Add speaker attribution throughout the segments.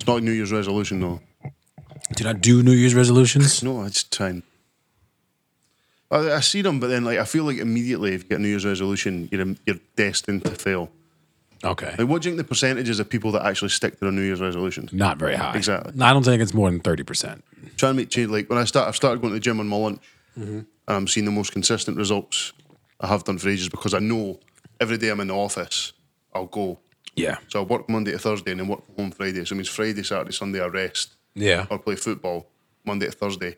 Speaker 1: talk New Year's resolution though.
Speaker 2: Do not do New Year's resolutions.
Speaker 1: No, I just try and. I, I see them, but then like I feel like immediately if you get a New Year's resolution, you're you're destined to fail.
Speaker 2: Okay.
Speaker 1: Like, what do you think the percentages of people that actually stick to their New Year's resolutions?
Speaker 2: Not very high.
Speaker 1: Exactly.
Speaker 2: No, I don't think it's more than 30%.
Speaker 1: Trying to make change. Like when I start, I've started going to the gym on my lunch, and I'm seeing the most consistent results I have done for ages because I know every day I'm in the office, I'll go.
Speaker 2: Yeah.
Speaker 1: So I work Monday to Thursday and then work from home Friday. So it means Friday, Saturday, Sunday I rest
Speaker 2: Yeah.
Speaker 1: or play football. Monday to Thursday.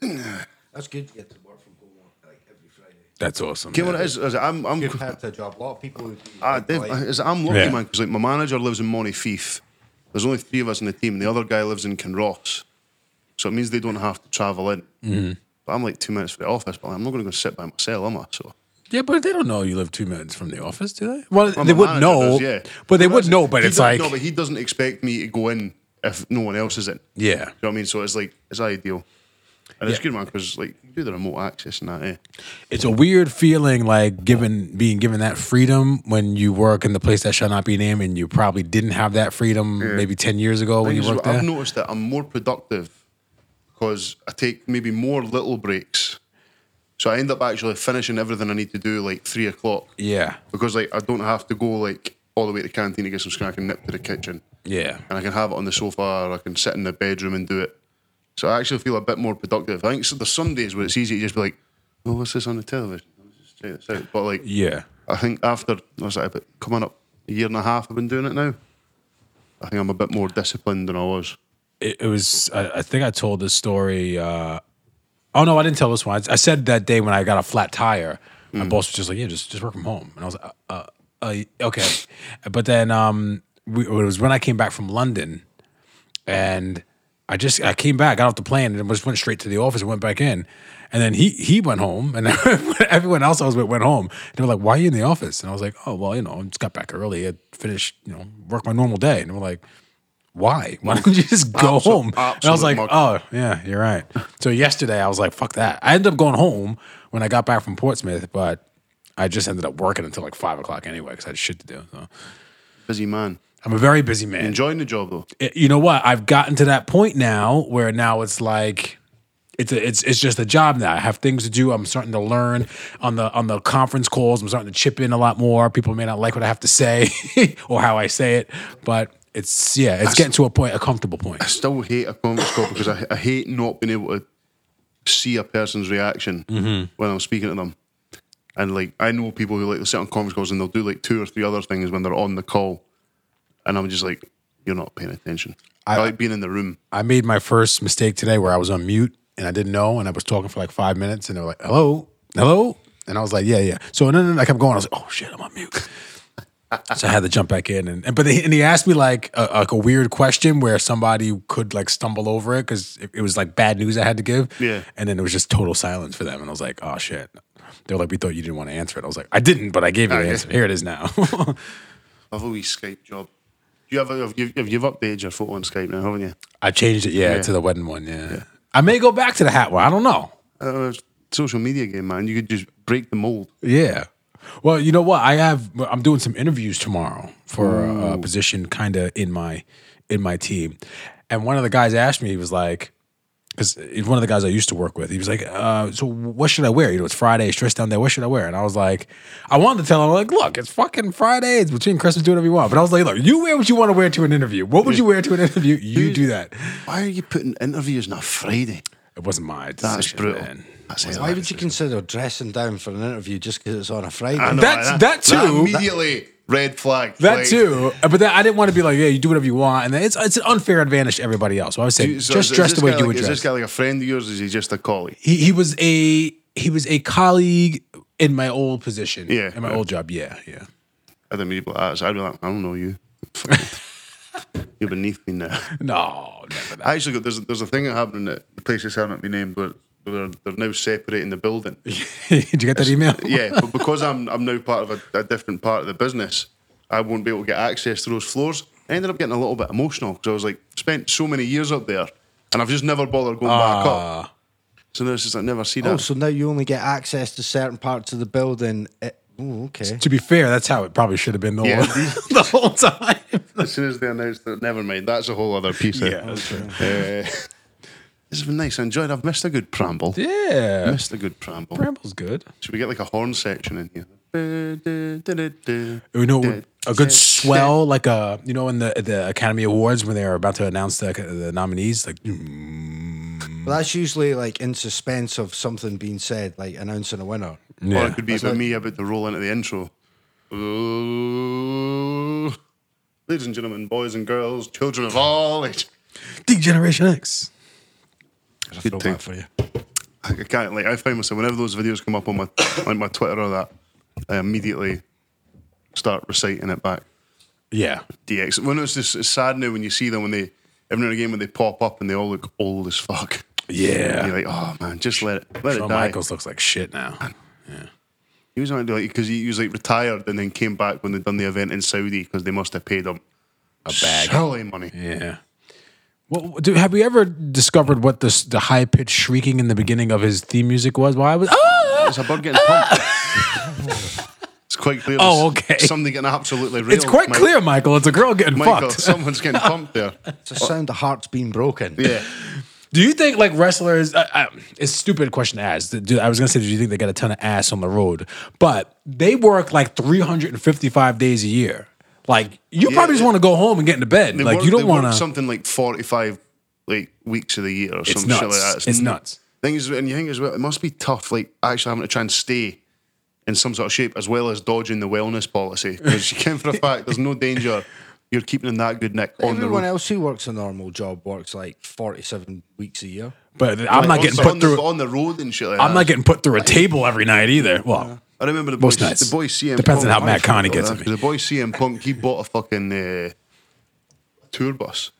Speaker 3: That's good to get to work from home like every Friday.
Speaker 2: That's awesome.
Speaker 1: Get
Speaker 2: man.
Speaker 1: what it is? is I'm I'm
Speaker 3: Good time to a job. A lot of people would be.
Speaker 1: Ah,
Speaker 3: like,
Speaker 1: Dave, is- I'm lucky,
Speaker 2: Yeah.
Speaker 1: man, because like my manager lives in Montefief. There's only three of us in the team, and the other guy lives in Kinross. So it means they don't have to travel in.
Speaker 2: Mm-hmm.
Speaker 1: But I'm like two minutes from the office, but I'm not going to go sit by myself, am I? So
Speaker 2: Yeah, but they don't know you live two minutes from the office, do they? Well,
Speaker 1: Well,
Speaker 2: they
Speaker 1: my
Speaker 2: would
Speaker 1: manager
Speaker 2: know.
Speaker 1: does, yeah.
Speaker 2: But they
Speaker 1: But
Speaker 2: would
Speaker 1: that's-
Speaker 2: know, but
Speaker 1: he
Speaker 2: it's
Speaker 1: doesn't-
Speaker 2: like,
Speaker 1: no, but he doesn't expect me to go in if no one else is in. You
Speaker 2: yeah.
Speaker 1: know what I mean? So it's like it's ideal, and it's
Speaker 2: Yeah.
Speaker 1: good, man, because like you do the remote access and that. Eh?
Speaker 2: It's a weird feeling like given being given that freedom when you work in the place that shall not be named and you probably didn't have that freedom maybe 10 years ago when
Speaker 1: Thing
Speaker 2: you
Speaker 1: is,
Speaker 2: worked there.
Speaker 1: I've noticed that I'm more productive because I take maybe more little breaks. So I end up actually finishing everything I need to do like three o'clock.
Speaker 2: yeah.
Speaker 1: because like I don't have to go like all the way to the canteen to get some snack. I can nip to the kitchen,
Speaker 2: Yeah.
Speaker 1: and I can have it on the sofa, or I can sit in the bedroom and do it. So I actually feel a bit more productive. I think so there's some days where it's easy to just be like, "Oh, what's this on the television? Let's just check this out." But like,
Speaker 2: Yeah.
Speaker 1: I think after what's that? About coming up a year and a half, I've been doing it now. I think I'm a bit more disciplined than I was.
Speaker 2: it, it was I, I think I told this story. Uh, oh no, I didn't tell this one. I, I said that day when I got a flat tire, my boss was just like, "Yeah, just just work from home," and I was like, uh, uh, uh, "Okay," but then um, we, it was when I came back from London, and I just I came back, got off the plane, and just went straight to the office and went back in. And then he he went home, and everyone else I was with went home. They were like, "Why are you in the office?" And I was like, "Oh well, you know, I just got back early. I finished, you know, work my normal day." And they were like, "Why? Why don't you just go
Speaker 1: Absolute-
Speaker 2: home?" And I was like,
Speaker 1: absolute mug.
Speaker 2: "Oh yeah, you're right." So yesterday I was like, "Fuck that." I ended up going home when I got back from Portsmouth, but I just ended up working until like five o'clock anyway because I had shit to do. So
Speaker 1: Busy man,
Speaker 2: I'm a very busy man
Speaker 1: enjoying the job though.
Speaker 2: it- you know what? I've gotten to that point now where now it's like it's a, it's it's just a job now. I have things to do. I'm starting to learn on the on the conference calls. I'm starting to chip in a lot more. People may not like what I have to say or how I say it, but it's yeah, it's getting to a point, a comfortable point.
Speaker 1: I still hate a conference call because I, I hate not being able to see a person's reaction when I'm speaking to them. And like I know people who like to sit on conference calls and they'll do like two or three other things when they're on the call, and I'm just like, you're not paying attention. I, like being in the room.
Speaker 2: I made my first mistake today where I was on mute and I didn't know, and I was talking for like five minutes, and they were like, "Hello, hello," and I was like, "Yeah, yeah." So no, no, no, I kept going. I was like, "Oh shit, I'm on mute." so I had to jump back in, and, and but they, and he asked me like a, like a weird question where somebody could like stumble over it because it, it was like bad news I had to give.
Speaker 1: Yeah.
Speaker 2: and then it was just total silence for them, and I was like, "Oh shit." They were like, "We thought you didn't want to answer it." I was like, "I didn't, but I gave you the
Speaker 1: Okay.
Speaker 2: answer. Here it is now."
Speaker 1: I've always Skype job. Do you have have you have you updated your photo on Skype now, haven't you?
Speaker 2: I changed it, yeah, to the wedding one. Yeah. I may go back to the hat one. I don't know.
Speaker 1: Uh, social media game, man. You could just break the mold.
Speaker 2: Yeah. Well, you know what? I have. I'm doing some interviews tomorrow for a, a position, kind of in my in my team. And one of the guys asked me, he was like, because one of the guys I used to work with, he was like, uh, "So what should I wear? You know, it's Friday, it's dress down there. What should I wear?" And I was like, I wanted to tell him, like, look, it's fucking Friday. It's between Christmas, do whatever you want. But I was like, look, you wear what you want to wear to an interview. What would you wear to an interview? You do that.
Speaker 1: Why are you putting interviews on a Friday?
Speaker 2: It wasn't my decision.
Speaker 1: That's brutal.
Speaker 2: man.
Speaker 1: That's
Speaker 3: why
Speaker 1: hilarious.
Speaker 3: would you consider dressing down for an interview just because it's on a Friday?
Speaker 1: I know,
Speaker 2: That's- that too.
Speaker 1: immediately red flag.
Speaker 2: That
Speaker 1: like-
Speaker 2: too, Uh, but that, I didn't want to be like, yeah, you do whatever you want, and then it's it's an unfair advantage to everybody else. So I would say
Speaker 1: You- so
Speaker 2: just
Speaker 1: is-
Speaker 2: dress
Speaker 1: is
Speaker 2: the
Speaker 1: this
Speaker 2: way
Speaker 1: guy
Speaker 2: you
Speaker 1: like-
Speaker 2: would
Speaker 1: Is
Speaker 2: dress.
Speaker 1: this guy like a friend of yours? Or is he just a colleague?
Speaker 2: he he was a he was a colleague in my old position,
Speaker 1: Yeah,
Speaker 2: in my
Speaker 1: yeah.
Speaker 2: old job, yeah, yeah.
Speaker 1: I didn't mean to ask. I'd be like, I don't know you. You're beneath me now.
Speaker 2: No, never that.
Speaker 1: I actually got there's there's a thing that happened at the place that's haven't been named, but they're, they're now separating the building.
Speaker 2: Did you get that email?
Speaker 1: yeah, but because I'm I'm now part of a, a different part of the business, I won't be able to get access to those floors. I ended up getting a little bit emotional because I was like, spent so many years up there, and I've just never bothered going back
Speaker 2: Ah.
Speaker 1: up. So now it's just I never see that.
Speaker 3: Oh, so now you only get access to certain parts of the building i- Oh, okay.
Speaker 2: To be fair, that's how it probably should have been the,
Speaker 1: Yeah.
Speaker 2: whole, the whole time.
Speaker 1: As soon as they announced that, never mind. That's a whole other piece. of-
Speaker 2: Yeah, that's true.
Speaker 1: Uh, this has been nice. I enjoyed. it. I've missed a good preamble.
Speaker 2: Yeah.
Speaker 1: Missed a good preamble.
Speaker 2: Bramble's good.
Speaker 1: Should we get like a horn section in here?
Speaker 2: You know, a good swell, like a you know, in the the Academy Awards when they were about to announce the, the nominees, like mm,
Speaker 3: But that's usually like in suspense of something being said, like announcing a winner.
Speaker 1: Or
Speaker 2: Yeah.
Speaker 1: it could be
Speaker 3: That's
Speaker 1: about
Speaker 3: like-
Speaker 1: me about to roll into the intro. Ooh. Ladies and gentlemen, boys and girls, children of all age.
Speaker 2: D Generation X.
Speaker 3: Good
Speaker 1: thing.
Speaker 3: for you.
Speaker 1: I can't like. I find myself whenever those videos come up on my like my Twitter or that, I immediately start reciting it back.
Speaker 2: Yeah.
Speaker 1: DX. Well, no, it's just it's sad now when you see them when they every now and again when they pop up and they all look old as fuck.
Speaker 2: Yeah.
Speaker 1: You're like, oh man, just let it let it
Speaker 2: Shawn
Speaker 1: die.
Speaker 2: Michaels looks like shit now.
Speaker 1: He was meant to like because he was like retired and then came back when they done the event in Saudi because they must have paid him a
Speaker 2: bag.
Speaker 1: silly money.
Speaker 2: Yeah. Well, do, have we ever discovered what this, the high pitched shrieking in the beginning of his theme music was? Why was ah!
Speaker 1: It's a bird getting pumped. it's quite clear.
Speaker 2: Oh,
Speaker 1: there's
Speaker 2: okay.
Speaker 1: Somebody getting absolutely railed.
Speaker 2: It's quite
Speaker 1: Mike-
Speaker 2: clear, Michael. It's a girl getting
Speaker 1: Michael,
Speaker 2: fucked.
Speaker 1: someone's getting pumped there.
Speaker 3: It's a sound of hearts being broken.
Speaker 1: Yeah.
Speaker 2: Do you think like wrestlers? I, I, it's a stupid question to ask. Do- I was gonna say, do you think they got a ton of ass on the road? But they work like 355 days a year. Like you probably just
Speaker 1: they-
Speaker 2: want to go home and get into bed.
Speaker 1: They
Speaker 2: Like
Speaker 1: work-
Speaker 2: you
Speaker 1: they
Speaker 2: don't
Speaker 1: work
Speaker 2: want to.
Speaker 1: something like forty-five like weeks of the year or
Speaker 2: It's
Speaker 1: some shit like
Speaker 2: nuts.
Speaker 1: that.
Speaker 2: It's
Speaker 1: n-
Speaker 2: nuts.
Speaker 1: Thing is, and you think as well, it must be tough. Like actually having to try and stay in some sort of shape, as well as dodging the wellness policy, because you can for a fact there's no danger you're keeping in that good nick on the
Speaker 3: Everyone
Speaker 1: road.
Speaker 3: else who works a normal job works like 47 weeks a year.
Speaker 2: But I'm not
Speaker 1: on,
Speaker 2: getting
Speaker 1: the-
Speaker 2: put
Speaker 1: on the-
Speaker 2: through.
Speaker 1: on the road and shit. Like
Speaker 2: I'm
Speaker 1: that.
Speaker 2: not getting put through a table every night either. Well,
Speaker 1: I remember the boys.
Speaker 2: Most nights.
Speaker 1: The boy CM
Speaker 2: Depends on
Speaker 1: Punk-
Speaker 2: how Matt Connie gets at me.
Speaker 1: The boy CM Punk, he bought a fucking uh, tour bus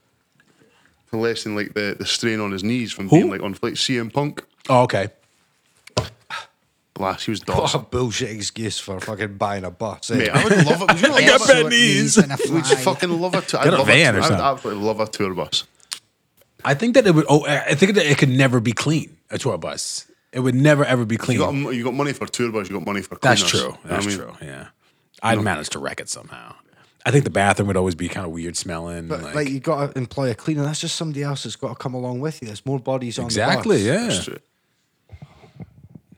Speaker 1: to lessen like the, the strain on his knees from being like on flight. CM Punk,
Speaker 2: oh, okay.
Speaker 1: last he was
Speaker 3: What
Speaker 1: dog.
Speaker 3: a bullshit excuse for fucking buying a bus. eh?
Speaker 1: Mate, I would love it. Would you
Speaker 2: I
Speaker 1: love
Speaker 2: got
Speaker 1: it?
Speaker 2: bad knees.
Speaker 3: and a
Speaker 1: Would
Speaker 3: fly.
Speaker 1: fucking love a tour?
Speaker 2: Get a
Speaker 1: love
Speaker 2: van
Speaker 1: tour-
Speaker 2: or
Speaker 1: I would
Speaker 2: something.
Speaker 1: absolutely love a tour bus.
Speaker 2: I think that it would. Oh, I think that it could never be clean. A tour bus. It would never ever be clean.
Speaker 1: You got, you got money for tour bus. You got money for
Speaker 2: That's
Speaker 1: cleaners.
Speaker 2: true.
Speaker 1: You know what
Speaker 2: That's
Speaker 1: I mean?
Speaker 2: true. Yeah, I'd manage to wreck it somehow. I think the bathroom would always be kind of weird smelling.
Speaker 3: But
Speaker 2: like,
Speaker 3: like, you got to employ a cleaner. That's just somebody else that's got to come along with you. There's more bodies on
Speaker 2: exactly.
Speaker 3: the bus.
Speaker 2: Yeah.
Speaker 1: That's true.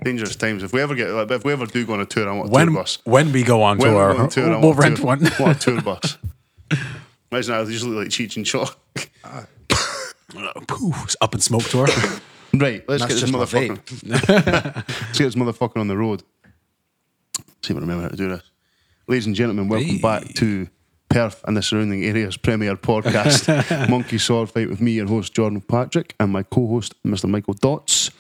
Speaker 1: Dangerous times. If we ever get, like, if we ever do go on a tour, I want a
Speaker 2: When
Speaker 1: tour bus.
Speaker 2: when we go on
Speaker 1: When
Speaker 2: tour,
Speaker 1: we go on tour, I
Speaker 2: we'll
Speaker 1: want a
Speaker 2: rent
Speaker 1: tour-
Speaker 2: one.
Speaker 1: I want a tour bus. Imagine I just look like Cheech and Chong.
Speaker 2: Poof, it's up in smoke tour.
Speaker 1: Right, let's get
Speaker 3: That's
Speaker 1: this
Speaker 3: just my
Speaker 1: motherfucker. let's get this motherfucker on the road. See if I remember how to do this. Ladies and gentlemen, welcome
Speaker 2: Hey.
Speaker 1: back to Perth and the surrounding area's premier podcast, Monkey Sword Fight, with me, your host Jordan Patrick, and my co-host Mr. Michael Dots,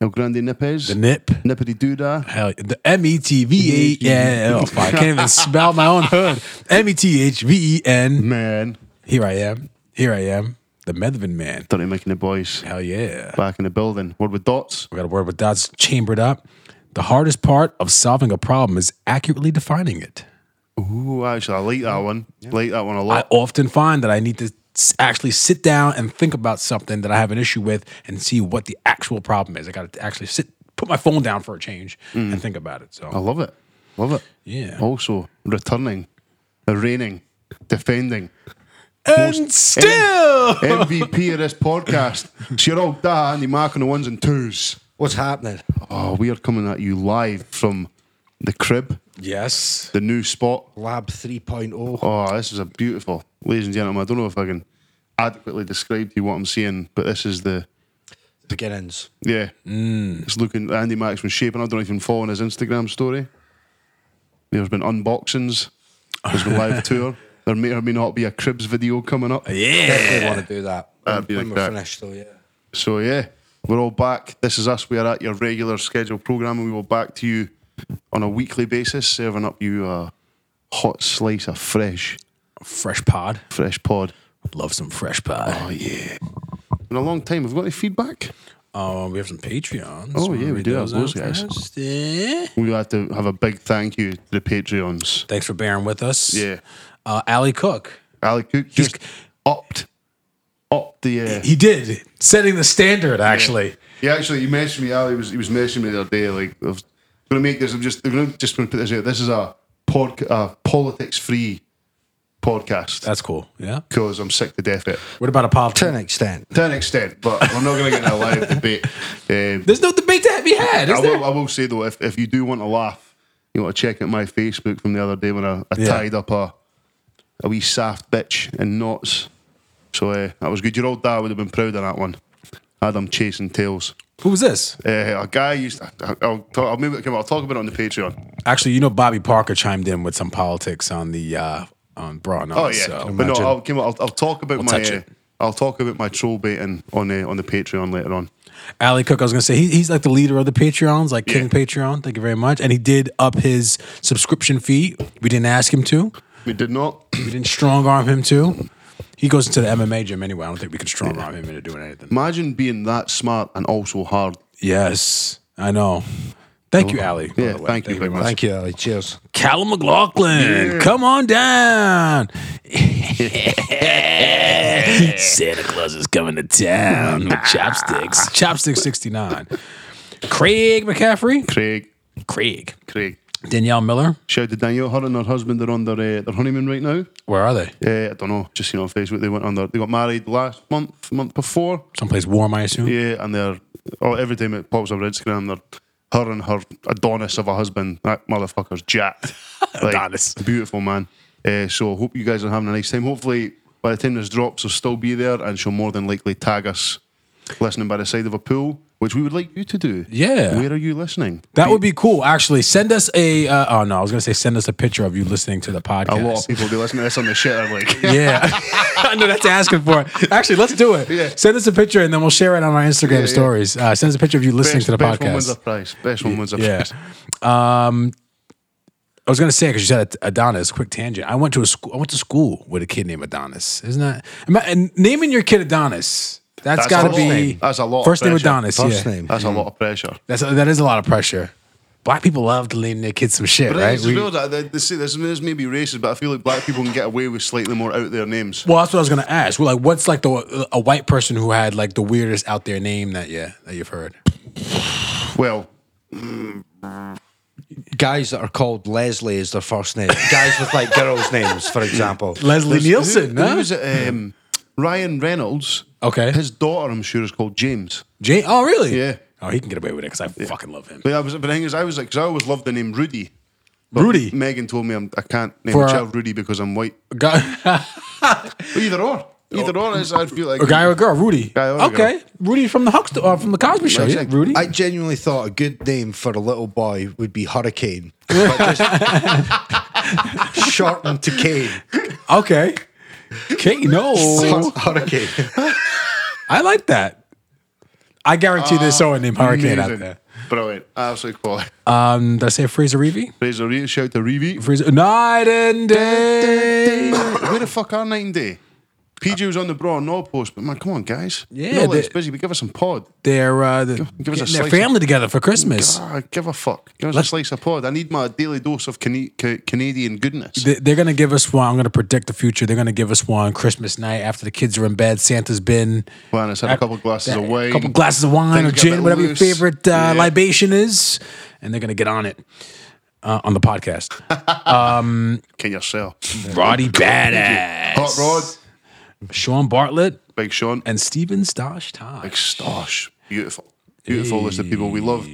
Speaker 1: El Grande Nipes,
Speaker 2: the nip.
Speaker 1: Nippity Doodah.
Speaker 2: Hell, the M E T V A N. Oh, fuck, I can't even spell my own hood. M E T H V E N.
Speaker 1: Man,
Speaker 2: Here I am. Here I am. The Medvin man.
Speaker 1: Dirty Mike and the boys
Speaker 2: Hell yeah.
Speaker 1: back in the building. Word with Dots.
Speaker 2: We got a word with dots chambered up. The hardest part of solving a problem is accurately defining it.
Speaker 1: Ooh, actually, I like that one. Like that one a
Speaker 2: I
Speaker 1: lot.
Speaker 2: often find that I need to s- actually sit down and think about something that I have an issue with and see what the actual problem is. I got to actually sit, put my phone down for a change and think about it.
Speaker 1: I
Speaker 2: So,
Speaker 1: love it. Love it.
Speaker 2: Yeah.
Speaker 1: Also, returning, reigning, defending
Speaker 2: and still,
Speaker 1: MVP of this podcast. It's your old dad, Andy Mack, on the ones and twos.
Speaker 3: What's happening?
Speaker 1: Oh, we are coming at you live from the crib,
Speaker 2: yes,
Speaker 1: the new spot.
Speaker 3: Lab 3.0.
Speaker 1: Oh, this is a beautiful, ladies and gentlemen. I don't know if I can adequately describe to you what I'm seeing, but this is the
Speaker 3: beginnings.
Speaker 1: Yeah. It's looking Andy Mack's been shaping. I don't even follow on his Instagram story. There's been unboxings. There's been live tour. There may or may not be a cribs video coming up.
Speaker 2: yeah.
Speaker 3: Definitely want to do that.
Speaker 1: That'd be
Speaker 3: when
Speaker 1: like
Speaker 3: we're
Speaker 1: that.
Speaker 3: finished, though, yeah.
Speaker 1: So yeah, we're all back. This is us. We are at your regular scheduled programme and we will back to you on a weekly basis, serving up you a hot slice of fresh,
Speaker 2: Fresh pod,
Speaker 1: fresh pod.
Speaker 2: love some fresh pod.
Speaker 1: Oh yeah. In a long time. Have we got any feedback?
Speaker 2: Oh, we have some Patreons.
Speaker 1: Oh,
Speaker 2: Wanna
Speaker 1: yeah, we
Speaker 2: read
Speaker 1: do have
Speaker 2: out
Speaker 1: those guys.
Speaker 2: first? Yeah.
Speaker 1: We'll have to have a big thank you to the Patreons.
Speaker 2: Thanks for bearing with us.
Speaker 1: Yeah.
Speaker 2: uh, Ali Cook.
Speaker 1: Ali Cook just upped upped the uh,
Speaker 2: He did setting the standard. Actually,
Speaker 1: He actually he messaged me. Ali was he was messaging me the other day. Like I was going to make this. I'm just. I'm going to just put this out. This is a pod, a politics free podcast
Speaker 2: That's cool. Yeah.
Speaker 1: because I'm sick to death of it
Speaker 2: What about a
Speaker 3: to an
Speaker 2: politics?
Speaker 3: extent.
Speaker 1: to an extent. But we're not going to get into a live debate. Um,
Speaker 2: There's no debate to be had. Is
Speaker 1: I
Speaker 2: there?
Speaker 1: will, I will say though, if, if you do want to laugh, you want to check out my Facebook from the other day when I, I
Speaker 2: Yeah.
Speaker 1: tied up a a wee saft bitch in knots. So uh, that was good. Your old dad would have been proud of that one. Had him chasing tails.
Speaker 2: Who was this?
Speaker 1: Uh, a guy used. I, I'll, talk, I'll maybe come. I'll talk about it on the Patreon.
Speaker 2: Actually, you know, Bobby Parker chimed in with some politics on the uh, on Bra and
Speaker 1: Oh
Speaker 2: Us,
Speaker 1: yeah,
Speaker 2: so
Speaker 1: but no,
Speaker 2: imagine-
Speaker 1: I'll, come, I'll, I'll talk about my.
Speaker 2: touch
Speaker 1: Uh,
Speaker 2: it.
Speaker 1: I'll talk about my troll baiting on uh, on the Patreon later on.
Speaker 2: Ali Cook, I was gonna say he, he's like the leader of the Patreons, like King
Speaker 1: Yeah.
Speaker 2: Patreon. Thank you very much. And he did up his subscription fee. We didn't ask him to.
Speaker 1: We did not.
Speaker 2: We didn't strong arm him to. He goes into the MMA gym anyway. I don't think we could strong arm him into doing anything.
Speaker 1: Imagine being that smart and also hard.
Speaker 2: Yes, I know. Thank you, Ali. by
Speaker 1: Oh, Yeah,
Speaker 2: the way.
Speaker 1: thank you very much.
Speaker 3: Thank you, Ali. Cheers.
Speaker 2: Callum McLaughlin, come on down. Santa Claus is coming to town with chopsticks. Chopsticks 69. Craig McCaffrey.
Speaker 1: Craig,
Speaker 2: Craig.
Speaker 1: Craig.
Speaker 2: Danielle Miller.
Speaker 1: Shout to Danielle. Her and her husband are on their uh, their honeymoon right now.
Speaker 2: Where are they?
Speaker 1: Uh, I don't know. Just seen on Facebook they went on their they got married last month, month before.
Speaker 2: Someplace warm, I assume.
Speaker 1: Yeah, and they're oh every time it pops up on Instagram, they're her and her Adonis of a husband. That motherfucker's jacked. Like,
Speaker 2: Adonis.
Speaker 1: beautiful man. Uh, so hope you guys are having a nice time. Hopefully by the time this drops, she'll still be there, and she'll more than likely tag us listening by the side of a pool, which we would like you to do.
Speaker 2: Yeah.
Speaker 1: Where are you listening?
Speaker 2: That would be cool, actually. Send us a. Uh, oh no, I was gonna say send us a picture of you listening to the podcast.
Speaker 1: A lot of people be listening to this on the shit. I'm like,
Speaker 2: Yeah, I know that's asking for it. Actually, let's do it.
Speaker 1: Yeah.
Speaker 2: Send us a picture and then we'll share it on our Instagram
Speaker 1: yeah.
Speaker 2: stories. Uh, send us a picture of you listening
Speaker 1: best,
Speaker 2: to the
Speaker 1: best one wins a
Speaker 2: podcast.
Speaker 1: prize. Best one wins a
Speaker 2: Yeah.
Speaker 1: prize.
Speaker 2: Um, I was gonna say because you said Ad- Adonis. Quick tangent. I went to a school. I went to school with a kid named Adonis. Isn't that? am I- And naming your kid Adonis. that's
Speaker 1: That's
Speaker 2: got to
Speaker 1: first
Speaker 2: be
Speaker 1: name. That's a lot of
Speaker 2: First name
Speaker 1: pressure.
Speaker 2: Adonis.
Speaker 3: First
Speaker 2: yeah.
Speaker 3: name.
Speaker 1: That's a lot of pressure.
Speaker 2: That's that is a lot of pressure. Black people love to name their kids some shit,
Speaker 1: But
Speaker 2: right?
Speaker 1: it's
Speaker 2: We-
Speaker 1: real that they, they say this, this may be racist, but I feel like black people can get away with slightly more out there names.
Speaker 2: well, that's what I was gonna ask. Well, like, what's like the a white person who had like the weirdest out there name that yeah that you've heard?
Speaker 1: Well,
Speaker 3: Guys that are called Leslie is their first name. Guys with like girls' names, for example.
Speaker 2: Leslie Nielsen,
Speaker 1: who,
Speaker 2: huh?
Speaker 1: who was it? Um, Ryan Reynolds.
Speaker 2: Okay.
Speaker 1: His daughter, I'm sure, is called James.
Speaker 2: Jay. Oh, really?
Speaker 1: Yeah.
Speaker 2: Oh, he can get away with it because I fucking love him.
Speaker 1: But I was, but the thing is, I was like, because I always loved the name Rudy.
Speaker 2: Rudy.
Speaker 1: Megan told me I'm, I can't name
Speaker 2: For
Speaker 1: a
Speaker 2: a-
Speaker 1: child Rudy because I'm white.
Speaker 2: Guy,
Speaker 1: But either or, either or is I feel like
Speaker 2: a guy or a girl? Rudy.
Speaker 1: Guy or a
Speaker 2: okay. Rudy from the Huckster, uh, from the Cosby Show. Yeah,
Speaker 1: Exactly.
Speaker 2: Rudy.
Speaker 3: I genuinely thought a good name for a little boy would be Hurricane. But just shortened to Kane.
Speaker 2: okay. Okay. No,
Speaker 3: Hur- Hurricane.
Speaker 2: I like that. I guarantee there's someone named Hurricane out
Speaker 1: Uh, amazing.
Speaker 2: there.
Speaker 1: Brilliant, absolutely quality.
Speaker 2: Um, did I say Fraser Reeve?
Speaker 1: Fraser, Reeve, shout to Reeve.
Speaker 2: Fraser. Night and day.
Speaker 1: Where the fuck are Night and Day? PJ was on the bra and all post, but man, come on, guys.
Speaker 2: Yeah,
Speaker 1: you know,
Speaker 2: they-
Speaker 1: it's busy, but give us some pod.
Speaker 2: They're uh, the,
Speaker 1: give us a
Speaker 2: getting their
Speaker 1: slice
Speaker 2: family together for Christmas.
Speaker 1: Ah, give a fuck. Give us a slice of pod. I need my daily dose of Cana- Ca- Canadian goodness.
Speaker 2: They- They're gonna give us one. I'm gonna predict the future. They're gonna give us one Christmas night after the kids are in bed. Santa's been
Speaker 1: Man, it's had a couple glasses of wine.
Speaker 2: a couple glasses of wine
Speaker 1: Things
Speaker 2: or
Speaker 1: got a
Speaker 2: gin,
Speaker 1: bit
Speaker 2: whatever
Speaker 1: loose.
Speaker 2: your favorite uh,
Speaker 1: Yeah.
Speaker 2: libation is, and they're gonna get on it uh, on the podcast.
Speaker 1: Can yourself.
Speaker 2: Roddy Badass,
Speaker 1: Hot Rod,
Speaker 2: Sean Bartlett,
Speaker 1: Big Sean,
Speaker 2: and Steven Stosh Tosh.
Speaker 1: Stosh. Beautiful. Beautiful list of people. We love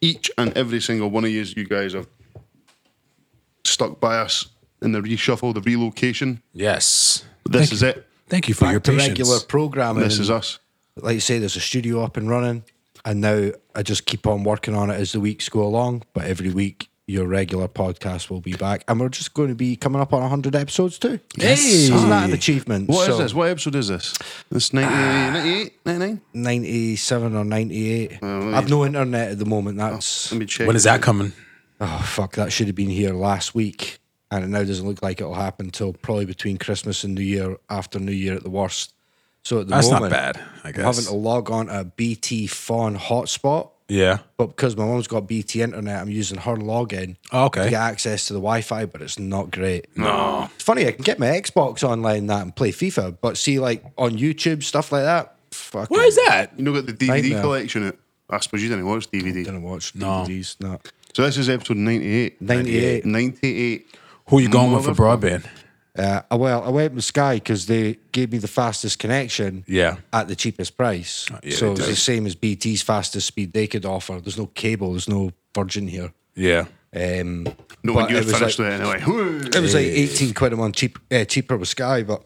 Speaker 1: each and every single one of you. You guys have stuck by us in the reshuffle, the relocation.
Speaker 2: Yes,
Speaker 1: This is it.
Speaker 2: thank you for your
Speaker 3: to
Speaker 2: patience.
Speaker 3: regular programming.
Speaker 1: This is us.
Speaker 3: like you say, there's a studio up and running, and now I just keep on working on it as the weeks go along. But every week, your regular podcast will be back, and we're just going to be coming up on 100 episodes too.
Speaker 2: Yes.
Speaker 3: Isn't that an achievement?
Speaker 1: What is
Speaker 3: So,
Speaker 1: this? What episode is this? This
Speaker 2: Ah.
Speaker 1: 98, 99?
Speaker 3: 97 or 98.
Speaker 2: Oh,
Speaker 3: I've no internet at the moment. That's
Speaker 1: Let me check.
Speaker 2: When is that coming?
Speaker 3: oh fuck, that should have been here last week, and it now doesn't look like it'll happen till probably between Christmas and New Year. After New Year, at the worst. So at the
Speaker 2: That's not
Speaker 3: moment,
Speaker 2: bad, I
Speaker 3: I'm having
Speaker 2: guess.
Speaker 3: to log on to a BT phone hotspot.
Speaker 2: Yeah.
Speaker 3: But because my mum's got BT internet, I'm using her login
Speaker 2: Oh, okay.
Speaker 3: to get access to the Wi-Fi, but it's not great. No. It's funny, I can get my Xbox online that and play FIFA, but see like on YouTube, stuff like that, fuck.
Speaker 2: Where is that?
Speaker 1: You know, got the DVD
Speaker 3: Nightmare.
Speaker 1: collection. It. I suppose you didn't watch DVD.
Speaker 3: Didn't watch
Speaker 2: No.
Speaker 3: DVDs, no.
Speaker 1: So this is episode 98.
Speaker 3: 98.
Speaker 1: 98.
Speaker 2: Who you going with for
Speaker 1: Motherfucker.
Speaker 2: broadband?
Speaker 3: Uh, I- well, I went with Sky because they gave me the fastest connection.
Speaker 2: Yeah. Uh,
Speaker 3: At the cheapest price.
Speaker 2: yeah,
Speaker 3: so
Speaker 2: they
Speaker 3: it's
Speaker 2: do.
Speaker 3: the same as BT's fastest speed they could offer. There's no cable. There's no Virgin here.
Speaker 2: Yeah.
Speaker 3: Um,
Speaker 1: No
Speaker 3: but
Speaker 1: one you
Speaker 3: it was
Speaker 1: finished
Speaker 3: like,
Speaker 1: it anyway.
Speaker 3: It was like 18 quid a month cheap, uh, cheaper with Sky, but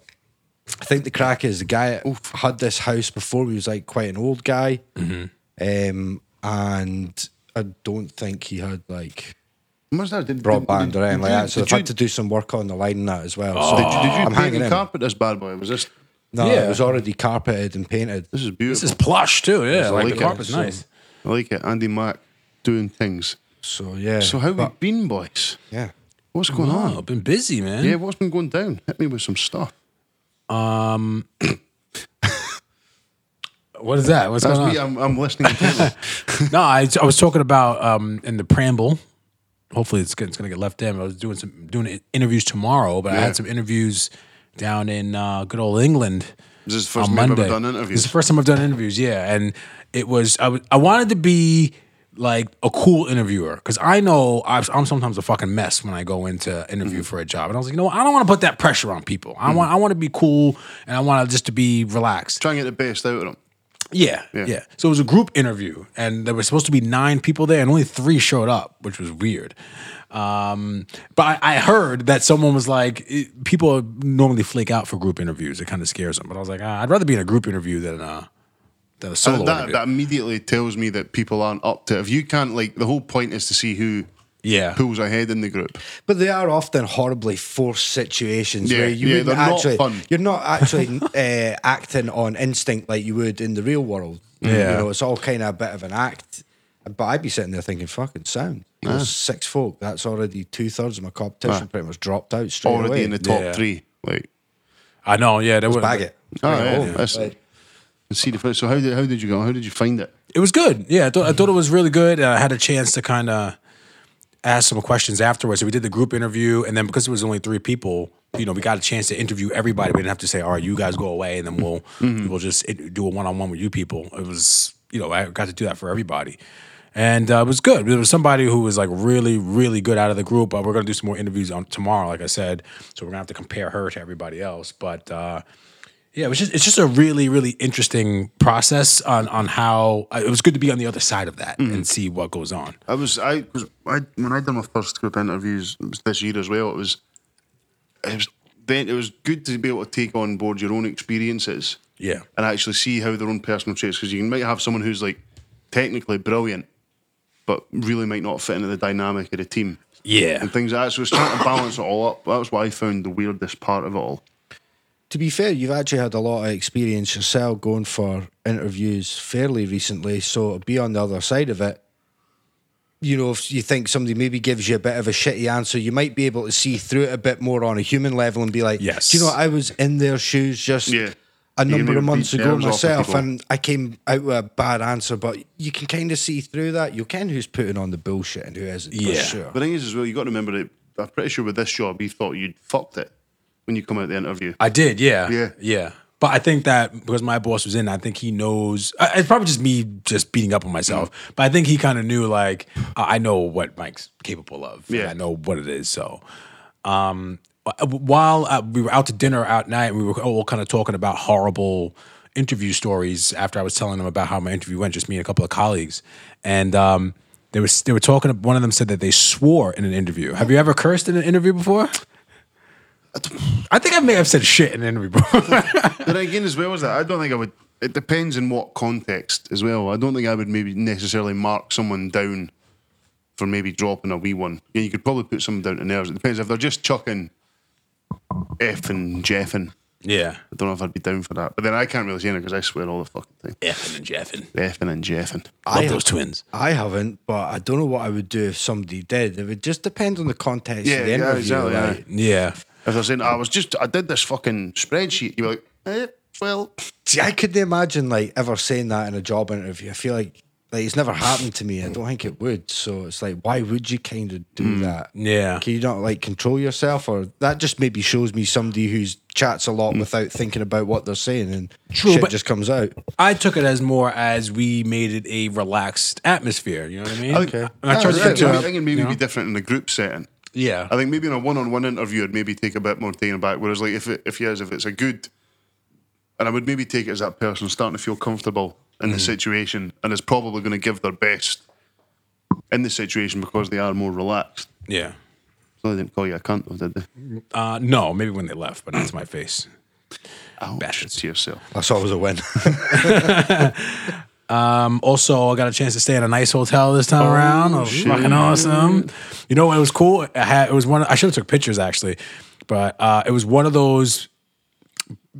Speaker 3: I think the crack is the guy that had this house before. He was like quite an old guy.
Speaker 1: Mm-hmm.
Speaker 3: Um, and I don't think he had like
Speaker 1: Must have did
Speaker 3: broadband
Speaker 1: did-
Speaker 3: or anything like
Speaker 1: did-
Speaker 3: that. So
Speaker 1: did
Speaker 3: they've
Speaker 1: you, Oh.
Speaker 3: had to do some work on the line and that as well.
Speaker 1: did you,
Speaker 3: So
Speaker 1: did you
Speaker 3: I'm
Speaker 1: paint
Speaker 3: hanging
Speaker 1: and
Speaker 3: in.
Speaker 1: carpet this bad boy? Was this?
Speaker 3: no,
Speaker 2: Yeah.
Speaker 3: it was already carpeted and painted.
Speaker 1: This is
Speaker 2: This
Speaker 1: beautiful.
Speaker 2: is plush too. Yeah.
Speaker 1: I
Speaker 2: Like,
Speaker 1: like
Speaker 2: the
Speaker 1: it.
Speaker 2: carpet's
Speaker 1: So-
Speaker 2: nice.
Speaker 1: I like it. Andy Mack doing things.
Speaker 3: So yeah.
Speaker 1: So how
Speaker 3: but,
Speaker 1: we been, boys?
Speaker 3: yeah.
Speaker 1: What's going on?
Speaker 2: Oh, been busy, man.
Speaker 1: Yeah, what's been going down? Hit me with some stuff.
Speaker 2: What is that? What's
Speaker 1: That's
Speaker 2: going on?
Speaker 1: me. I'm, I'm listening. intently.
Speaker 2: no, I, I was talking about um, in the preamble. Hopefully, it's gonna, it's gonna get left in. but I was doing some doing interviews tomorrow, but I
Speaker 1: Yeah.
Speaker 2: had some interviews down in uh, good old England.
Speaker 1: This is the first
Speaker 2: on
Speaker 1: time I've ever
Speaker 2: Monday.
Speaker 1: done
Speaker 2: This is
Speaker 1: interviews.
Speaker 2: the first time I've done interviews. Yeah, and it was I w- I wanted to be like a cool interviewer because I know i I'm sometimes a fucking mess when I go into
Speaker 1: Mm-hmm.
Speaker 2: interview for a job, and I was like, you know, what? I don't want to put that pressure on people. I want I want to be cool, and I want to just to be relaxed.
Speaker 1: Trying to get the best out of them.
Speaker 2: Yeah, yeah, So it was a group interview, and there were supposed to be nine people there, and only three showed up, which was weird. Um, but I, I heard that someone was like, it- people normally flake out for group interviews. It kind of scares them. But I was like, ah, I'd rather be in a group interview than a than a solo
Speaker 1: And that,
Speaker 2: interview.
Speaker 1: that immediately tells me that people aren't up to. If you can't like, the whole point is to see who
Speaker 2: yeah,
Speaker 1: pulls ahead in the group.
Speaker 3: But they are often horribly forced situations
Speaker 1: Yeah,
Speaker 3: where you
Speaker 1: yeah,
Speaker 3: wouldn't
Speaker 1: they're not
Speaker 3: actually,
Speaker 1: fun.
Speaker 3: you're not actually uh, acting on instinct like you would in the real world.
Speaker 2: Yeah.
Speaker 3: you know, it's all kind of a bit of an act. But I'd be sitting there thinking, "Fucking sound, There's six folk. That's already two thirds of my competition pretty much dropped out straight
Speaker 1: Already
Speaker 3: away.
Speaker 1: in the top
Speaker 2: Yeah.
Speaker 1: three. Like,
Speaker 2: I know. Yeah, there was
Speaker 3: bag it.
Speaker 1: oh,
Speaker 3: Bring it
Speaker 1: yeah,
Speaker 3: home.
Speaker 1: that's-
Speaker 3: Like,
Speaker 1: see the first. So how did how did you go? How did you find it?
Speaker 2: It was good. Yeah, I thought, I thought it was really good. And I had a chance to kind of ask some questions afterwards. So we did the group interview, and then because it was only three people, you know, we got a chance to interview everybody. We didn't have to say, "All right, you guys go away," and then we'll we'll just it- do a one-on-one with you people. It was, you know, I got to do that for everybody, and uh, it was good. There was somebody who was like really, really good out of the group. But we're gonna do some more interviews on tomorrow, like I said. So we're gonna have to compare her to everybody else, but. uh yeah, it was just, it's just a really, really interesting process on on how uh, it was good to be on the other side of that and see what goes on.
Speaker 1: I was I, 'cause I when I done my first group interviews it was this year as well. It was it was then it was good to be able to take on board your own experiences.
Speaker 2: Yeah.
Speaker 1: and actually see how their own personal traits because you might have someone who's like technically brilliant, but really might not fit into the dynamic of the team
Speaker 2: Yeah.
Speaker 1: and things like that. So it's trying to balance it all up. That's what I found the weirdest part of it all.
Speaker 3: to be fair, you've actually had a lot of experience yourself going for interviews fairly recently. So to be on the other side of it, you know, if you think somebody maybe gives you a bit of a shitty answer, you might be able to see through it a bit more on a human level and be like,
Speaker 2: Yes.
Speaker 3: Do you know, what? I was in their shoes just
Speaker 1: Yeah. You
Speaker 3: a
Speaker 1: can
Speaker 3: number of
Speaker 1: maybe
Speaker 3: months
Speaker 1: beat
Speaker 3: ago
Speaker 1: nerves off of
Speaker 3: myself
Speaker 1: people."
Speaker 3: and I came out with a bad answer, but you can kind of see through that. You can who's putting on the bullshit and who isn't,
Speaker 2: Yeah.
Speaker 3: for sure.
Speaker 1: The thing is, as well, you got to remember that I'm pretty sure with this job, you thought you'd fucked it when you come out the interview.
Speaker 2: I did, yeah.
Speaker 1: Yeah.
Speaker 2: Yeah. But I think that because my boss was in, I think he knows. I- It's probably just me just beating up on myself.
Speaker 1: Mm.
Speaker 2: But I think he kind of knew, like, I I know what Mike's capable of. and
Speaker 1: Yeah.
Speaker 2: I know what it is. So, um, wh- while uh, we were out to dinner out night, we were all kind of talking about horrible interview stories after I was telling them about how my interview went, just me and a couple of colleagues. And, um, they were, they were talking, one of them said that they swore in an interview. Have you ever cursed in an interview before? I think I may have said shit in an interview before.
Speaker 1: Then again, as well as that, I don't think I would. It depends in what context as well. I don't think I would maybe necessarily mark someone down for maybe dropping a wee one. Yeah, you could probably put someone down to nerves. It depends if they're just chucking F and Jeffing.
Speaker 2: Yeah.
Speaker 1: I don't know if I'd be down for that. But then I can't really say anything because I swear all the fucking time.
Speaker 2: Effing and Jeffin.
Speaker 1: Effing and Jeffing.
Speaker 2: Love
Speaker 3: I-
Speaker 2: those twins.
Speaker 3: I haven't, but I don't know what I would do if somebody did. It would just depend on the context
Speaker 1: Yeah,
Speaker 3: of the
Speaker 1: yeah,
Speaker 3: interview.
Speaker 1: exactly, yeah.
Speaker 3: like,
Speaker 2: Yeah.
Speaker 1: If they're saying, I was just, I did this fucking spreadsheet, you'd be like, eh, well,
Speaker 3: See, I couldn't imagine like ever saying that in a job interview. I feel like Like it's never happened to me. I don't think it would. So it's like, why would you kind of do
Speaker 1: Hmm.
Speaker 3: that?
Speaker 2: Yeah.
Speaker 3: Can you not like control yourself, or that just maybe shows me somebody who's chats a
Speaker 1: Hmm.
Speaker 3: lot without thinking about what they're saying, and
Speaker 2: True,
Speaker 3: shit
Speaker 2: but-
Speaker 3: just comes out.
Speaker 2: I took it as more as we made it a relaxed atmosphere. You know what I mean?
Speaker 1: Okay.
Speaker 2: And I
Speaker 3: That
Speaker 2: tried
Speaker 3: was
Speaker 2: to
Speaker 1: I
Speaker 3: it,
Speaker 2: think
Speaker 1: think
Speaker 3: man.
Speaker 2: to-
Speaker 1: I think it'd maybe
Speaker 2: you know?
Speaker 1: be different in a group setting.
Speaker 2: Yeah.
Speaker 1: I think maybe in a one-on-one interview, it'd maybe take a bit more taking back. Whereas, like, if it, if yes, if it's a good, and I would maybe take it as that person starting to feel comfortable in
Speaker 2: Mm.
Speaker 1: the situation, and is probably going to give their best in the situation because they are more relaxed.
Speaker 2: Yeah.
Speaker 1: So they didn't call you a cunt, though, did they?
Speaker 2: Uh, no, maybe when they left, but not to my face.
Speaker 1: Ouch,
Speaker 2: Bastards.
Speaker 1: to yourself.
Speaker 3: That's always a win.
Speaker 2: Um, also, I got a chance to stay at a nice hotel this time around. It was fucking awesome. You know, it was cool. I had, it was one. I should have took pictures actually, but uh, it was one of those.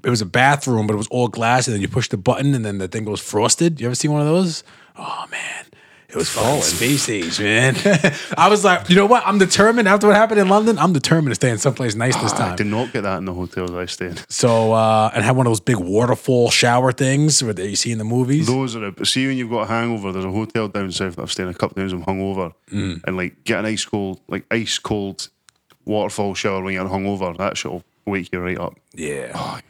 Speaker 2: It was a bathroom, but it was all glass, and then you push the button, and then the thing goes frosted. You ever seen one of those? Oh man. It was fucking space age, man. I was like, you know what? I'm determined. After what happened in London, I'm determined to stay in someplace nice this
Speaker 1: I
Speaker 2: time.
Speaker 1: did not get that in the hotels I stayed. in.
Speaker 2: So uh, and had one of those big waterfall shower things where- that you see in the movies.
Speaker 1: Those are the, see when you've got a hangover. There's a hotel down south that I've stayed in a couple times. I'm hungover, and like get an ice cold, like ice cold waterfall shower when you're hungover. That shit'll wake you right up.
Speaker 2: Yeah.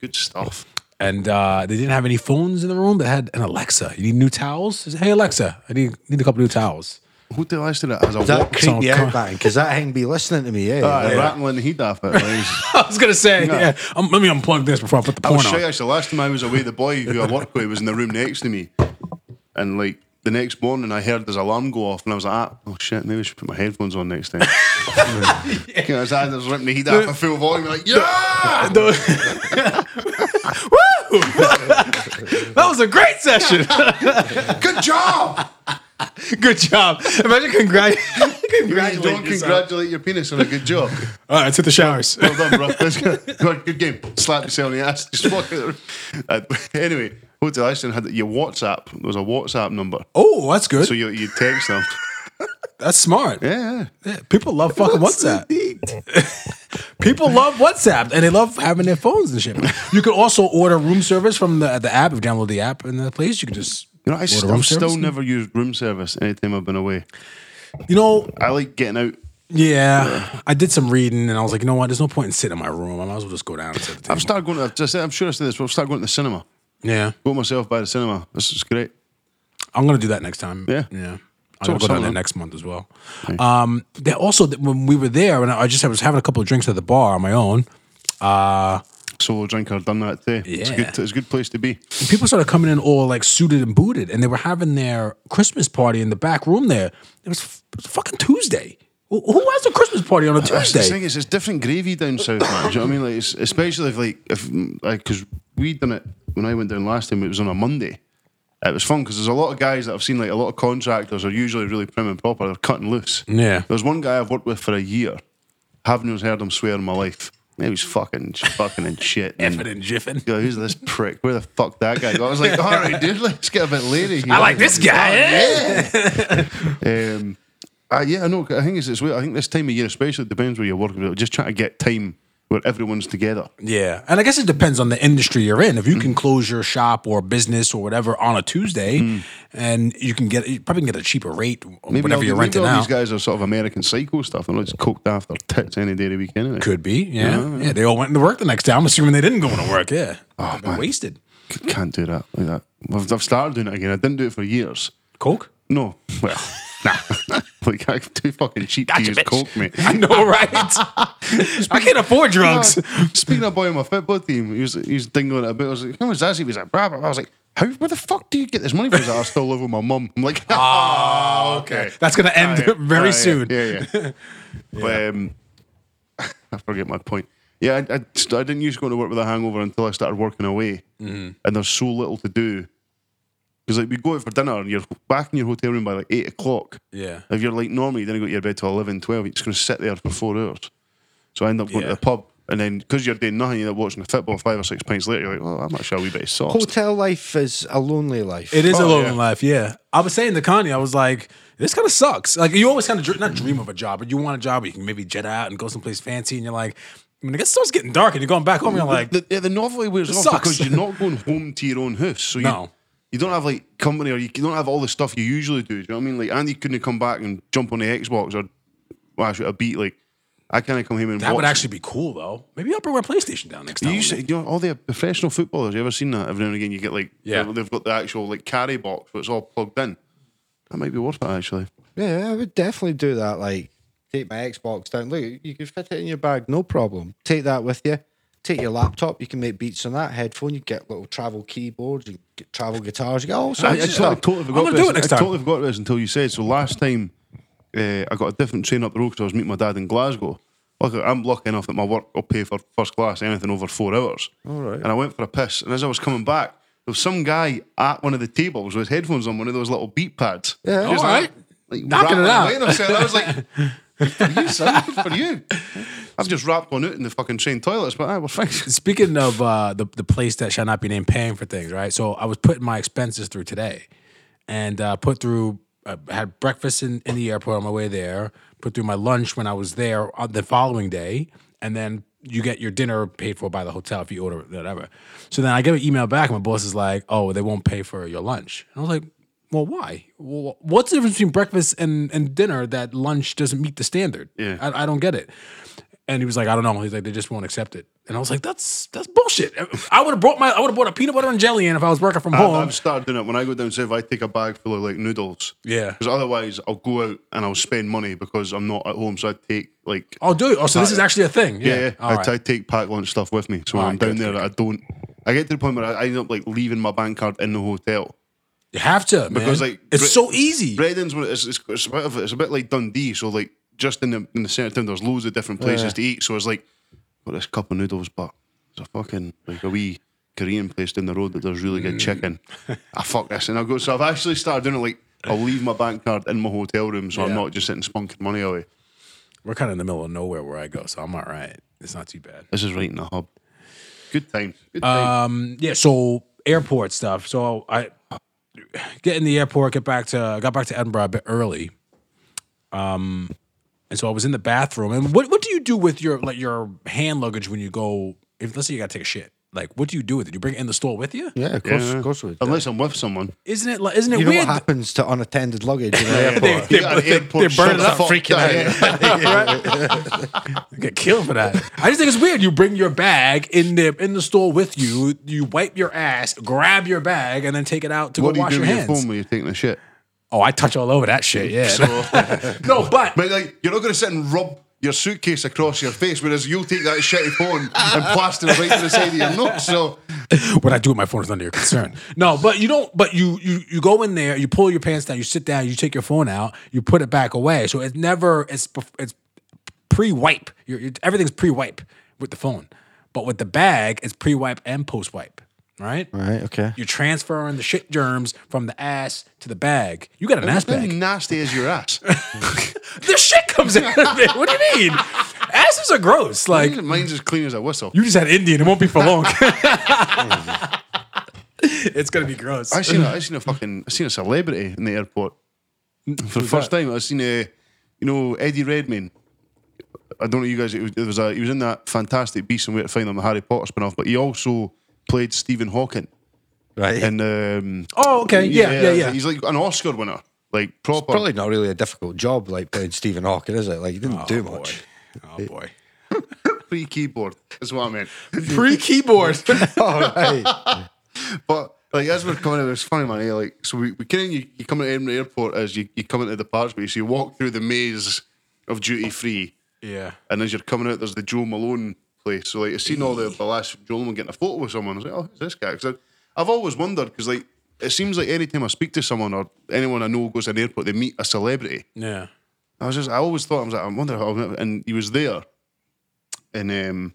Speaker 1: Good stuff.
Speaker 2: And uh, they didn't have any phones in the room. They had an Alexa. You need new towels? I said, hey Alexa, I need need a couple new towels.
Speaker 1: Hotel I stayed at has a
Speaker 3: that
Speaker 1: walk.
Speaker 3: creeped me
Speaker 2: come-
Speaker 3: out back because that thing be listening to me. Oh, Yeah,
Speaker 1: Uh,
Speaker 3: Like,
Speaker 1: rattling the heat off it. Like,
Speaker 2: I was gonna say, yeah. um, let me unplug this before I put the
Speaker 1: I was
Speaker 2: porn
Speaker 1: shy.
Speaker 2: on.
Speaker 1: Actually, last time I was away, the boy who I work with was in the room next to me, and like the next morning, I heard his alarm go off, and I was like, ah, "Oh shit, maybe I should put my headphones on next time." yeah. I was I was ripping the heat off at full volume, like yeah.
Speaker 2: Ah, Woo! that was a great session.
Speaker 1: Good job!
Speaker 2: Good job. Imagine
Speaker 1: You
Speaker 2: congrat-
Speaker 1: really don't
Speaker 2: congratulating yourself.
Speaker 1: congratulate your penis on a good job.
Speaker 2: All right, let's hit the showers.
Speaker 1: Well done, bro. That's good. Good, good game. Slap yourself in the ass. Just walk out. Uh, anyway, Hotel Iceland had your WhatsApp. There was a WhatsApp number.
Speaker 2: Oh, that's good.
Speaker 1: So you, you text them.
Speaker 2: that's smart.
Speaker 1: Yeah. yeah.
Speaker 2: People love fucking WhatsApp. People love WhatsApp and they love having their phones and shit. You can also order room service from the the app. If you download the app in the place, you can just
Speaker 1: You know, I
Speaker 2: order
Speaker 1: st-
Speaker 2: room
Speaker 1: I've still
Speaker 2: service.
Speaker 1: never used room service anytime I've been away.
Speaker 2: You know,
Speaker 1: I like getting out.
Speaker 2: yeah. I did some reading and I was like, you know what? There's no point in sitting in my room. I might as well just go down. And sit at the
Speaker 1: I've
Speaker 2: table.
Speaker 1: started going to, I've just- I'm sure I said this, but I've started going to the cinema.
Speaker 2: yeah,
Speaker 1: Go myself by the cinema. This is great.
Speaker 2: I'm gonna do that next time.
Speaker 1: Yeah.
Speaker 2: yeah. I'm
Speaker 1: So-
Speaker 2: gonna go down
Speaker 1: so-
Speaker 2: there next month as well. Um, they also when we were there, and I just was having a couple of drinks at the bar on my own.
Speaker 1: Solo drinker, done that too. It's a good,
Speaker 2: Yeah.
Speaker 1: it's a good place to be.
Speaker 2: And people started coming in all like suited and booted, and they were having their Christmas party in the back room there. It was, f- it was fucking Tuesday. Who who has a Christmas party on a
Speaker 1: That's the thing
Speaker 2: Tuesday?
Speaker 1: is, it's different gravy down south, man. Do you know what I mean? Like, it's, especially if like if like because we done it when I went down last time. It was on a Monday. It was fun because there's a lot of guys that I've seen. Like a lot of contractors are usually really prim and proper. They're cutting loose.
Speaker 2: Yeah.
Speaker 1: There's one guy I've worked with for a year. Haven't even heard him swear in my life. He was fucking fucking and shit. And,
Speaker 2: Effing and jiffing.
Speaker 1: Yo, who's this prick? Where the fuck that guy go? I was like, all right, dude, let's get a bit lady here.
Speaker 2: I like this guy.
Speaker 1: Oh,
Speaker 2: eh?
Speaker 1: Um, uh, yeah, I know. I think it's, it's weird. I think this time of year, especially, it depends where you're working. But just trying to get time where everyone's together.
Speaker 2: Yeah, and I guess it depends on the industry you're in. If you
Speaker 1: Mm.
Speaker 2: can close your shop or business or whatever on a Tuesday, and you can get you probably can get a cheaper rate, whatever
Speaker 1: all-
Speaker 2: you're
Speaker 1: Mm. maybe
Speaker 2: renting
Speaker 1: all
Speaker 2: out.
Speaker 1: these guys are sort of American psycho stuff. They're not just coked after tits any day of the week, anyway.
Speaker 2: Could be, yeah. yeah, They all went into work the next day. I'm assuming they didn't go into work. Yeah, oh,
Speaker 1: man.
Speaker 2: wasted.
Speaker 1: C- Can't do that like that. I've, I've started doing it again. I didn't do it for years.
Speaker 2: Coke.
Speaker 1: No, well, nah. like I'm too fucking cheap to use coke, mate.
Speaker 2: I know, right? I can't afford drugs.
Speaker 1: Oh, Speaking of boy on my football team, he was, he was dingling it a bit. I was like, how much that? He was like, blah, blah, blah. I was like, how, where the fuck do you get this money from? He's like, I still live with my mum. I'm like,
Speaker 2: Ah,
Speaker 1: oh, okay.
Speaker 2: That's gonna end
Speaker 1: Ah, yeah.
Speaker 2: very
Speaker 1: Ah, yeah.
Speaker 2: soon.
Speaker 1: Yeah, yeah. But, um, I forget my point. Yeah, I, I, st- I didn't used to go to work with a hangover until I started working away,
Speaker 2: Mm-hmm.
Speaker 1: and there's so little to do. Because like we go out for dinner and you're back in your hotel room by like eight o'clock.
Speaker 2: Yeah.
Speaker 1: If you're like normally, you didn't go to your bed till 11, 12, you're just going to sit there for four hours. So I end up going
Speaker 2: Yeah.
Speaker 1: to the pub, and then because you're doing nothing, you end up watching the football five or six pints later. You're like, oh, I'm actually a wee bit sauced.
Speaker 3: hotel life is a lonely life.
Speaker 2: It is a
Speaker 1: Oh,
Speaker 2: lonely
Speaker 1: yeah.
Speaker 2: life, yeah. I was saying to Kanye, I was like, this kind of sucks. Like, you always kind of not dream of a job, but you want a job where you can maybe jet out and go someplace fancy, and you're like, when it gets starts getting dark and you're going back home, you're like,
Speaker 1: the, yeah, the novelty wears off
Speaker 2: sucks.
Speaker 1: because you're not going home to your own house. So you,
Speaker 2: No.
Speaker 1: you don't have like company or you don't have all the stuff you usually do. Do you know what I mean? Like Andy couldn't have come back and jump on the Xbox or well, actually a beat. Like I kind of come home and
Speaker 2: That
Speaker 1: watch.
Speaker 2: would actually be cool though. Maybe I'll bring my PlayStation down next
Speaker 1: You
Speaker 2: time.
Speaker 1: used to- you know, all the professional footballers. You ever seen that? Every now and again, you get like
Speaker 2: Yeah.
Speaker 1: they've- they've got the actual like carry box, but it's all plugged in. That might be worth it actually.
Speaker 3: Yeah, I would definitely do that. Like, take my Xbox down. Look, you can fit it in your bag, no problem. Take that with you. Take your laptop. You can make beats on that headphone. You get little travel keyboards. You get travel guitars. You get all
Speaker 1: I, I
Speaker 3: sorts of
Speaker 1: totally-
Speaker 3: stuff.
Speaker 1: totally forgot
Speaker 2: I'm gonna
Speaker 1: this.
Speaker 2: do it next
Speaker 1: I
Speaker 2: time.
Speaker 1: totally forgot this until you said. So last time, uh, I got a different train up the road because I was meeting my dad in Glasgow. Luckily, I'm lucky enough that my work will pay for first class anything over four hours. All right. And I went for a piss, and as I was coming back, there was some guy at one of the tables with headphones on, one of those little beat pads.
Speaker 3: Yeah,
Speaker 1: Just
Speaker 2: all right.
Speaker 1: Like,
Speaker 2: Knocking it
Speaker 1: rattling
Speaker 2: out.
Speaker 1: away and I said- I was like, "Good for you, son. Good for you." I've just rapped one out in the fucking train toilets, but I we're fine.
Speaker 2: Speaking of uh, the the place that shall not be named, paying for things, right? So I was putting my expenses through today, and uh, put through. I had breakfast in, in the airport on my way there. Put through my lunch when I was there on the following day, and then you get your dinner paid for by the hotel if you order it, whatever. So then I get an email back, and my boss is like, "Oh, they won't pay for your lunch." And I was like, "Well, why? Well, what's the difference between breakfast and, and dinner that lunch doesn't meet the standard?
Speaker 1: Yeah.
Speaker 2: I, I don't get it." And he was like, I don't know. He's like, they just won't accept it. And I was like, that's that's bullshit. I would have brought my I would have brought a peanut butter and jelly in if I was working from
Speaker 1: I've,
Speaker 2: home.
Speaker 1: I've started doing it when I go down south. I take a bag full of like noodles.
Speaker 2: Yeah.
Speaker 1: Because otherwise, I'll go out and I'll spend money because I'm not at home. So I take like
Speaker 2: I'll do it. Oh, so this is actually a thing. Yeah.
Speaker 1: yeah, yeah.
Speaker 2: All
Speaker 1: I,
Speaker 2: right.
Speaker 1: I take pack lunch stuff with me. So when
Speaker 2: All
Speaker 1: I'm
Speaker 2: right,
Speaker 1: down
Speaker 2: good,
Speaker 1: there, I don't. I get to the point where I, I end up like leaving my bank card in the hotel.
Speaker 2: you have to man.
Speaker 1: Because, like,
Speaker 2: it's
Speaker 1: Brit-
Speaker 2: so easy.
Speaker 1: Breading's one- it's, it's, it's a bit of it's a bit like Dundee. So like just in the in the centre of town, there's loads of different places to eat. So it's like got this cup of noodles, but it's a fucking like a wee Korean place down the road that does really good
Speaker 2: Mm.
Speaker 1: chicken. I fuck this, and I go. So I've actually started doing it. Like I'll leave my bank card in my hotel room, so I'm
Speaker 2: Yeah.
Speaker 1: not just sitting spunking money away.
Speaker 2: We're kind of in the middle of nowhere where I go, so I'm all right. It's not too bad.
Speaker 1: This is right in the hub. Good times. Good times.
Speaker 2: Um, yeah. So airport stuff. So I get in the airport, get back to got back to Edinburgh a bit early. Um, and so I was in the bathroom. And what what do you do with your like your hand luggage when you go? If let's say you got to take a shit, like what do you do with it? Do you bring it in the store with you?
Speaker 3: Yeah, of course, of course we do.
Speaker 1: Unless I'm with someone.
Speaker 2: Isn't it like isn't it
Speaker 3: You know
Speaker 2: weird?
Speaker 3: what happens to unattended luggage in an
Speaker 2: they,
Speaker 3: airport?
Speaker 2: they,
Speaker 1: You got an
Speaker 2: they,
Speaker 1: airport
Speaker 2: they burn
Speaker 1: shut
Speaker 2: it up,
Speaker 1: the fuck
Speaker 2: freaking
Speaker 1: down.
Speaker 2: out. Right? You get killed for that. I just think it's weird. You bring your bag in the in the store with you. You wipe your ass, grab your bag, and then take it out to
Speaker 1: What do
Speaker 2: go
Speaker 1: you
Speaker 2: wash
Speaker 1: do
Speaker 2: your
Speaker 1: with your
Speaker 2: hands.
Speaker 1: phone when you're taking a shit?
Speaker 2: Oh, I touch all over that shit. Yeah. no, but
Speaker 1: But like, you're not going to sit and rub your suitcase across your face, whereas you'll take that shitty phone and plaster it right to the side of your nose. So
Speaker 2: what I do with my phone is none of your concern. No, but you don't. But you you you go in there, you pull your pants down, you sit down, you take your phone out, you put it back away. So it's never it's bef- it's pre wipe. You're, you're- everything's pre wipe with the phone, but with the bag, it's pre wipe and post wipe. Right.
Speaker 3: Right, okay.
Speaker 2: You're transferring the shit germs from the ass to the bag. You got an ass
Speaker 1: how
Speaker 2: bag.
Speaker 1: nasty is your ass?
Speaker 2: The shit comes out of it. What do you mean? Asses are gross. Like
Speaker 1: Mine's as clean as a whistle.
Speaker 2: You just had Indian. It won't be for long. it's gonna be gross.
Speaker 1: I seen a, I seen a fucking I seen a celebrity in the airport for the first time. I seen a you know Eddie Redmayne. I don't know you guys. It was, it was a, he was in that Fantastic Beasts and Where to Find Them, the Harry Potter spin off. But he also played Stephen Hawking.
Speaker 3: Right.
Speaker 1: And um,
Speaker 2: oh, okay. Yeah, yeah, yeah.
Speaker 1: He's like an Oscar winner, like proper.
Speaker 3: Probably not really a difficult job like playing Stephen Hawking, is it? Like, you didn't do
Speaker 2: boy.
Speaker 3: much.
Speaker 2: Oh boy.
Speaker 1: pre keyboard. That's what I meant.
Speaker 2: Pre keyboard.
Speaker 3: All right.
Speaker 1: But like as we're coming in, it's funny, man. eh, Like so, we, we kind of you, you come into Edinburgh Airport as you, you come into the parts, but you see you walk through the maze of duty free,
Speaker 2: yeah.
Speaker 1: and as you're coming out, there's the Joe Malone place. So like, I've seen all the, the last Joe Malone getting a photo with someone. I was like, oh, who's this guy? Because I've always wondered because like it seems like any time I speak to someone or anyone I know goes to an airport, they meet a celebrity.
Speaker 2: Yeah.
Speaker 1: I was just I always thought I was like I wonder how, I'll never-" and he was there, and um.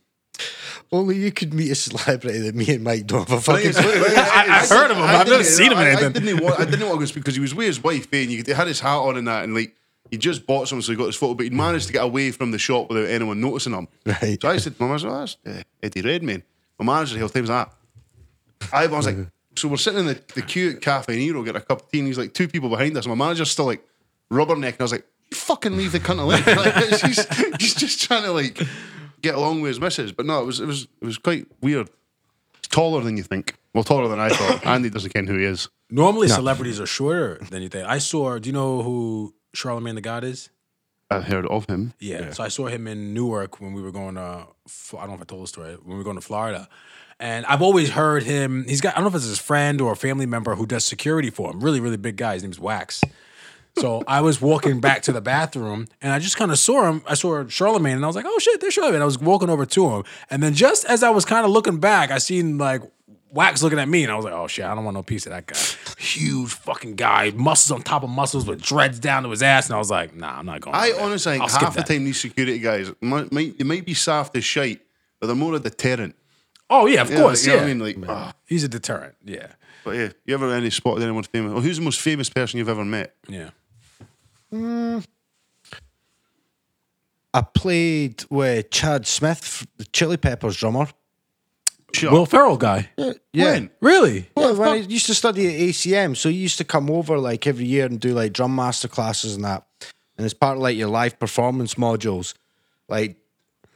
Speaker 3: Only you could meet a celebrity that me and Mike don't have a
Speaker 1: I,
Speaker 3: fucking
Speaker 2: I've heard of him, I've never
Speaker 1: didn't-
Speaker 2: seen him in
Speaker 1: I-
Speaker 2: anything.
Speaker 1: I didn't, want, I didn't want to go because he was with his wife, eh, and he had his hat on and that, and like he just bought something, so he got his photo, but he managed to get away from the shop without anyone noticing him.
Speaker 3: Right.
Speaker 1: So I said to my manager, oh, "That's uh, Eddie Redmayne." My manager, he'll times that. I was like, so we're sitting in the, the queue at Cafe Nero getting a cup of tea, and he's like two people behind us. and My manager's still like rubbernecking. I was like, fucking leave the cunt alone. Like, he's, he's just trying to like get along with his missus. But no, it was it was it was quite weird. He's taller than you think. Well, taller than I thought. Andy doesn't ken who he is.
Speaker 2: Normally, celebrities are shorter than you think. I saw. Do you know who Charlemagne the God is?
Speaker 1: I heard of him.
Speaker 2: Yeah. So I saw him in Newark when we were going to. Fl- I don't know if I told the story when we were going to Florida, and I've always heard him. He's got. I don't know if it's his friend or a family member who does security for him. Really, really big guy. His name's Wax. So I was walking back to the bathroom and I just kind of saw him. I saw Charlemagne and I was like, oh shit, there's Charlemagne. I was walking over to him. And then just as I was kind of looking back, I seen like Wax looking at me and I was like, oh shit, I don't want no piece of that guy. Huge fucking guy, muscles on top of muscles with dreads down to his ass. And I was like, nah, I'm not going.
Speaker 1: I
Speaker 2: over there.
Speaker 1: honestly think
Speaker 2: I'll skip
Speaker 1: half the
Speaker 2: that.
Speaker 1: time these security guys might, might they might be soft as shite, but they're more a deterrent.
Speaker 2: Oh, yeah, of
Speaker 1: Yeah,
Speaker 2: course.
Speaker 1: you
Speaker 2: Yeah.
Speaker 1: know what I mean? Like, ah.
Speaker 2: He's a deterrent. Yeah.
Speaker 1: but yeah, you ever any spotted anyone famous? Well, who's the most famous person you've ever met?
Speaker 2: Yeah.
Speaker 3: I played with Chad Smith, f- the Chili Peppers drummer.
Speaker 1: Shut
Speaker 2: Will
Speaker 1: up.
Speaker 2: Ferrell guy.
Speaker 3: Yeah.
Speaker 1: When?
Speaker 2: Really?
Speaker 3: Well, when I used to study at ACM, so he used to come over like every year and do like drum master classes and that. And as part of like your live performance modules, like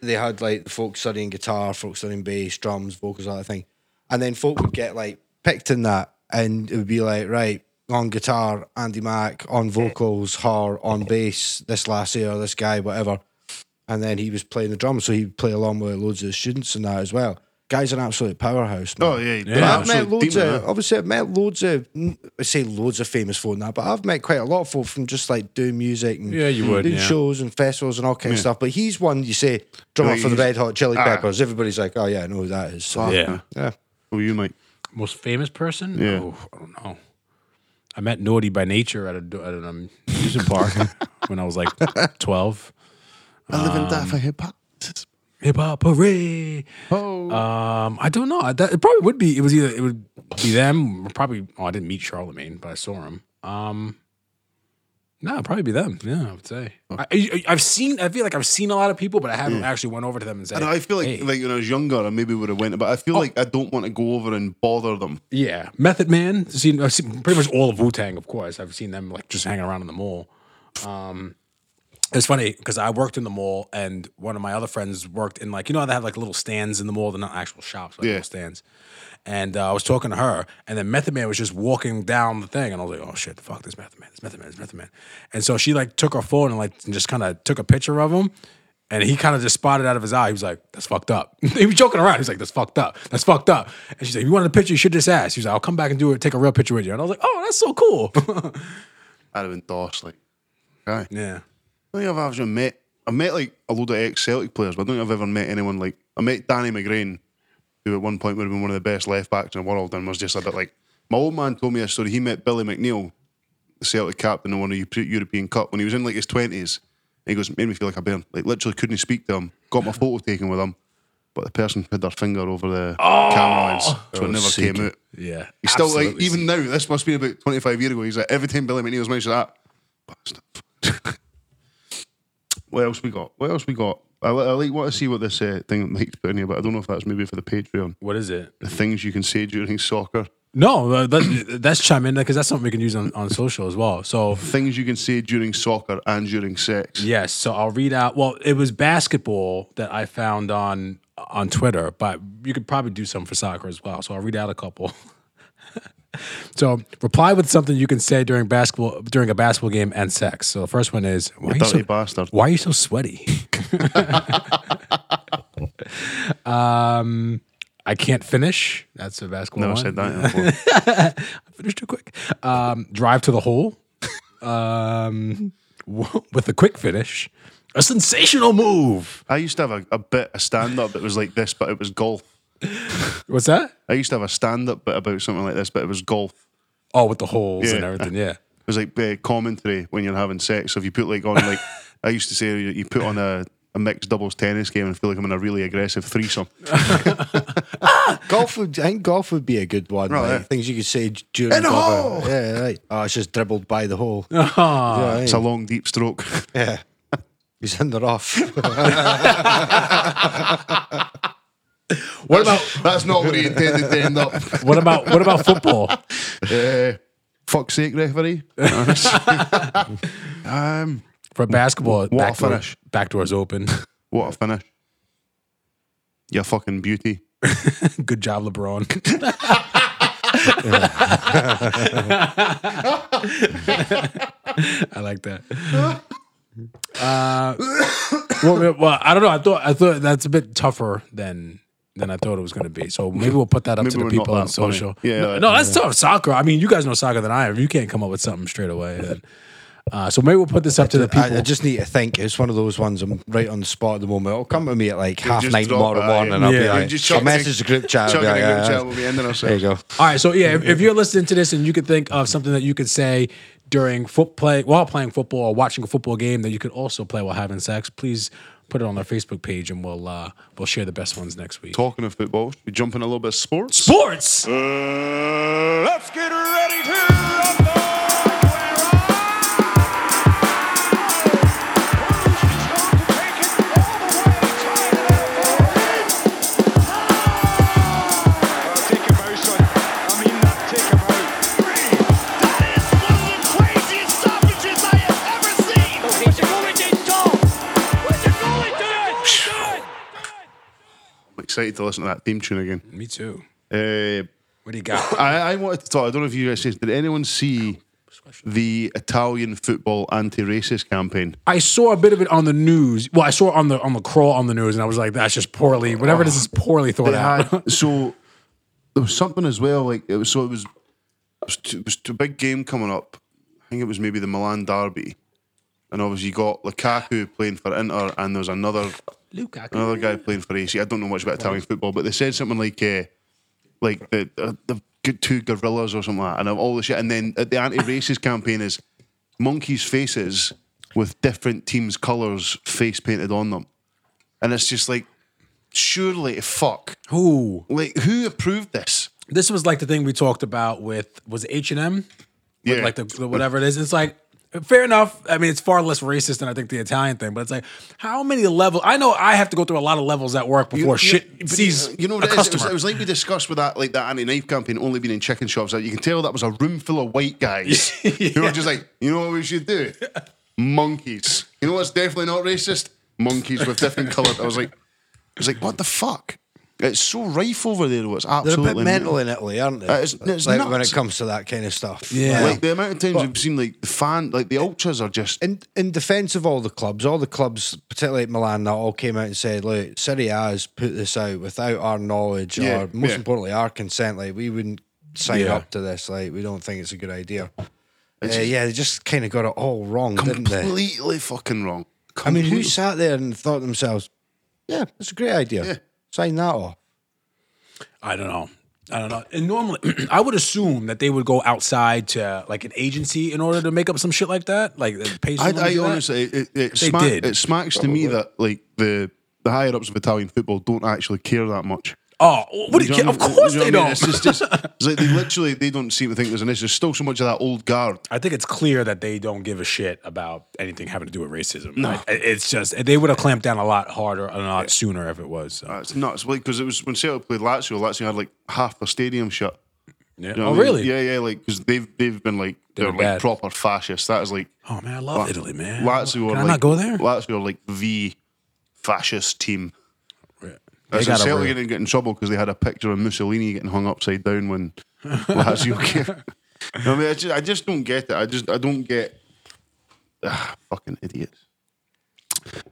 Speaker 3: they had like the folk studying guitar, folk studying bass, drums, vocals, all that thing. And then folk would get like picked in that and it would be like, right, on guitar, Andy Mack, on vocals, her, on bass, this lassie or this guy, whatever. And then he was playing the drums, so he'd play along with loads of the students and that as well. Guy's an absolute powerhouse. Man.
Speaker 1: Oh yeah, yeah.
Speaker 2: Yeah,
Speaker 3: I've met loads of, obviously, I've met loads of, I say loads of famous folk now, but I've met quite a lot of folk from just like doing music and
Speaker 2: Yeah, you would,
Speaker 3: doing
Speaker 2: yeah.
Speaker 3: shows and festivals and all kind of stuff. But he's one you say, drummer
Speaker 1: Yeah,
Speaker 3: for the
Speaker 1: he's-
Speaker 3: Red Hot Chili
Speaker 1: Ah.
Speaker 3: Peppers. Everybody's like, oh yeah, I know who that is. So,
Speaker 2: Yeah.
Speaker 3: yeah.
Speaker 1: Oh, you might.
Speaker 2: Most famous person?
Speaker 1: Yeah.
Speaker 2: Oh, I don't know. I met Naughty by Nature at, a, at an amusement park when I was like 12.
Speaker 1: I live and die for hip hop.
Speaker 2: Hip hop hooray.
Speaker 1: Oh,
Speaker 2: Um, I don't know. I- That, it probably would be. It was either it would be them. Or probably. Oh, I didn't meet Charlemagne, but I saw him. Um, no, it'd probably be them. Yeah, I would say. I, I, I've seen. I feel like I've seen a lot of people, but I haven't actually went over to them and said.
Speaker 1: and I feel like
Speaker 2: "Hey." Oh.
Speaker 1: like when I was younger, I maybe would have went, but I feel like I don't want to go over and bother them.
Speaker 2: Yeah, Method Man. Seen, I've seen pretty much all of Wu Tang, of course. I've seen them like just hanging around in the mall. Um, it's funny because I worked in the mall, and one of my other friends worked in like you know how they have like little stands in the mall. They're not actual shops, like
Speaker 1: Yeah.
Speaker 2: little stands. And uh, I was talking to her, and then Method Man was just walking down the thing, and I was like, "Oh shit, fuck this Method Man, this Method Man, this Method Man." And so she like took her phone and like and just kind of took a picture of him, and he kind of just spotted out of his eye. He was like, "That's fucked up." he was joking around. He was like, "That's fucked up. That's fucked up." And she's like, "You want a picture? You should just ask." He was like, "I'll come back and do it. Take a real picture with you." And I was like, "Oh, that's so cool."
Speaker 1: I'd have endorsed like, guy.
Speaker 2: yeah.
Speaker 1: I don't think I've actually met. I met like a load of ex Celtic players, but I don't think I've ever met anyone like. I met Danny McGrain, who at one point would have been one of the best left backs in the world, and was just a bit like. My old man told me a story. He met Billy McNeil, the Celtic captain in one of the Eu- European Cup, when he was in like his twenties. And he goes, made me feel like a bairn. Like literally couldn't speak to him. Got my photo taken with him, but the person had their finger over the camera lens, so it never came out.
Speaker 2: Yeah.
Speaker 1: He's still like
Speaker 2: absolutely.
Speaker 1: even now. This must be about twenty five years ago. He's like every time Billy McNeil's mentioned that. Bastard. what else we got? What else we got? I, li- I like want to see what this uh, thing that Mike's put in here, but I don't know if that's maybe for the Patreon.
Speaker 2: What is it?
Speaker 1: The things you can say during soccer,
Speaker 2: No, uh, that, that's chime in because that's something we can use on, on social as well. So
Speaker 1: things you can say during soccer and during sex.
Speaker 2: yes, so I'll read out. Well, it was basketball that I found on on Twitter, but you could probably do some for soccer as well. So I'll read out a couple. so reply with something you can say during basketball during a basketball game and sex. So the first one is why are you
Speaker 1: Dirty
Speaker 2: so
Speaker 1: bastard.
Speaker 2: why are you so sweaty? um, I can't finish. That's a
Speaker 1: Never
Speaker 2: basketball. one.
Speaker 1: said that. before.
Speaker 2: finish too quick. Um, drive to the hole um, w- with a quick finish. A sensational move.
Speaker 1: I used to have a, a bit a stand up that was like this, but it was golf.
Speaker 2: What's that?
Speaker 1: I used to have a stand up bit about something like this, but it was golf.
Speaker 2: Oh, with the holes and
Speaker 1: Yeah.
Speaker 2: everything. Yeah.
Speaker 1: It was like uh, commentary when you're having sex. So if you put like on like I used to say, you you put on a, a mixed doubles tennis game and feel like I'm in a really aggressive threesome.
Speaker 3: Golf would, I think golf would be a good one.
Speaker 1: Right.
Speaker 3: like, Things you could say d- during
Speaker 1: In a hole!
Speaker 3: golf. Yeah, right. Oh, it's just dribbled by the hole.
Speaker 2: Ah,
Speaker 3: Yeah,
Speaker 1: It's a long deep stroke.
Speaker 3: yeah. He's in the rough.
Speaker 1: what about that's not what he intended to end up?
Speaker 2: what about what about football?
Speaker 1: Uh, fuck's sake, referee. um,
Speaker 2: For basketball,
Speaker 1: a
Speaker 2: back, door,
Speaker 1: finish.
Speaker 2: back door's open.
Speaker 1: what a finish! You fucking beauty.
Speaker 2: Good job, LeBron. I like that. Uh, well, well, I don't know. I thought I thought that's a bit tougher than than I thought it was going to be. So maybe we'll put that up
Speaker 1: Maybe
Speaker 2: to the
Speaker 1: we're not
Speaker 2: people on
Speaker 1: that funny.
Speaker 2: social.
Speaker 1: Yeah,
Speaker 2: no,
Speaker 1: like-
Speaker 2: no, that's tough. Soccer. I mean, you guys know soccer than I am. You can't come up with something straight away. then. Uh, so maybe we'll put this up to the people.
Speaker 3: I, I just need to think. It's one of those ones. I'm right on the spot at the moment. It'll come to me at like half
Speaker 1: just
Speaker 3: nine
Speaker 1: drop
Speaker 3: tomorrow
Speaker 1: it,
Speaker 3: morning,
Speaker 1: aye.
Speaker 3: and I'll
Speaker 2: Yeah.
Speaker 3: be
Speaker 1: You
Speaker 3: like,
Speaker 1: just
Speaker 3: I'll
Speaker 1: chuck it in-
Speaker 3: message the group chat. I'll
Speaker 1: Chuck
Speaker 3: be
Speaker 1: it in
Speaker 3: like,
Speaker 1: the group
Speaker 3: "Ah,
Speaker 1: chat, we'll be ending
Speaker 3: There you
Speaker 1: ourselves.
Speaker 3: go.
Speaker 2: All right, so yeah, if, if you're listening to this and you could think of something that you could say during foot play while playing football or watching a football game that you could also play while having sex, please put it on our Facebook page and we'll uh, we'll share the best ones next week.
Speaker 1: Talking of football, should we jump in a little bit of sports?
Speaker 2: Sports.
Speaker 4: Uh, let's get ready to rumble!
Speaker 5: That is one of the craziest stoppages I have ever seen. What you going to do? What you going to do?
Speaker 1: I'm excited to listen to that theme tune again.
Speaker 2: Me too.
Speaker 1: Uh,
Speaker 2: What do you got?
Speaker 1: I, I wanted to talk. I don't know if you guys did. anyone see the Italian football anti-racist campaign?
Speaker 2: I saw a bit of it on the news. Well, I saw it on the on the crawl on the news, and I was like, "That's just poorly. Whatever this is poorly thought
Speaker 1: They
Speaker 2: out."
Speaker 1: had- so there was something as well. Like it was. So it was. It was, t- it was t- a big game coming up. I think it was maybe the Milan derby, and obviously you got Lukaku playing for Inter, and there was another another guy playing for AC. I don't know much about Italian football, but they said something like, uh, like the uh, the good two gorillas or something like that, and all the shit. And then uh, the anti-racist campaign is monkeys' faces with different teams' colours face painted on them, and it's just like, surely to fuck,
Speaker 2: Who?
Speaker 1: like who approved this?
Speaker 2: This was like the thing we talked about with was H and M.
Speaker 1: Yeah,
Speaker 2: like the, the whatever it is. It's like fair enough. I mean, it's far less racist than I think the Italian thing, but it's like how many levels? I know I have to go through a lot of levels at work before shit
Speaker 1: but
Speaker 2: sees
Speaker 1: you know
Speaker 2: a
Speaker 1: what it is? It was,
Speaker 2: customer.
Speaker 1: it was like we discussed with that, like that anti-knife campaign only being in chicken shops. That you can tell that was a room full of white guys who were just like, you know what we should do? Monkeys. You know what's definitely not racist? Monkeys with different colours. I was like, I was like, what the fuck? It's so rife over there. Though. It's
Speaker 3: They're
Speaker 1: absolutely
Speaker 3: a bit mental eh? in Italy, aren't they?
Speaker 1: Uh, it's- it's
Speaker 3: like when
Speaker 1: nuts.
Speaker 3: it comes to that kind of stuff.
Speaker 2: Yeah.
Speaker 1: Like the amount of times we've seen like the fan, like the ultras are just
Speaker 3: in in defence of all the clubs, all the clubs, particularly at Milan, that all came out and said, "Look, Serie A has put this out without our knowledge,
Speaker 1: Yeah,
Speaker 3: or most
Speaker 1: yeah.
Speaker 3: importantly, our consent. Like, we wouldn't sign
Speaker 2: Yeah.
Speaker 3: up to this. Like, we don't think it's a good idea." Uh, yeah, they just kind of got it all wrong, didn't they?
Speaker 1: completely fucking wrong.
Speaker 3: I mean,
Speaker 1: Completely.
Speaker 3: who sat there and thought to themselves, "Yeah, it's a great idea.
Speaker 1: Yeah.
Speaker 3: Sign that off."
Speaker 2: I don't know. I don't know. And normally, I would assume that they would go outside to like an agency in order to make up some shit like that, like uh, pay
Speaker 1: I,
Speaker 2: someone to
Speaker 1: I
Speaker 2: do that.
Speaker 1: honestly, it, it, it,
Speaker 2: They
Speaker 1: smack,
Speaker 2: did.
Speaker 1: it smacks to me that like the the higher ups of Italian football don't actually care that much.
Speaker 2: Oh, what do you,
Speaker 1: Do you know
Speaker 2: of
Speaker 1: what I mean?
Speaker 2: course
Speaker 1: Do you
Speaker 2: they
Speaker 1: know what I mean?
Speaker 2: don't.
Speaker 1: It's, just, just- it's like they literally they don't seem to think there's an issue. There's still so much of that old guard.
Speaker 2: I think it's clear that they don't give a shit about anything having to do with racism. Like, it- it's just they would have clamped down a lot harder and a lot sooner if it was. so.
Speaker 1: It's nuts. Like because it was when Celtic played Lazio, Lazio had like half the stadium shut.
Speaker 2: Yeah.
Speaker 1: You know
Speaker 2: oh,
Speaker 1: what I mean?
Speaker 2: really?
Speaker 1: Yeah, yeah. Like because they've they've been like
Speaker 2: They
Speaker 1: they're,
Speaker 2: were
Speaker 1: like
Speaker 2: bad.
Speaker 1: proper fascists. That is like
Speaker 2: Oh man, I love Italy, man.
Speaker 1: Lazio.
Speaker 2: Can
Speaker 1: are,
Speaker 2: I
Speaker 1: like,
Speaker 2: not go there?
Speaker 1: Lazio are like the fascist team.
Speaker 2: They
Speaker 1: That's why
Speaker 2: got a
Speaker 1: Celtic
Speaker 2: real-
Speaker 1: didn't get in trouble because they had a picture of Mussolini getting hung upside down when Lazio came. I mean, I just, I just don't get it. I just I don't get ah, fucking idiots.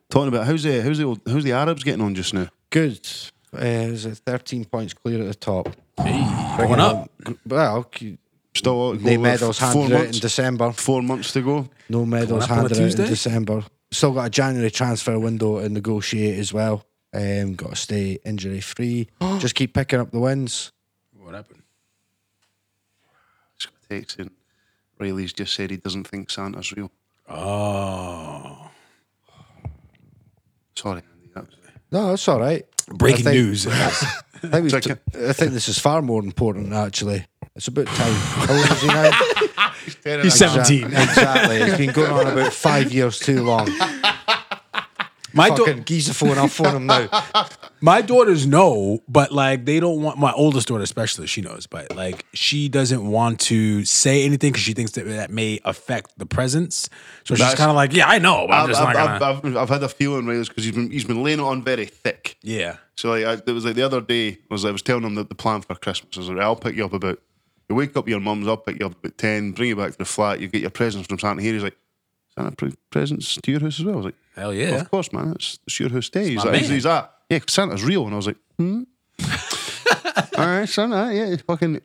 Speaker 1: Talking about how's the how's the old, how's the Arabs getting on just now?
Speaker 3: Good. Uh, is it thirteen points clear at the top? Um,
Speaker 2: Going up.
Speaker 3: Well, c-
Speaker 1: Still out-
Speaker 3: no
Speaker 1: over
Speaker 3: medals
Speaker 1: four
Speaker 3: handed out in
Speaker 1: months,
Speaker 3: December.
Speaker 1: four months to go.
Speaker 3: No medals
Speaker 2: up on a
Speaker 3: handed out in
Speaker 2: Tuesday?
Speaker 3: December. Still got a January transfer window to negotiate as well. Um, got to stay injury free. Just keep picking up the wins.
Speaker 2: What happened?
Speaker 1: Texting. Riley's just said he doesn't think Santa's real.
Speaker 2: Oh,
Speaker 1: Sorry, Andy. That was-
Speaker 3: No, that's all right.
Speaker 2: breaking
Speaker 3: I think,
Speaker 2: news.
Speaker 3: I think, we've
Speaker 1: It's okay.
Speaker 3: t- I think this is far more important, actually. It's about time. How old is he now?
Speaker 2: He's seventeen.
Speaker 3: exactly. It's been going on about five years too long.
Speaker 2: My da-
Speaker 3: Fucking geezer phone. I'll phone him now.
Speaker 2: my daughters know, but like they don't want my oldest daughter, especially. She knows, but like she doesn't want to say anything because she thinks that that may affect the presence. So she's
Speaker 1: That's-
Speaker 2: kind of like, yeah, I know, but I'm
Speaker 1: I've,
Speaker 2: just
Speaker 1: I've,
Speaker 2: not gonna.
Speaker 1: I've, I've, I've had a feeling Riley's because he's been he's been laying it on very thick.
Speaker 2: yeah.
Speaker 1: So like, I, it was like the other day I was I was telling him that the plan for Christmas I was like, I'll pick you up about You wake up your mum's, I'll pick you up at 10, bring you back to the flat, you get your presents from Santa here. He's like, Santa pre- presents to your house as well? I was like,
Speaker 2: Hell yeah.
Speaker 1: Of course, man, it's, it's your house day. He's
Speaker 2: my
Speaker 1: like, he's,
Speaker 2: man.
Speaker 1: he's like, yeah, Santa's real. And I was like, hmm. All right, Santa, yeah, it's fucking.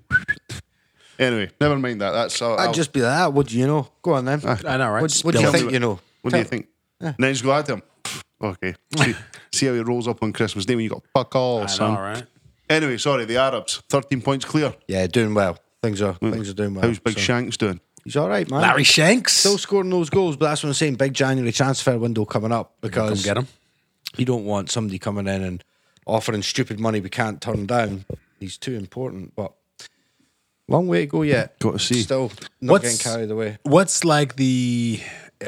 Speaker 1: anyway, never mind that. That's uh,
Speaker 3: I'd
Speaker 1: I'll-
Speaker 3: just be like, ah, what do you know? Go on then.
Speaker 2: I know, right?
Speaker 3: What, what do you
Speaker 2: Spill it.
Speaker 3: think you know?
Speaker 1: What do you think? And then just go at him. Okay. See, see how he rolls up on Christmas Day when you got fuck all,
Speaker 2: I
Speaker 1: son.
Speaker 2: know, right?
Speaker 1: Anyway, sorry, the Arabs. 13 points clear.
Speaker 3: Yeah, doing well. Things are things are doing well.
Speaker 1: How's Big
Speaker 3: so.
Speaker 1: Shanks doing?
Speaker 3: He's all right, man.
Speaker 2: Larry Shanks.
Speaker 3: still scoring those goals, but that's what I'm saying. Big January transfer window coming up
Speaker 2: Come
Speaker 3: because
Speaker 2: get him.
Speaker 3: you don't want somebody coming in and offering stupid money we can't turn down. He's too important, but long way to go yet.
Speaker 1: Got to see.
Speaker 3: Still not
Speaker 2: What's-
Speaker 3: getting carried away.
Speaker 2: What's like the?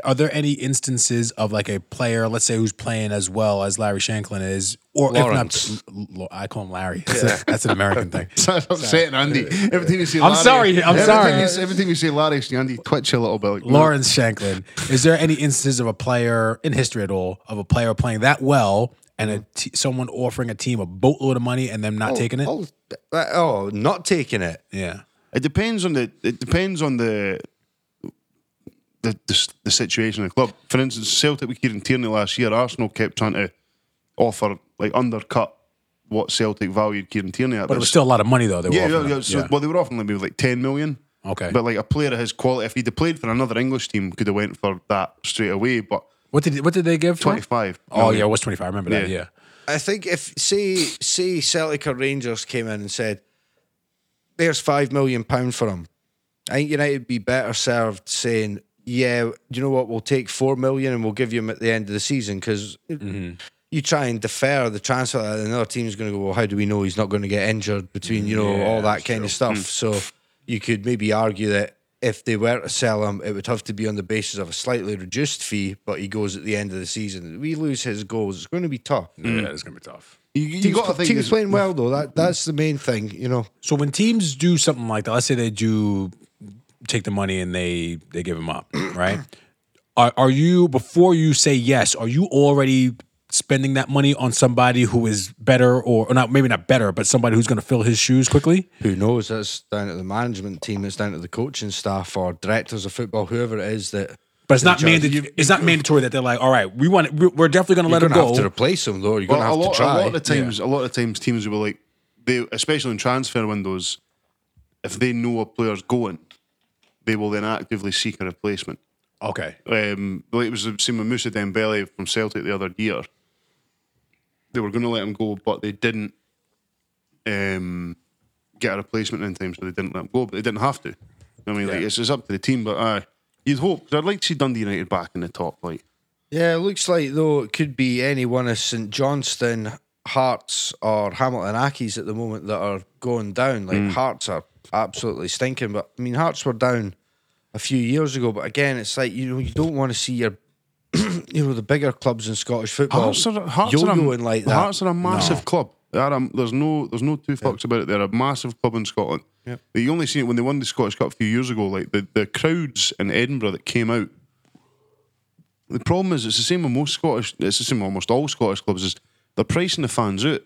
Speaker 2: Are there any instances of like a player, let's say, who's playing as well as Larry Shanklin is, or
Speaker 3: Lawrence.
Speaker 2: if not, L- L- I call him Larry. That's, a- that's an American thing.
Speaker 1: That's upsetting, Andy. Everything you say,
Speaker 2: I'm
Speaker 1: Larry-
Speaker 2: sordy, I'm
Speaker 1: everything
Speaker 2: sorry.
Speaker 1: You, say- everything you say, Larry, see Andy twitch a little bit. Like,
Speaker 2: Lawrence Shanklin. Is there any instances of a player in history at all of a player playing that well and a t- someone offering a team a boatload of money and them not taking it?
Speaker 3: Oh, uh, oh, not taking it.
Speaker 2: Yeah.
Speaker 1: It depends on the. It depends on the. The, the, s- the situation of the club. For instance, Celtic with Kieran Tierney last year, Arsenal kept trying to offer like undercut what Celtic valued Kieran Tierney at.
Speaker 2: But it was still a lot of money though. They were
Speaker 1: Yeah, yeah,
Speaker 2: offering
Speaker 1: yeah.
Speaker 2: up.
Speaker 1: So,
Speaker 2: Yeah.
Speaker 1: Well, they were offering maybe like ten million.
Speaker 2: Okay.
Speaker 1: But like a player of his quality, if he'd have played for another English team, could have went for that straight away. But
Speaker 2: What did what did they give? for him?
Speaker 1: twenty five.
Speaker 2: Oh yeah, it was twenty five. I remember that.
Speaker 1: Yeah.
Speaker 2: Yeah.
Speaker 3: I think if say say Celtic or Rangers came in and said, "There's five million pound for him," I think United would be better served saying, "Yeah, you know what? We'll take four million and we'll give you him at the end of the season." Because you try and defer the transfer, and another team's going to go, "Well, how do we know he's not going to get injured?" Between you know
Speaker 2: Yeah,
Speaker 3: all that
Speaker 2: that's
Speaker 3: kind of stuff. So you could maybe argue that. If they were to sell him, it would have to be on the basis of a slightly reduced fee, but he goes at the end of the season. We lose his goals. It's going to be tough.
Speaker 1: Mm.
Speaker 2: Yeah, it's gonna be tough.
Speaker 1: You, you got to think.
Speaker 3: Team's
Speaker 1: as-
Speaker 3: playing well though. That that's the main thing, you know.
Speaker 2: So when teams do something like that, let's say they do take the money and they they give them up, right? Are are you before you say yes? Are you already spending that money on somebody who is better or, or not? Maybe not better, but somebody who's going to fill his shoes quickly.
Speaker 3: Who knows? That's down to the management team. It's down to the coaching staff or directors of football, whoever it is that.
Speaker 2: But it's not
Speaker 3: Judge,
Speaker 2: mandatory. It's not mandatory that they're like, all right, we want. We're we're definitely going to
Speaker 3: You're
Speaker 2: let him
Speaker 3: going to have to
Speaker 2: go.
Speaker 3: replace them though. You're
Speaker 1: Well,
Speaker 3: going to
Speaker 1: a
Speaker 3: have
Speaker 1: lot,
Speaker 3: to try.
Speaker 1: a lot of times, a lot of times, teams will like they, especially in transfer windows, if they know a player's going, they will then actively seek a replacement.
Speaker 2: Okay.
Speaker 1: Um, like it was the same with Musa Dembele from Celtic the other year. They were going to let him go, but they didn't um, get a replacement in time, so they didn't let him go. But they didn't have to. I mean, like
Speaker 2: Yeah.
Speaker 1: it's, it's up to the team, but aye, you'd hope. i I'd like to see Dundee United back in the top. Like,
Speaker 3: Yeah, it looks like though it could be any one of St Johnston, Hearts, or Hamilton Ackies at the moment that are going down. Like Hearts are absolutely stinking, but I mean Hearts were down a few years ago. But again, it's like you know you don't want to see your, you know, the bigger clubs in Scottish football
Speaker 1: Hearts are, Hearts are a,
Speaker 3: yo-yoing like that.
Speaker 1: Hearts are a massive club. They are a- there's no there's no two fucks about it. They're a massive club in Scotland. You only seen it when they won the Scottish Cup a few years ago. Like the, the crowds in Edinburgh that came out. The problem is it's the same with most Scottish. It's the same with almost all Scottish clubs. Is they're pricing the fans out.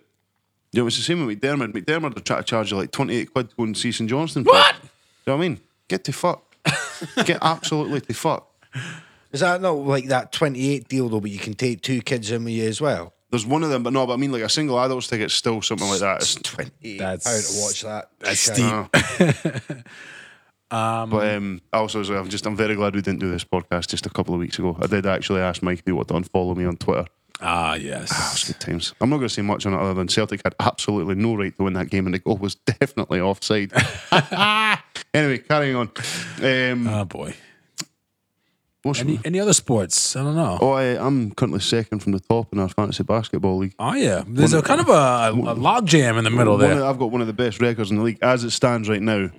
Speaker 1: You know, it's the same with McDermott. McDermott are trying to charge you like twenty eight quid to go and see St Johnston. play.
Speaker 2: What?
Speaker 1: Do you know what I mean? Get to fuck. Get absolutely to fuck.
Speaker 3: Is that not like that 28 deal though, but you can take two kids in with you as well?
Speaker 1: There's one of them, but no. But I mean, like a single adult's ticket's still something like that. It's
Speaker 3: 28
Speaker 2: That's-
Speaker 3: pound to watch that.
Speaker 2: That's
Speaker 3: shit.
Speaker 2: steep.
Speaker 1: But um, also, so I'm just I'm very glad we didn't do this podcast just a couple of weeks ago. I did actually ask Mike if he wanted to unfollow me on Twitter.
Speaker 2: Ah,
Speaker 1: It was
Speaker 2: yes.
Speaker 1: good times. I'm not going to say much on it other than Celtic had absolutely no right to win that game, and the goal was definitely offside. anyway, carrying on. Um,
Speaker 2: Oh boy.
Speaker 1: what's
Speaker 2: Any any other sports? I don't know.
Speaker 1: oh, I, I'm currently second from the top in our fantasy basketball league.
Speaker 2: Oh yeah, there's a kind of a, a log jam in the middle
Speaker 1: One of
Speaker 2: Oh, there.
Speaker 1: the- I've got one of the best records in the league as it stands right now.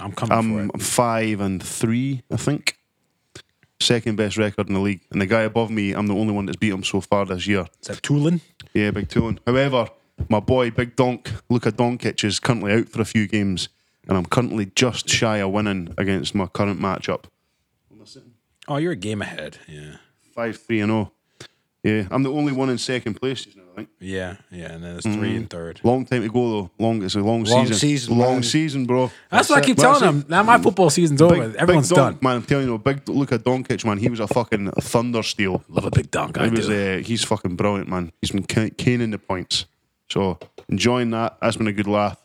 Speaker 2: I'm coming for
Speaker 1: I'm,
Speaker 2: it.
Speaker 1: I'm five and three, I think. Second best record in the league, and the guy above me, I'm the only one that's beat him so far this year.
Speaker 2: Is that Tulin?
Speaker 1: Yeah, big tooling. However, my boy Big Donk, Luka Doncic, is currently out for a few games, and I'm currently just shy of winning against my current matchup.
Speaker 2: Oh, you're a game ahead. Yeah.
Speaker 1: oh. Five three and zero. Yeah, I'm the only one in second place just now. I think.
Speaker 2: Yeah, yeah, and then it's three and third.
Speaker 1: Long time to go though. Long it's a long,
Speaker 3: Long
Speaker 1: season.
Speaker 3: season,
Speaker 1: long
Speaker 3: man.
Speaker 1: season, bro.
Speaker 2: That's what I keep telling them. Now my football season's over. Everyone's
Speaker 1: big Don-
Speaker 2: done.
Speaker 1: Man, I'm telling you, big Luka Doncic, man, he was a fucking thunder steel.
Speaker 2: Love a big dunk. I
Speaker 1: He was,
Speaker 2: do.
Speaker 1: uh, he's fucking brilliant, man. He's been ca- caning the points. So enjoying that. That's been a good laugh.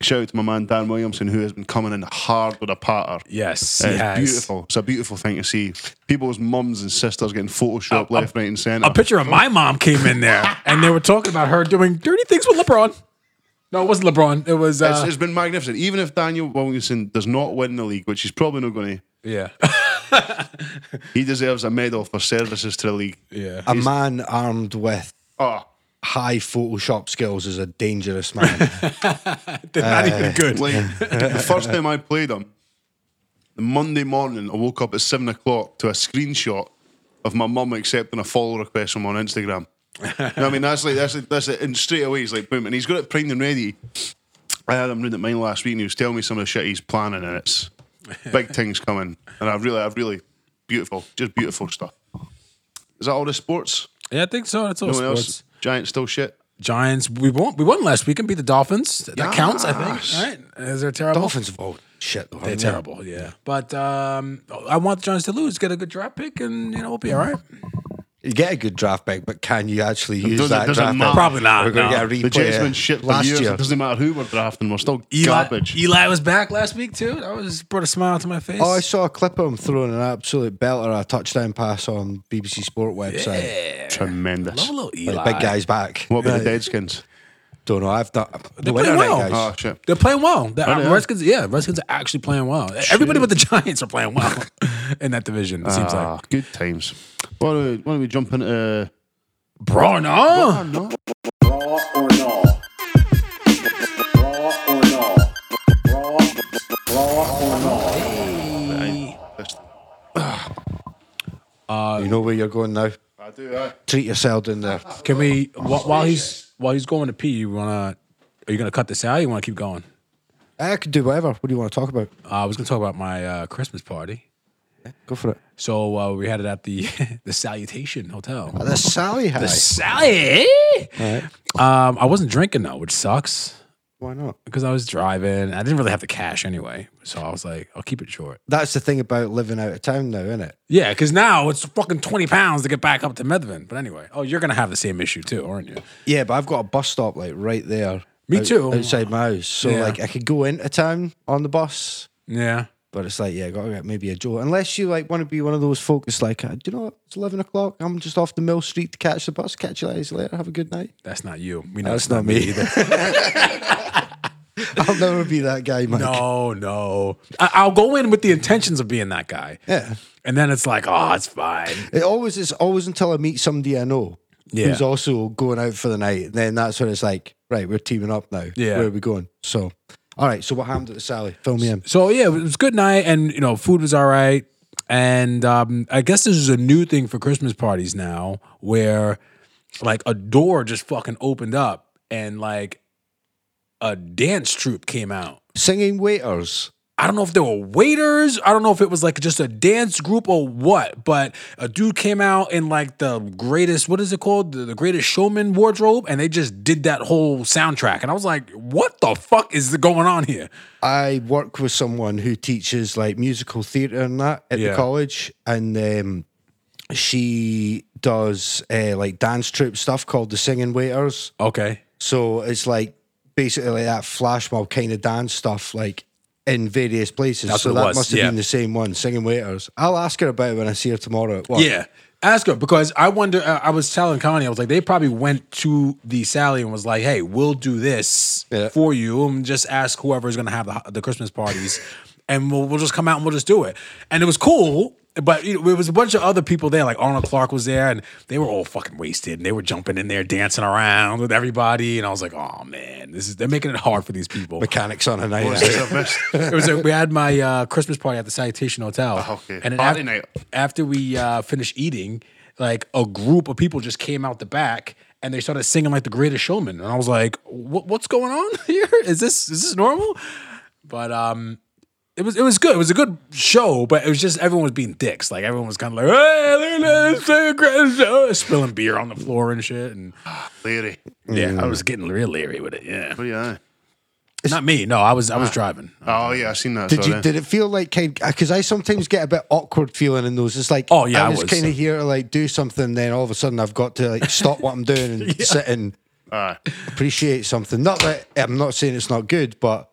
Speaker 1: Shout out to my man Dan Williamson, who has been coming in hard with a patter. Uh,
Speaker 2: yes,
Speaker 1: It's
Speaker 2: he has.
Speaker 1: beautiful. It's a beautiful thing to see. People's mums and sisters getting photoshopped left, right, and centre.
Speaker 2: A picture of my mom came in there, and they were talking about her doing dirty things with LeBron. No, it wasn't LeBron. It was.
Speaker 1: It's-
Speaker 2: Uh,
Speaker 1: it's been magnificent. Even if Daniel Williamson does not win the league, which he's probably not going to,
Speaker 2: yeah,
Speaker 1: he deserves a medal for services to the league.
Speaker 2: yeah.
Speaker 3: A man armed with
Speaker 1: Oh,
Speaker 3: high Photoshop skills is a dangerous man.
Speaker 2: They're not even good.
Speaker 1: like the first time I played him, the Monday morning, I woke up at seven o'clock to a screenshot of my mum accepting a follow request from on Instagram. You know what I mean, that's like that's like, that's it. And straight away he's like, boom, and he's got it primed and ready. I had him reading at mine last week, and he was telling me some of the shit he's planning, and it's big things coming. And I really, I really beautiful, just beautiful stuff. Is that all the sports?
Speaker 2: yeah, I think so. That's all
Speaker 1: No one
Speaker 2: sports.
Speaker 1: else? Giants still shit.
Speaker 2: Giants. We won. We won last week and beat the Dolphins. That counts, I think. Right? Is there terrible?
Speaker 3: Dolphins have all shit. though,
Speaker 2: They're
Speaker 3: haven't they?
Speaker 2: terrible. Yeah. But um, I want the Giants to lose, get a good draft pick, and you know we'll be all right.
Speaker 3: You get a good draft pick, but can you actually use
Speaker 1: doesn't-
Speaker 3: that
Speaker 1: doesn't
Speaker 3: draft
Speaker 1: matter.
Speaker 3: pick?
Speaker 2: Probably not,
Speaker 3: We're going
Speaker 2: no.
Speaker 3: to
Speaker 1: The
Speaker 3: get a
Speaker 1: Jets
Speaker 3: replay
Speaker 1: been shit for
Speaker 3: last
Speaker 1: years.
Speaker 3: year.
Speaker 1: It doesn't matter who we're drafting, we're still
Speaker 2: Eli,
Speaker 1: garbage.
Speaker 2: Eli was back last week too. That was brought a smile to my face.
Speaker 3: Oh, I saw a clip of him throwing an absolute belter, a touchdown pass on BBC Sport website.
Speaker 1: Tremendous.
Speaker 2: Love a little Eli.
Speaker 3: Like, big guy's back.
Speaker 1: What about the Deadskins?
Speaker 3: Don't know. I've done.
Speaker 2: They're playing well.
Speaker 1: Oh shit.
Speaker 2: They're playing well. The
Speaker 1: they are.
Speaker 2: Redskins, yeah, Redskins are actually playing well. Everybody but the Giants are playing well in that division. It seems
Speaker 1: Ah,
Speaker 2: like.
Speaker 1: good times. Why don't, we, why don't we jump into Oh,
Speaker 2: Bro, no.
Speaker 1: no.
Speaker 6: Raw or no? Raw or no? Raw, raw or no?
Speaker 3: you know where you're going now.
Speaker 1: I do. I,
Speaker 3: Treat yourself in there.
Speaker 2: Can we while, while he's while he's going to pee? You wanna? Are you gonna cut this out? Or you wanna keep going?
Speaker 3: I could do whatever. What do you want to talk about?
Speaker 2: Uh, I was gonna talk about my uh, Christmas party.
Speaker 3: Go for it.
Speaker 2: So uh, we had it at the the Salutation Hotel.
Speaker 3: The Sally High.
Speaker 2: Sally. Um, I wasn't drinking though, which sucks
Speaker 3: Why not?
Speaker 2: because I was driving. I didn't really have the cash anyway, so I was like, I'll keep it short.
Speaker 3: That's the thing about living out of town now, isn't it?
Speaker 2: Yeah, because now it's fucking twenty pounds to get back up to Medvin. But anyway, oh, you're gonna have the same issue too, aren't you?
Speaker 3: Yeah, but I've got a bus stop like right there.
Speaker 2: Me too.
Speaker 3: Outside my house, so
Speaker 2: Yeah.
Speaker 3: like I could go into town on the bus,
Speaker 2: Yeah.
Speaker 3: But it's like, yeah, gotta get maybe a Joe. Unless you like want to be one of those folk that's like, uh, do you know what? It's eleven o'clock. I'm just off the Mill Street to catch the bus. Catch you guys later. Have a good night.
Speaker 2: That's not you. We know
Speaker 3: That's
Speaker 2: it's
Speaker 3: not me either. I'll never be that guy, Mike.
Speaker 2: No, no. I- I'll go in with the intentions of being that guy.
Speaker 3: Yeah.
Speaker 2: And then it's like, oh, it's fine.
Speaker 3: It always it's always until I meet somebody I know
Speaker 2: Yeah.
Speaker 3: who's also going out for the night. Then that's when it's like, right, we're teaming up now.
Speaker 2: Yeah.
Speaker 3: Where are we going? So, all right. So what happened at the Sally? Fill me in.
Speaker 2: So yeah, it was a good night, and you know, food was all right. And um, I guess this is a new thing for Christmas parties now, where like a door just fucking opened up, and like a dance troupe came out.
Speaker 3: Singing waiters.
Speaker 2: I don't know if they were waiters. I don't know if it was like just a dance group or what, but a dude came out in like the greatest, what is it called? The, the greatest showman wardrobe. And they just did that whole soundtrack. And I was like, what the fuck is going on here?
Speaker 3: I work with someone who teaches like musical theatre and that at
Speaker 2: Yeah.
Speaker 3: the college, and um, she does uh, like dance troupe stuff called the Singing Waiters.
Speaker 2: Okay.
Speaker 3: So it's like basically like that flash mob kind of dance stuff, like in various places.
Speaker 2: That's what
Speaker 3: so
Speaker 2: it
Speaker 3: that
Speaker 2: was,
Speaker 3: must have
Speaker 2: yeah.
Speaker 3: been the same one, Singing Waiters. I'll ask her about it when I see her tomorrow at work.
Speaker 2: Yeah. Ask her because I wonder. Uh, I was telling Connie, I was like, they probably went to the Sally and was like, hey, we'll do this
Speaker 3: Yeah.
Speaker 2: for you. And just ask whoever's going to have the, the Christmas parties and we'll, we'll just come out and we'll just do it. And it was cool. But you know, it was a bunch of other people there, like Arnold Clark was there, and they were all fucking wasted, and they were jumping in there, dancing around with everybody, and I was like, "Oh man, this is—they're making it hard for these people."
Speaker 3: Mechanics on a night. out.
Speaker 2: it was a, we had my uh, Christmas party at the Citation Hotel.
Speaker 1: Oh, okay.
Speaker 2: And then
Speaker 1: Party
Speaker 2: af-
Speaker 1: night.
Speaker 2: After we uh, finished eating, like a group of people just came out the back and they started singing like the Greatest Showman, and I was like, "What- "What's going on here? Is this is this normal?" But um, It was it was good. It was a good show, but it was just everyone was being dicks. Like everyone was kind of like, hey, look at this, so great show," spilling beer on the floor and shit. And
Speaker 1: Larry.
Speaker 2: yeah,
Speaker 1: Mm.
Speaker 2: I was getting real leery with it. Yeah,
Speaker 1: Pretty eye.
Speaker 2: not me. No, I was I was driving.
Speaker 1: Oh yeah, I seen that.
Speaker 3: Did
Speaker 1: sorry.
Speaker 3: you? Did it feel like kind? Because I sometimes get a bit awkward feeling in those. It's like,
Speaker 2: Oh, yeah, I
Speaker 3: I was
Speaker 2: was.
Speaker 3: kind of here to like do something. Then all of a sudden, I've got to like stop what I'm doing and sit and
Speaker 1: Aye.
Speaker 3: appreciate something. Not that I'm not saying it's not good, but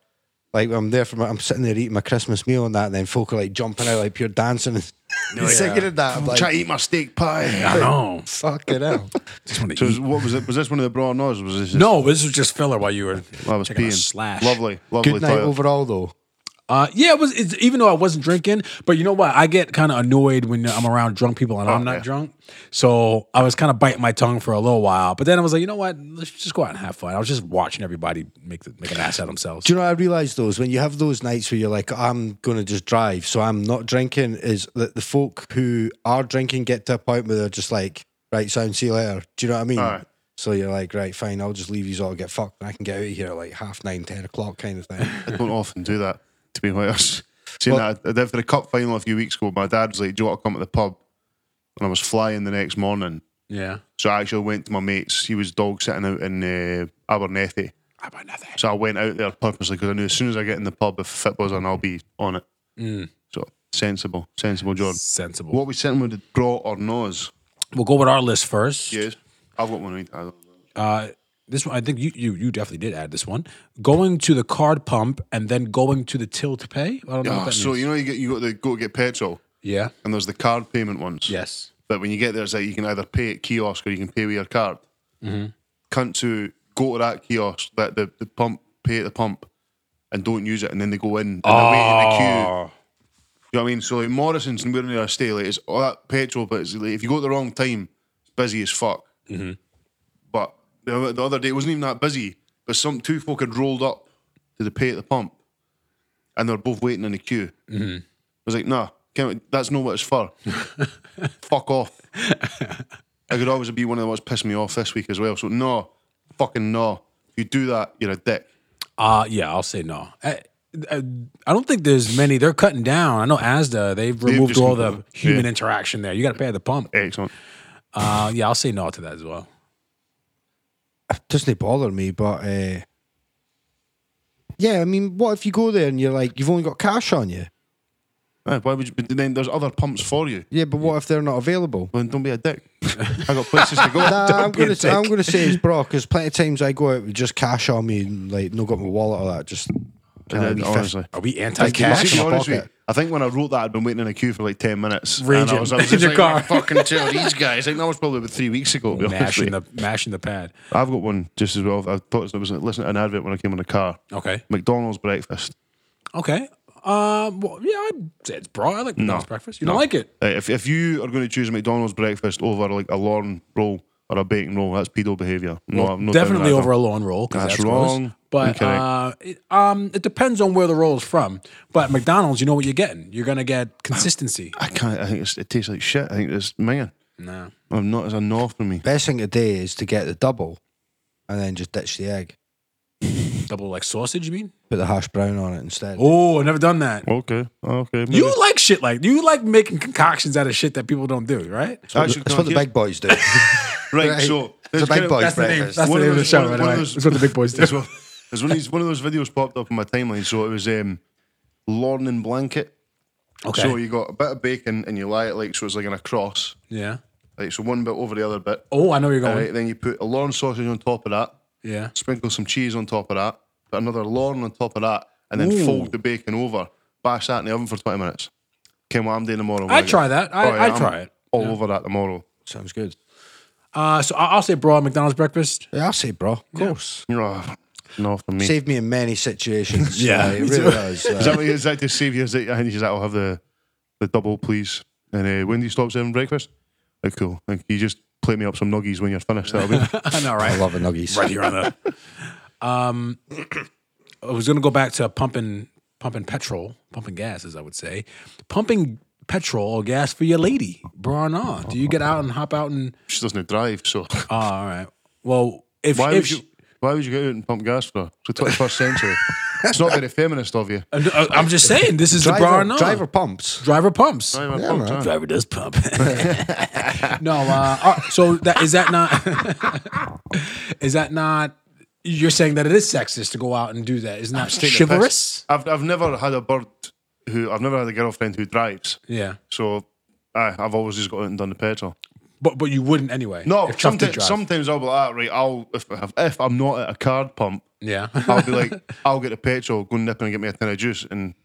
Speaker 3: like I'm there for my, I'm sitting there eating my Christmas meal and that, and then folk are like jumping out like pure dancing and singing and that. I'm like,
Speaker 1: Oh, Try to eat my steak pie.
Speaker 2: I know.
Speaker 3: fucking hell.
Speaker 2: Just want
Speaker 1: So
Speaker 2: to
Speaker 1: is-
Speaker 2: eat.
Speaker 1: what was it? Was this one of the broad nods? Was this? Just,
Speaker 2: No, this was just filler while you were
Speaker 1: I was
Speaker 2: checking out
Speaker 1: peeing.
Speaker 2: slash.
Speaker 1: Lovely, lovely.
Speaker 3: Good night
Speaker 1: toilet.
Speaker 3: overall, though.
Speaker 2: Uh, yeah, it was it's, even though I wasn't drinking, but you know what? I get kind of annoyed when I'm around drunk people and I'm not
Speaker 1: Oh, yeah.
Speaker 2: drunk. So I was kind of biting my tongue for a little while, but then I was like, you know what? Let's just go out and have fun. I was just watching everybody make the, make an ass out of themselves.
Speaker 3: Do you know what I realised though is when you have those nights where you're like, I'm gonna just drive, so I'm not drinking, is that the folk who are drinking get to a point where they're just like, right, sound see you later. Do you know what I mean?
Speaker 1: Aye.
Speaker 3: So you're like, right, fine, I'll just leave you all get fucked and I can get out of here at like half nine, ten o'clock kind of thing.
Speaker 1: I don't often do that, to be honest. Seeing
Speaker 3: Well-
Speaker 1: that I did for the cup final a few weeks ago, my dad was like, Do you want to come to the pub? And I was flying the next morning.
Speaker 2: yeah,
Speaker 1: So I actually went to my mate's. He was dog sitting out in uh, Abernethy.
Speaker 2: how about nothing?
Speaker 1: So I went out there purposely because I knew as soon as I get in the pub, if football's on, I'll be on it. So sensible, sensible, Jordan.
Speaker 2: Sensible.
Speaker 1: What we sitting with, draw or nose?
Speaker 2: We'll go with our list first.
Speaker 1: Yes. I've got one. right there.
Speaker 2: Uh, this one, I think you, you you definitely did add this one. Going to the card pump and then going to the till to pay. I don't know. what
Speaker 1: Ah,
Speaker 2: that
Speaker 1: so
Speaker 2: means.
Speaker 1: you know you get you got the go get petrol,
Speaker 2: yeah.
Speaker 1: and there's the card payment ones.
Speaker 2: Yes.
Speaker 1: But when you get there, it's like you can either pay at kiosk or you can pay with your card. Cunt to go to that kiosk, that the, the pump, pay at the pump, and don't use it, and then they go in and they're waiting in the queue.
Speaker 2: Oh,
Speaker 1: You know what I mean? So like Morrison's and where I stay, like it's all that petrol, but it's like, if you go at the wrong time, it's busy as fuck. But the, other- the other day it wasn't even that busy, but some two folk had rolled up to the pay at the pump, and they're both waiting in the queue. I was like, nah, can't, that's not what it's for. fuck off. I could always be one of the ones pissing me off this week as well. So no, fucking no. If you do that, you're a dick.
Speaker 2: Uh, yeah, I'll say no. I, I, I don't think there's many. They're cutting down. I know Asda. They've removed
Speaker 1: just-
Speaker 2: all the human
Speaker 1: yeah.
Speaker 2: interaction there. You got to pay at the pump.
Speaker 1: Excellent.
Speaker 2: Uh, yeah, I'll say no to that as well.
Speaker 3: doesn't bother me, but uh, yeah, I mean, what if you go there and you're like, you've only got cash on you?
Speaker 1: Aye, Eh, Why would you? But then there's other pumps for you.
Speaker 3: Yeah, but what if they're not available?
Speaker 1: Well, don't be a dick. I got places to go.
Speaker 3: Nah, I'm
Speaker 2: be a
Speaker 3: gonna I'm
Speaker 2: dick.
Speaker 3: gonna say it's bro because plenty of times I go out with just cash on me and like no got my wallet or that just
Speaker 1: And then,
Speaker 3: be fifth.
Speaker 1: Eh, honestly.
Speaker 2: Are we
Speaker 1: To
Speaker 2: anti-cash?
Speaker 1: be
Speaker 3: in my
Speaker 1: honest with you,
Speaker 3: pocket.
Speaker 1: I think when I wrote that, I'd been waiting in a queue for like 10 minutes. And
Speaker 2: Raging.
Speaker 1: I was, I was
Speaker 2: In
Speaker 1: just
Speaker 2: your
Speaker 1: like,
Speaker 2: car.
Speaker 1: fucking tell these guys. I think that was probably about three weeks ago. to be honest
Speaker 2: Mashing
Speaker 1: with you.
Speaker 2: the mashing the pad.
Speaker 1: I've got one just as well. I thought it was listening to an advert when I came in the car.
Speaker 2: Okay.
Speaker 1: McDonald's breakfast.
Speaker 2: Okay. Um. Well, yeah, I'd say it's broad. I like McDonald's breakfast. You don't like it?
Speaker 1: Uh, if, if you are going to choose a McDonald's breakfast over like a lawn roll or a bacon roll, that's pedo behaviour. No, I'm not down with
Speaker 2: Definitely
Speaker 1: that at
Speaker 2: over a
Speaker 1: all.
Speaker 2: lawn roll. 'cause
Speaker 1: That's
Speaker 2: that's gross.
Speaker 1: wrong.
Speaker 2: But
Speaker 1: Incorrect.
Speaker 2: uh, it, um, it depends on where the roll is from. But McDonald's, you know what you're getting. You're gonna get consistency.
Speaker 1: I can't. I think it's, it tastes like shit. I think it's minging.
Speaker 2: no.
Speaker 1: I'm not as a no for me.
Speaker 3: Best thing to do is to get the double and then just ditch the egg.
Speaker 2: Double like sausage. You mean?
Speaker 3: Put the hash brown on it instead.
Speaker 2: Oh, I've never done that.
Speaker 1: Okay. Okay. maybe.
Speaker 2: You like shit like you like making concoctions out of shit that people don't do, right?
Speaker 1: Actually,
Speaker 3: That's
Speaker 1: can
Speaker 3: what
Speaker 1: I
Speaker 3: the
Speaker 1: hear-
Speaker 3: big boys do.
Speaker 1: Right, so
Speaker 3: it's a
Speaker 1: kind
Speaker 3: big
Speaker 1: of-
Speaker 3: boys
Speaker 2: the name-
Speaker 3: breakfast.
Speaker 2: that's the
Speaker 1: One of
Speaker 2: name of the
Speaker 1: those-
Speaker 2: show,
Speaker 1: one-
Speaker 2: by the
Speaker 1: one of
Speaker 2: way.
Speaker 1: those-
Speaker 2: That's what the big boys do.
Speaker 1: There's one, there's one of these one of those videos popped up on my timeline. So it was um, lawn and blanket.
Speaker 2: Okay.
Speaker 1: So you got a bit of bacon and you lie it like so it's like in a cross.
Speaker 2: yeah.
Speaker 1: Like so one bit over the other bit.
Speaker 2: Oh, I know where you're going.
Speaker 1: Alright, then you put a lawn sausage on top of that,
Speaker 2: Yeah.
Speaker 1: sprinkle some cheese on top of that, put another lawn on top of that, and then
Speaker 2: Ooh.
Speaker 1: fold the bacon over. Bash that in the oven for twenty minutes. Okay, what I'm doing tomorrow. when
Speaker 2: I'd
Speaker 1: get-
Speaker 2: try that. I-
Speaker 1: Oh, yeah,
Speaker 2: I'd
Speaker 1: I'm
Speaker 2: try it.
Speaker 1: All over that tomorrow.
Speaker 3: Sounds good.
Speaker 2: Uh, so I- I'll say broad McDonald's breakfast.
Speaker 3: Yeah, I'll say, bro. Of course.
Speaker 1: You're oh, no for me.
Speaker 3: Saved me in many situations.
Speaker 2: Yeah,
Speaker 3: like, it
Speaker 2: me
Speaker 3: really
Speaker 2: too.
Speaker 3: does.
Speaker 1: Is
Speaker 3: like.
Speaker 1: that what is that to save you? Is that, I think is that'll have the the double, please. And uh, when do you stop serving breakfast? Oh, cool. Like, you just plate me up some nuggies when you're finished. That'll be.
Speaker 2: I know, right?
Speaker 3: I love a nuggies.
Speaker 2: right here on the. Um, I was gonna go back to pumping, pumping petrol, pumping gas, as I would say, pumping petrol or gas for your lady, bra and all. Do you get out and hop out and?
Speaker 1: she doesn't drive, so
Speaker 2: Oh, all right. Well, if
Speaker 1: why
Speaker 2: if
Speaker 1: would
Speaker 2: she-
Speaker 1: you? Why would you get out and pump gas for her? It's the 21st century. It's not very feminist of you.
Speaker 2: I'm, I'm just saying, this is the
Speaker 3: driver,
Speaker 2: bar.
Speaker 3: driver pumps.
Speaker 2: driver pumps.
Speaker 1: Aye, man,
Speaker 3: Yeah,
Speaker 1: pump
Speaker 3: man.
Speaker 1: time.
Speaker 2: Driver does pump. no, uh, all right, so that is that not? is that not? You're saying that it is sexist to go out and do that. Is not
Speaker 1: Take the piss.
Speaker 2: chivalrous?
Speaker 1: I've I've never had a bird who I've never had a girlfriend who drives.
Speaker 2: Yeah,
Speaker 1: So aye, I've always just got out and done the petrol.
Speaker 2: but but you wouldn't anyway.
Speaker 1: No,
Speaker 2: if Chuck did
Speaker 1: sometimes,
Speaker 2: drive.
Speaker 1: sometimes I'll be like, ah, right, I'll if, if if I'm not at a card pump,
Speaker 2: yeah,
Speaker 1: I'll be like, I'll get the petrol, go nip in and get me a tin of juice, and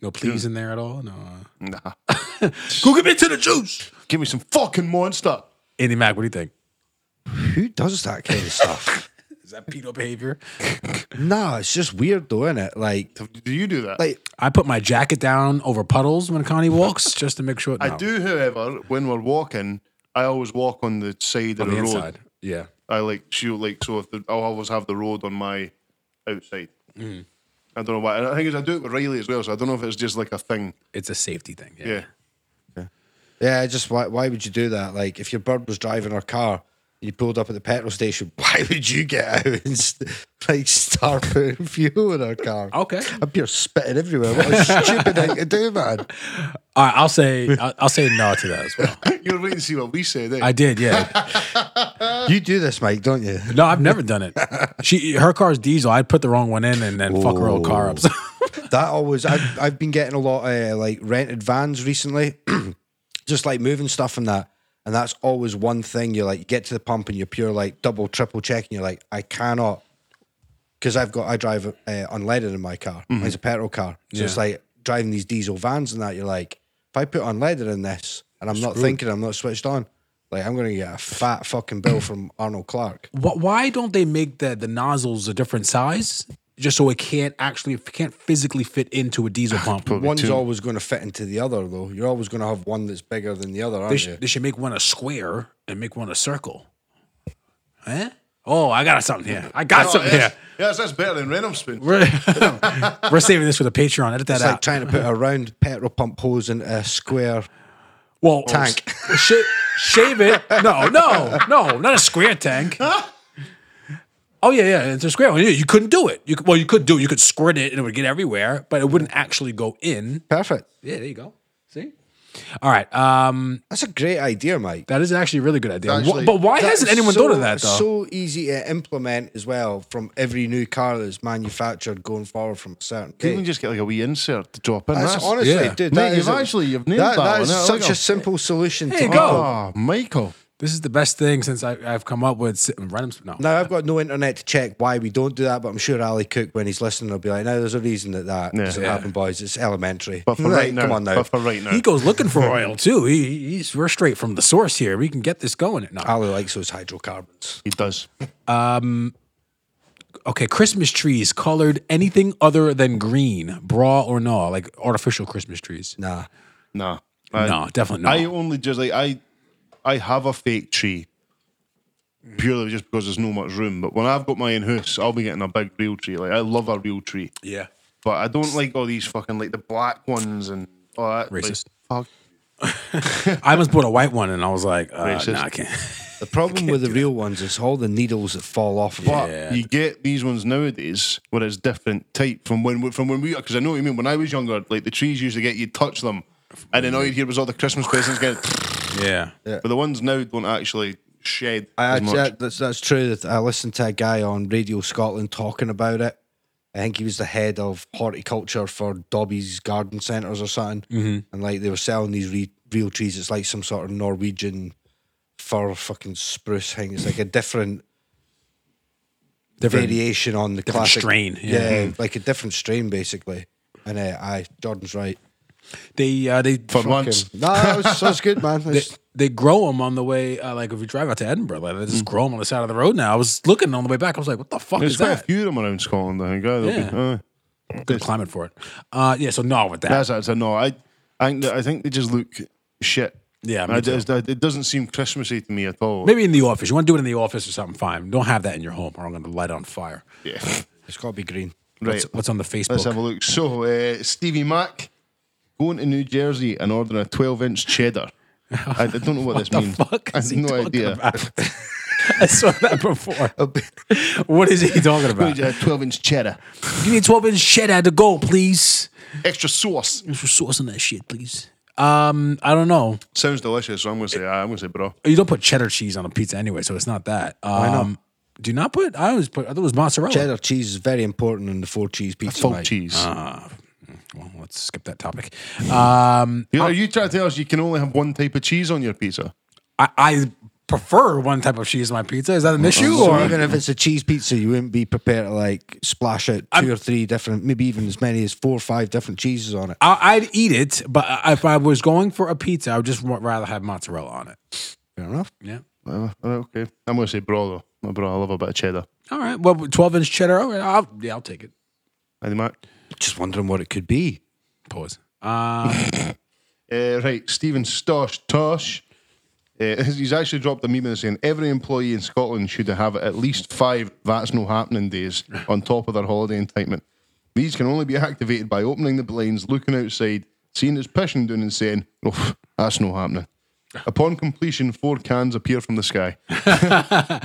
Speaker 2: no please in there at all. No,
Speaker 1: nah,
Speaker 2: go get me to the juice.
Speaker 1: give me some fucking monster.
Speaker 2: Andy Mac, what do you think?
Speaker 3: Who does that kind of stuff?
Speaker 2: Is that pedo behavior?
Speaker 3: nah, it's just weird though, isn't it? Like,
Speaker 1: Do you do that?
Speaker 3: like
Speaker 2: I put my jacket down over puddles when Connie walks just to make sure.
Speaker 1: I
Speaker 2: no,
Speaker 1: do, however, when we're walking, I always walk on the side
Speaker 2: on
Speaker 1: of the,
Speaker 2: the
Speaker 1: road.
Speaker 2: inside. Yeah,
Speaker 1: I like she'll like so if the, I'll always have the road on my outside.
Speaker 2: Mm.
Speaker 1: I don't know why. And I think is I do it with Riley as well, so I don't know if it's just like a thing.
Speaker 2: it's a safety thing. Yeah.
Speaker 1: Yeah.
Speaker 3: yeah, just why? Why would you do that? Like, if your bird was driving her car. and You pulled up at the petrol station. Why would you get out and st- like start putting fuel in her car?
Speaker 2: Okay.
Speaker 3: up here spitting everywhere. What a stupid thing to do, man!
Speaker 2: All right, I'll say I'll, I'll say no to that as well.
Speaker 1: You're waiting to see what we said. Eh?
Speaker 2: I did, yeah.
Speaker 3: You do this, Mike, don't you?
Speaker 2: No, I've never done it. She her car's diesel. I'd put the wrong one in and then fuck her old car up.
Speaker 3: That always, I've, I've been getting a lot of uh, like rented vans recently, just like moving stuff and that. And that's always one thing you're like, you get to the pump and you're pure like double, triple checking. You're like, I cannot, because I've got, I drive uh, unleaded in my car. Mine's a petrol car. So it's
Speaker 2: Yeah.
Speaker 3: like driving these diesel vans and that. You're like, if I put unleaded in this and I'm not thinking, I'm not switched on, like I'm going to get a fat fucking bill from Arnold Clark.
Speaker 2: Wh- Why don't they make the the nozzles a different size just so it can't actually it can't physically fit into a diesel pump?
Speaker 3: One's
Speaker 1: two.
Speaker 3: always going to fit into the other, though. You're always going to have one that's bigger than the other, aren't
Speaker 2: They,
Speaker 3: you?
Speaker 2: sh- they should make one a square and make one a circle. Huh? Oh, I got something here. I got
Speaker 1: Oh,
Speaker 2: something
Speaker 1: yes.
Speaker 2: here.
Speaker 1: Yes, that's better than Renum Spoon.
Speaker 2: We're, we're saving this for the Patreon. Edit that
Speaker 3: It's
Speaker 2: out.
Speaker 3: like trying to put a round petrol pump hose in a square.
Speaker 2: well,
Speaker 3: Tank.
Speaker 2: Sh- shave it. No, no, no, not a square tank. Oh yeah, yeah, it's a square one. Yeah, you couldn't do it. You could, well, you could do it. You could squirt it, and it would get everywhere, but it wouldn't actually go in.
Speaker 3: Perfect.
Speaker 2: Yeah, there you go. See. All right. Um,
Speaker 3: That's a great idea, Mike.
Speaker 2: that is actually a really good idea.
Speaker 1: Actually,
Speaker 2: Wh- but why
Speaker 3: That
Speaker 2: hasn't
Speaker 3: is
Speaker 2: anyone
Speaker 3: so-
Speaker 2: thought of that though?
Speaker 3: So easy to implement as well from every new car that's manufactured going forward from a certain
Speaker 1: You can
Speaker 3: date.
Speaker 1: just get like a wee insert to drop in.
Speaker 3: That's honestly,
Speaker 2: yeah.
Speaker 3: dude.
Speaker 1: Mate,
Speaker 3: that is
Speaker 1: you've
Speaker 3: a-
Speaker 1: actually- you've nailed that
Speaker 3: That
Speaker 1: one.
Speaker 3: is
Speaker 1: There we
Speaker 3: such
Speaker 1: go.
Speaker 3: a simple solution.
Speaker 2: There
Speaker 3: to
Speaker 2: you
Speaker 1: Oh,
Speaker 2: go.
Speaker 1: Michael.
Speaker 2: this is the best thing since I, I've come up with. si- Random. No.
Speaker 3: Now I've got no internet to check why we don't do that, but I'm sure Ali Cook, when he's listening, will be like, "No, there's a reason that that
Speaker 1: Yeah.
Speaker 3: doesn't
Speaker 1: Yeah.
Speaker 3: happen, boys. It's elementary."
Speaker 1: But for
Speaker 3: Like,
Speaker 1: right, now,
Speaker 3: come on now,
Speaker 1: But for right now.
Speaker 2: He goes looking for oil too. He, he's we're straight from the source here. We can get this going. No.
Speaker 3: Ali likes those hydrocarbons.
Speaker 1: he does.
Speaker 2: okay, Christmas trees colored anything other than green, bra or no, like artificial Christmas trees.
Speaker 3: Nah,
Speaker 1: Nah.
Speaker 2: No, definitely not.
Speaker 1: Uh, I only just like I I have a fake tree purely just because there's no much room. But when I've got my own house, I'll be getting a big real tree. Like I love a real tree.
Speaker 2: yeah.
Speaker 1: But I don't like all these fucking like the black ones and all that. like,
Speaker 2: Racist.
Speaker 1: fuck.
Speaker 2: I almost bought a white one and I was like, uh,
Speaker 1: Racist.
Speaker 2: nah, I can't.
Speaker 3: the problem with the real ones is all the needles that fall off. of it.
Speaker 1: But
Speaker 2: Yeah.
Speaker 1: you get these ones nowadays where it's different type from when we- from when we because I know what you mean. When I was younger, like the trees used to get you touch them, and then all you'd hear was all the Christmas presents getting.
Speaker 2: yeah.
Speaker 1: But the ones now don't actually shed
Speaker 3: I,
Speaker 1: as much.
Speaker 3: actually, that's that's true. That I listened to a guy on Radio Scotland talking about it. I think he was the head of horticulture for Dobby's Garden Centres or something,
Speaker 2: Mm-hmm.
Speaker 3: and like they were selling these re- real trees. It's like some sort of Norwegian fir fucking spruce thing. It's like a different,
Speaker 2: Different-
Speaker 3: variation on the
Speaker 2: different
Speaker 3: classic
Speaker 2: strain, yeah. Mm-hmm.
Speaker 3: like a different strain basically. And uh, I Jordan's right.
Speaker 2: They uh, they
Speaker 1: for once,
Speaker 3: Okay. No, that was, that was good, man. That's-
Speaker 2: they grow them on the way. Uh, like if you drive out to Edinburgh, like, they just grow them on the side of the road. Now I was looking on the way back. I was like, what the fuck
Speaker 1: Mm. there's
Speaker 2: is
Speaker 1: quite a
Speaker 2: that?
Speaker 1: few of them around Scotland. I think. aye, there'll be- aye.
Speaker 2: Yeah. Good climate for it. Uh, yeah. So no with that.
Speaker 1: That's that's a no. I I think, that- I think they just look shit.
Speaker 2: Yeah, me
Speaker 1: I,
Speaker 2: too.
Speaker 1: just- I- it doesn't seem Christmassy to me at all.
Speaker 2: Maybe in the office. You want to do it in the office or something? Fine. Don't have that in your home, or I'm going to light on fire.
Speaker 1: Yeah.
Speaker 3: it's got to be green.
Speaker 1: Right.
Speaker 2: What's, what's on the Facebook?
Speaker 1: Let's have a look. So uh, Stevie Mac going to New Jersey and ordering a 12 inch cheddar. I, I don't know what, this
Speaker 2: the
Speaker 1: means.
Speaker 2: fuck
Speaker 1: I
Speaker 2: is
Speaker 1: have
Speaker 2: he
Speaker 1: no
Speaker 2: talking
Speaker 1: idea.
Speaker 2: about? I saw that before.
Speaker 3: A bit-
Speaker 2: What is he talking about?
Speaker 1: Uh, 12 inch cheddar.
Speaker 2: Give me a 12 inch shed at the goal, please.
Speaker 1: Extra sauce.
Speaker 2: Thanks for saucing that shit, please. Um, I don't know.
Speaker 1: Sounds delicious, so I'm going to say, aye, I'm going to say bro.
Speaker 2: You don't put cheddar cheese on a pizza anyway, so it's not that. Um, Why not? Do you not put. I always put. I thought it was mozzarella.
Speaker 3: Cheddar cheese is very important in the four cheese pizza.
Speaker 1: Full
Speaker 3: mate.
Speaker 1: cheese.
Speaker 2: Uh-huh. Well, let's skip that topic. Um,
Speaker 1: You know, are you trying to tell us you can only have one type of cheese on your pizza?
Speaker 2: I, I prefer one type of cheese on my pizza. Is that an issue?
Speaker 3: So
Speaker 2: Or
Speaker 3: even if it's a cheese pizza, you wouldn't be prepared to like splash out 2 or three different, maybe even as many as four or five different cheeses on it.
Speaker 2: I, I'd eat it, but I- if I was going for a pizza, I would just wa- rather have mozzarella on it.
Speaker 3: Fair enough.
Speaker 2: Yeah.
Speaker 1: Uh, okay. I'm going to say bro, though. Not bro, I love a bit of cheddar.
Speaker 2: All right. Well, 12 inch cheddar. All right, I'll, yeah, I'll take it.
Speaker 1: Any Mac?
Speaker 3: Just wondering what it could be.
Speaker 2: Pause. Um,
Speaker 1: Uh, right, Stephen Stosh Tosh. Uh, he's actually dropped a meme in saying every employee in Scotland should have at least five that's no happening days on top of their holiday entitlement. These can only be activated by opening the blinds, looking outside, seeing it's pissing down, and saying, "Oh, that's no happening." Upon completion, four cans appear from the sky. Uh,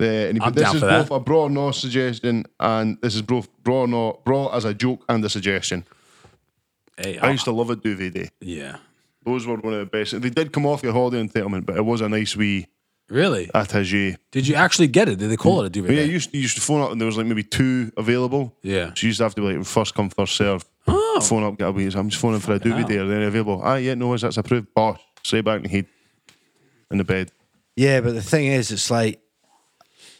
Speaker 1: and he put,
Speaker 2: I'm
Speaker 1: this
Speaker 2: down
Speaker 1: is
Speaker 2: for
Speaker 1: both
Speaker 2: that."
Speaker 1: a bra or no suggestion, and this is both bra or no bra as a joke and a suggestion.
Speaker 2: hey,
Speaker 1: I
Speaker 2: I'll-
Speaker 1: used to love a duvet day.
Speaker 2: yeah.
Speaker 1: Those were one of the best. They did come off your holiday entitlement, but it was a nice wee
Speaker 2: Really?
Speaker 1: attaché.
Speaker 2: Did you actually get it? Did they call it a duvet?
Speaker 1: But yeah,
Speaker 2: bag?
Speaker 1: you used, you used to phone up and there was like maybe two available.
Speaker 2: Yeah.
Speaker 1: So you used to have to be like first come, first serve.
Speaker 2: Oh.
Speaker 1: Phone up, get a wee. I'm just phoning for a doobie
Speaker 2: hell.
Speaker 1: there. They're available. Ah, yeah, no, worries, that's approved. Bosh. Straight back in the head. In the bed.
Speaker 3: Yeah, but the thing is, it's like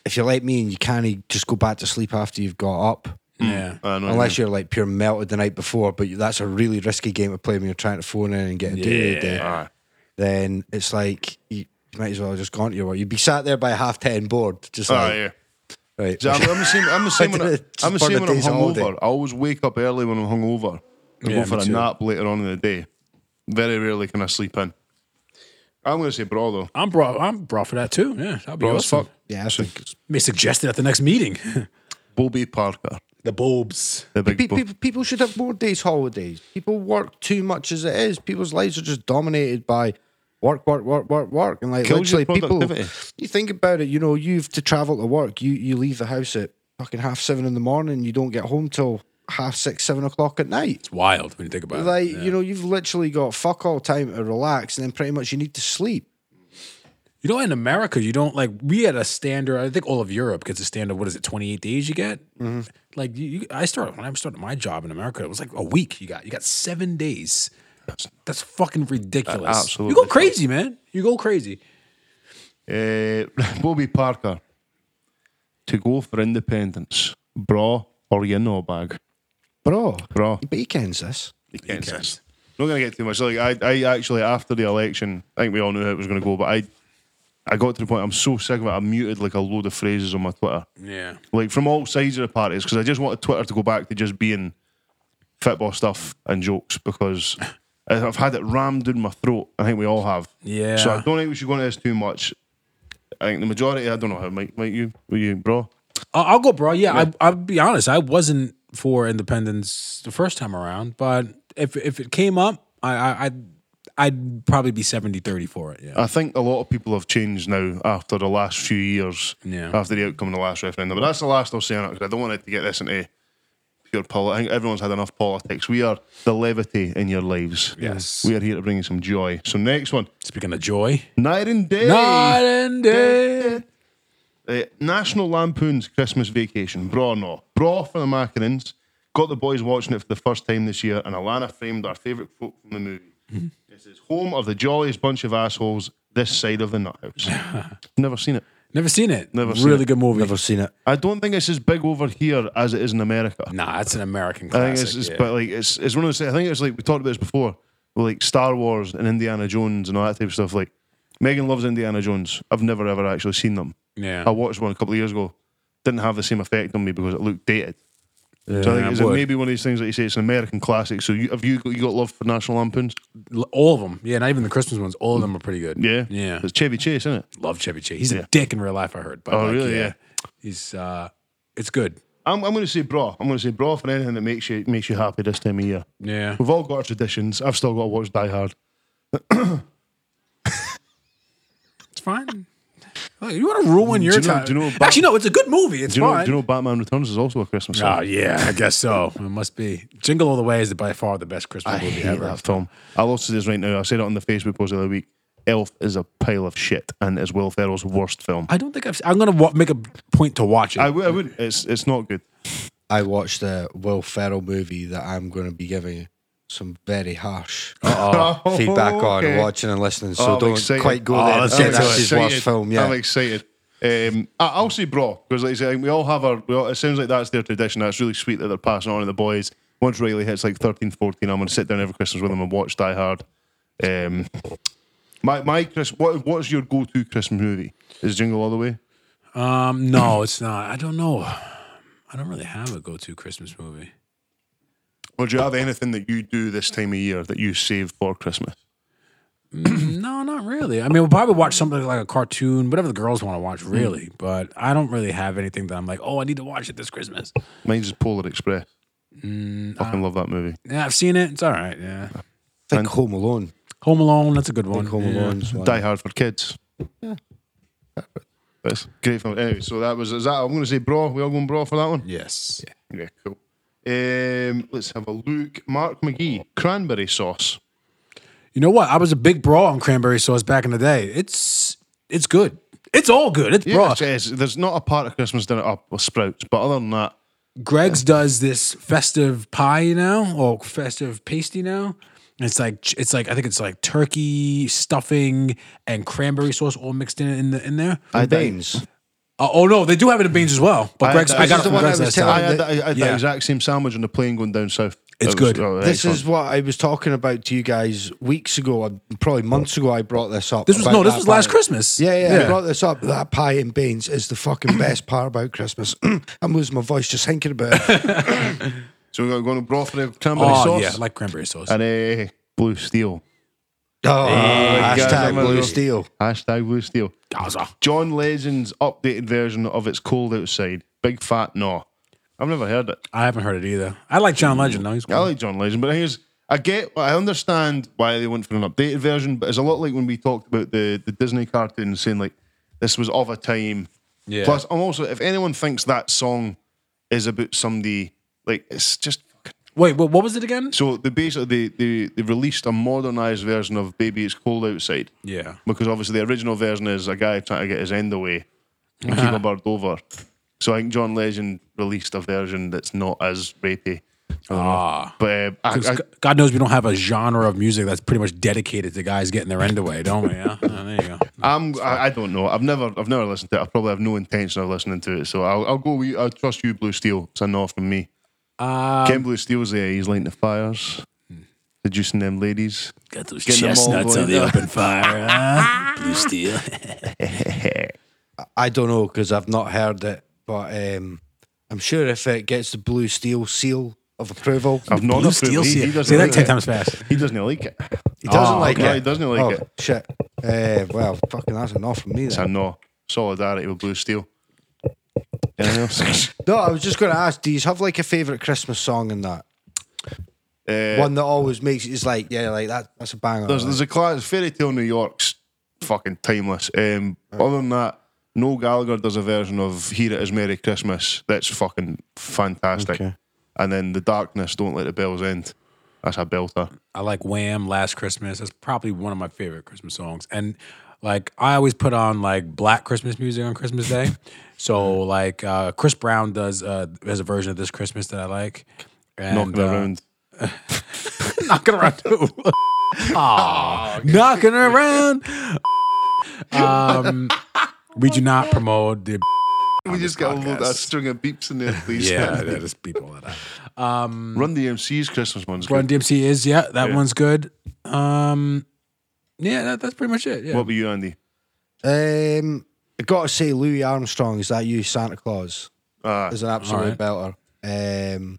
Speaker 3: if you're like me and you can't e, just go back to sleep after you've got up,
Speaker 2: yeah.
Speaker 1: I know.
Speaker 3: unless you're like pure melted the night before, but you- that's a really risky game to play when you're trying to phone in and get a day,
Speaker 1: Aye.
Speaker 3: then it's like you, you might as well just go on to your work. You'd be sat there by half ten bored, just
Speaker 1: Ah,
Speaker 3: like,
Speaker 1: yeah.
Speaker 3: right.
Speaker 1: See, I'm, I'm the same. I'm the same when, I,
Speaker 3: Just
Speaker 1: I'm, the
Speaker 3: burn
Speaker 1: same
Speaker 3: the
Speaker 1: when I'm
Speaker 3: days all day.
Speaker 1: hungover. I always wake up early when I'm hungover. I
Speaker 2: Yeah,
Speaker 1: go for
Speaker 2: me
Speaker 1: a
Speaker 2: too.
Speaker 1: nap later on in the day. Very rarely can I sleep in. I'm going to say bra though.
Speaker 2: I'm bra. I'm bra for that too. Yeah, that'd be
Speaker 1: Bra as
Speaker 2: awesome.
Speaker 1: fuck.
Speaker 3: yeah, I think it's-
Speaker 2: May suggest it at the next meeting.
Speaker 1: Bobby Parker.
Speaker 2: the bulbs.
Speaker 1: The big
Speaker 3: Pe-
Speaker 1: bo-
Speaker 3: people, people should have more days holidays. People work too much as it is. People's lives are just dominated by work, work, work, work, work, and like
Speaker 1: Kills your
Speaker 3: literally people.
Speaker 1: productivity.
Speaker 3: You think about it. You know, you've to travel to work. You you leave the house at fucking half seven in the morning. You don't get home till half six, seven o'clock at night.
Speaker 2: Wild when you think about
Speaker 3: Like
Speaker 2: it. Oh, Yeah.
Speaker 3: you know, you've literally got fuck all time to relax, and then pretty much you need to sleep.
Speaker 2: You know, in America, you don't like we had a standard. I think all of Europe gets a standard. What is it, twenty eight days you get? Like you, you, I started when I started my job in America, it was like a week. You got you got seven days. That's, fucking ridiculous.
Speaker 1: absolutely
Speaker 2: you go crazy, man. You go crazy.
Speaker 1: Uh, Bobby Parker to go for independence, bra or you know bag,
Speaker 3: Bro,
Speaker 1: bra.
Speaker 3: but he kens this.
Speaker 1: Yes. Not gonna get too much. Like I, I actually after the election, I think we all knew how it was gonna go, but I, I got to the point I'm so sick of it. I muted like a load of phrases on my Twitter,
Speaker 2: Yeah.
Speaker 1: like from all sides of the parties, because I just wanted Twitter to go back to just being football stuff and jokes because. I- I've had it rammed down my throat. I think we all have.
Speaker 2: Yeah.
Speaker 1: So I don't think we should go into this too much. I think the majority. I don't know how. Might, might you? Were you, bro?
Speaker 2: I'll, I'll go, bro. Yeah, I, I'll be honest. I wasn't for independence the first time around, but if if it came up, I, I I'd, I'd probably be 70 30 for it. Yeah.
Speaker 1: I think a lot of people have changed now after the last few years,
Speaker 2: Yeah.
Speaker 1: after the outcome of the last referendum. But that's the last I'll say on it because I don't want it to get this into pure politics. I think everyone's had enough politics. We are the levity in your lives.
Speaker 2: Yes.
Speaker 1: We are here to bring you some joy. So, next one
Speaker 2: Speaking of joy,
Speaker 1: Night and Day.
Speaker 2: night and day.
Speaker 1: Uh, National Lampoon's Christmas Vacation. Bra or no? Bra for the Macarons. Got the boys watching it for the first time this year, and Alana framed our favourite quote from the movie. This is home of the jolliest bunch of assholes this side of the nut house. Never seen it.
Speaker 2: Never seen it.
Speaker 1: Never seen
Speaker 2: really
Speaker 1: it.
Speaker 2: good movie.
Speaker 3: Never seen it.
Speaker 1: I don't think it's as big over here as it is in America.
Speaker 2: Nah, it's an American
Speaker 1: I
Speaker 2: classic.
Speaker 1: think it's, it's
Speaker 2: yeah.
Speaker 1: but like it's it's one of those. I think it's like we talked about this before, with, like Star Wars and Indiana Jones and all that type of stuff. Like Megan loves Indiana Jones. I've never ever actually seen them.
Speaker 2: Yeah.
Speaker 1: I watched one a couple of years ago. Didn't have the same effect on me because it looked dated. so I
Speaker 2: I
Speaker 1: think it's
Speaker 2: would.
Speaker 1: maybe one of these things that you say it's an American classic. So you, have you got, you got love for National Lampoons?
Speaker 2: L- all of them. Yeah, not even the Christmas ones. All of them are pretty good.
Speaker 1: Yeah,
Speaker 2: yeah.
Speaker 1: It's Chevy Chase, isn't it?
Speaker 2: Love Chevy Chase. He's
Speaker 1: Yeah.
Speaker 2: a dick in real life. I heard. But
Speaker 1: Oh,
Speaker 2: like,
Speaker 1: really? Yeah.
Speaker 2: He's uh, it's good.
Speaker 1: I'm, I'm going to say bra. I'm going to say bra for anything that makes you makes you happy this time of year.
Speaker 2: Yeah.
Speaker 1: We've all got our traditions. I've still got to watch Die Hard.
Speaker 2: It's fine. Like, you want to ruin your
Speaker 1: you know-
Speaker 2: time?
Speaker 1: do you know Bat-
Speaker 2: Actually, no. It's a good movie. It's
Speaker 1: Do you, know,
Speaker 2: fine.
Speaker 1: do you know Batman Returns is also a Christmas
Speaker 2: Oh
Speaker 1: song?
Speaker 2: yeah, I guess so. It must be. Jingle All the Way is by far the best Christmas
Speaker 1: I
Speaker 2: movie
Speaker 1: hate
Speaker 2: ever.
Speaker 1: that film. I'll also say this right now. I said it on the Facebook post the other week. Elf is a pile of shit and is Will Ferrell's worst film.
Speaker 2: I don't think I've. I'm gonna wa- make a point to watch it.
Speaker 1: I, w- I would. It's it's not good.
Speaker 3: I watched a Will Ferrell movie that I'm going to be giving you some very harsh feedback
Speaker 1: Okay.
Speaker 3: on watching and listening.
Speaker 1: Oh,
Speaker 3: So
Speaker 1: I'm
Speaker 3: don't
Speaker 1: excited.
Speaker 3: quite go
Speaker 2: Oh,
Speaker 3: there. and
Speaker 2: let's
Speaker 3: say
Speaker 2: get to
Speaker 3: that's
Speaker 2: it.
Speaker 3: his worst film. Yeah,
Speaker 1: I'm excited. Um, I- I'll say bra because, like I say, we all have our. We all, it sounds like that's their tradition. That's really sweet that they're passing on to the boys. Once Riley hits like 13, 14, I'm gonna sit down every Christmas with him and watch Die Hard. Um, my my Chris, what what's your go-to Christmas movie? Is Jingle All the Way?
Speaker 2: Um, no, it's not. I don't know. I don't really have a go-to Christmas movie.
Speaker 1: Or do you have anything that you do this time of year that you save for Christmas?
Speaker 2: No, not really. I mean, we'll probably watch something like a cartoon, whatever the girls want to watch, really. But I don't really have anything that I'm like, oh, I need to watch it this Christmas.
Speaker 1: Mine's is Polar Express.
Speaker 2: Mm, ah.
Speaker 1: Fucking love that movie.
Speaker 2: Yeah, I've seen it. It's all right. Yeah,
Speaker 3: I think Home Alone.
Speaker 2: Home Alone. That's a good one.
Speaker 3: Home
Speaker 2: yeah.
Speaker 3: Alone's one.
Speaker 1: Die Hard for kids. That's great film. Anyway, so that was is that. I'm going to say bra. We all going bra for that one.
Speaker 2: Yes.
Speaker 1: Yeah, cool. Um, let's have a look. Mark McGee, cranberry sauce.
Speaker 2: You know what? I was a big bra on cranberry sauce back in the day. It's it's good. It's all good. It's bra.
Speaker 1: Yes, yes, there's not a part of Christmas dinner up with sprouts, but other than that,
Speaker 2: Greg's does this festive pie now or festive pasty now. And It's like it's like I think it's like turkey stuffing and cranberry sauce all mixed in in, the, in there.
Speaker 1: I
Speaker 3: Baines.
Speaker 2: Uh, oh no, they do have it in beans as well. But Greg's I, got it
Speaker 3: the
Speaker 2: from
Speaker 3: one I
Speaker 2: Greg's
Speaker 3: was
Speaker 2: last
Speaker 1: I
Speaker 2: time.
Speaker 3: telling you.
Speaker 1: had, that, I had
Speaker 2: Yeah.
Speaker 1: that exact same sandwich on the plane going down south. That was-
Speaker 2: It's good.
Speaker 1: oh,
Speaker 3: This
Speaker 1: excellent.
Speaker 3: is what I was talking about to you guys weeks ago, and probably months ago. I brought this up.
Speaker 2: This was
Speaker 3: about
Speaker 2: no, this
Speaker 3: that
Speaker 2: was last
Speaker 3: pie.
Speaker 2: Christmas.
Speaker 3: Yeah, yeah, I brought this up. That pie in Baines is the fucking best part about Christmas. I'm losing my voice just thinking about it.
Speaker 1: so we're going to broth for the cranberry
Speaker 2: Oh
Speaker 1: sauce
Speaker 2: yeah, I like cranberry sauce.
Speaker 1: and uh, blue steel.
Speaker 3: Oh,
Speaker 1: guys, I'm
Speaker 3: hashtag
Speaker 1: gonna
Speaker 3: blue
Speaker 1: go-
Speaker 3: steel.
Speaker 1: Hashtag blue steel.
Speaker 2: Gaza.
Speaker 1: John Legend's updated version of It's Cold Outside. Big fat no. I've never heard it.
Speaker 2: I haven't heard it either. I like
Speaker 3: Mm.
Speaker 2: John Legend though. He's
Speaker 1: I
Speaker 2: cool.
Speaker 1: like John Legend, but here's I get I understand why they went for an updated version, but it's a lot like when we talked about the the Disney cartoon saying like this was of a time.
Speaker 2: Yeah.
Speaker 1: Plus, I'm also if anyone thinks that song is about somebody like it's just
Speaker 2: Wait, what, what was it again?
Speaker 1: so they basically they, they they released a modernized version of Baby It's Cold Outside.
Speaker 2: Yeah.
Speaker 1: Because obviously the original version is a guy trying to get his end away and keep a bird over. So I think John Legend released a version that's not as rapey. Ah. But uh, I,
Speaker 2: 'Cause
Speaker 1: I-
Speaker 2: g- God knows we don't have a genre of music that's pretty much dedicated to guys getting their end away, don't we? Yeah. Oh, there you go.
Speaker 1: I'm. I, I don't know. I've never. I've never listened to it. I probably have no intention of listening to it. So I'll. I'll go. With you. I trust you, Blue Steel. It's a no from me. Um, Ken Blue Steel's there. He's lighting the fires, seducing them ladies.
Speaker 2: Got those
Speaker 1: Getting them all
Speaker 2: chestnuts on
Speaker 1: going.
Speaker 2: the open fire, huh? Blue steel.
Speaker 3: I don't know because I've not heard it, but um, I'm sure if it gets the blue steel seal of approval,
Speaker 1: I've not
Speaker 2: Blue
Speaker 1: approved-
Speaker 2: steel
Speaker 1: he-
Speaker 2: seal.
Speaker 1: He
Speaker 2: Say
Speaker 1: doesn't
Speaker 2: that
Speaker 1: like
Speaker 2: 10
Speaker 1: it.
Speaker 2: times fast.
Speaker 1: He doesn't like it.
Speaker 3: he doesn't
Speaker 2: Oh,
Speaker 3: like
Speaker 1: no,
Speaker 3: it.
Speaker 1: he doesn't like
Speaker 3: oh,
Speaker 1: it.
Speaker 3: Shit. Uh, well, fucking that's enough from me
Speaker 1: It's
Speaker 3: then.
Speaker 1: a no. Solidarity with Blue Steel. Anything else?
Speaker 3: No, I was just going to ask. Do you have like a favorite Christmas song in that?
Speaker 1: Uh,
Speaker 3: One that always makes it's like yeah, like that. That's a banger.
Speaker 1: There's, there's a class fairy tale New York's fucking timeless. Um, Other than that, Noel Gallagher does a version of "Here It Is Merry Christmas" that's fucking fantastic.
Speaker 3: Okay.
Speaker 1: And then the darkness, don't let the bells end. That's a belter.
Speaker 2: I like Wham, Last Christmas. That's probably one of my favorite Christmas songs. And like I always put on like black Christmas music on Christmas Day. So like uh, Chris Brown does uh, has a version of this Christmas that I like. And,
Speaker 1: Knocking
Speaker 2: uh,
Speaker 1: around.
Speaker 2: knocking around too. Aw, knocking around. Um, we do not promote the.
Speaker 1: We just got a little
Speaker 2: podcast.
Speaker 1: that string of beeps in there, please.
Speaker 2: Yeah, yeah, just beep all that out.
Speaker 1: Run DMC's Christmas one's
Speaker 2: Run
Speaker 1: good.
Speaker 2: DMC is yeah, that one's good. Um, yeah, that, that's pretty much it. Yeah.
Speaker 1: What about you, Andy?
Speaker 3: Um, I gotta say, Louis Armstrong. Is that you, Santa Claus?
Speaker 1: Ah,
Speaker 3: Is an absolute belter. Um,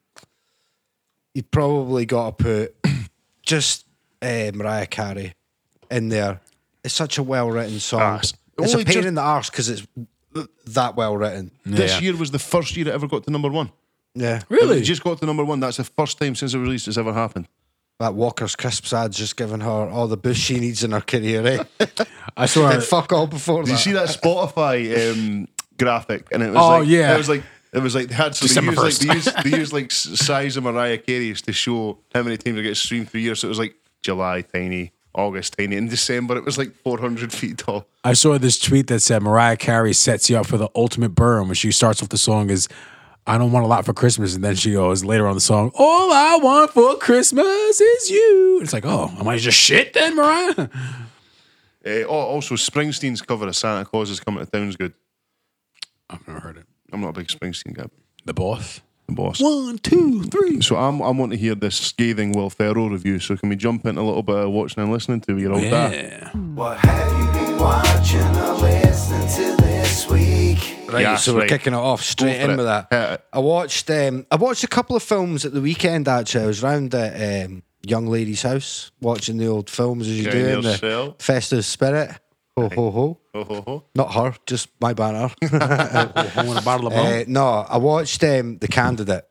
Speaker 3: you probably gotta put just uh, Mariah Carey in there. It's such a well written song.
Speaker 1: Ah, it's
Speaker 3: it's a
Speaker 1: only
Speaker 3: pain
Speaker 1: just-
Speaker 3: in the arse because it's that well written.
Speaker 1: this
Speaker 2: Yeah.
Speaker 1: year was the first year it ever got to number one.
Speaker 3: Yeah.
Speaker 1: It just got to number one. That's the first time since it was released it's ever happened.
Speaker 3: That Walker's crisps ad's just given her all the boost she needs in her career, eh?
Speaker 2: I swear.
Speaker 3: Did fuck all before
Speaker 1: Did you
Speaker 3: that.
Speaker 1: see that Spotify um, graphic? And it was
Speaker 2: Oh,
Speaker 1: like,
Speaker 2: yeah.
Speaker 1: it was like it was like they had so
Speaker 2: December
Speaker 1: they used, like,
Speaker 2: 1st.
Speaker 1: they used, they used like s- size of Mariah Carey's to show how many times it gets streamed through years. So it was like July tiny, August tiny, in December it was like 400 feet tall.
Speaker 2: I saw this tweet that said Mariah Carey sets you up for the ultimate burn when she starts off the song is I don't want a lot for Christmas and then she goes later on the song all I want for Christmas is you. It's like, "Oh, am I just shit then, Mariah?"
Speaker 1: Uh, oh, also Springsteen's cover of Santa Claus is coming to town's good.
Speaker 2: I've never heard it.
Speaker 1: I'm not a big Springsteen guy.
Speaker 2: The boss.
Speaker 1: The boss.
Speaker 2: One, two, three.
Speaker 1: So I'm I want to hear this scathing Will Ferrell review. So can we jump into a little bit of watching and listening to your old dad?
Speaker 2: Yeah.
Speaker 7: What have you been watching or listening to this week?
Speaker 3: Right,
Speaker 1: Yeah,
Speaker 3: so we're
Speaker 1: right.
Speaker 3: kicking it off
Speaker 1: Go
Speaker 3: straight in
Speaker 1: for it.
Speaker 3: with that.
Speaker 1: Hit it.
Speaker 3: I watched um, I watched a couple of films at the weekend actually. I was round at um, young lady's house watching the old films as you
Speaker 1: Down
Speaker 3: do in the
Speaker 1: yourself.
Speaker 3: festive spirit. Ho ho ho!
Speaker 1: Ho, ho, ho.
Speaker 3: Not her, just my banner.
Speaker 2: I want a bottle of
Speaker 3: uh,
Speaker 2: bone.
Speaker 3: no, I watched um, the candidate.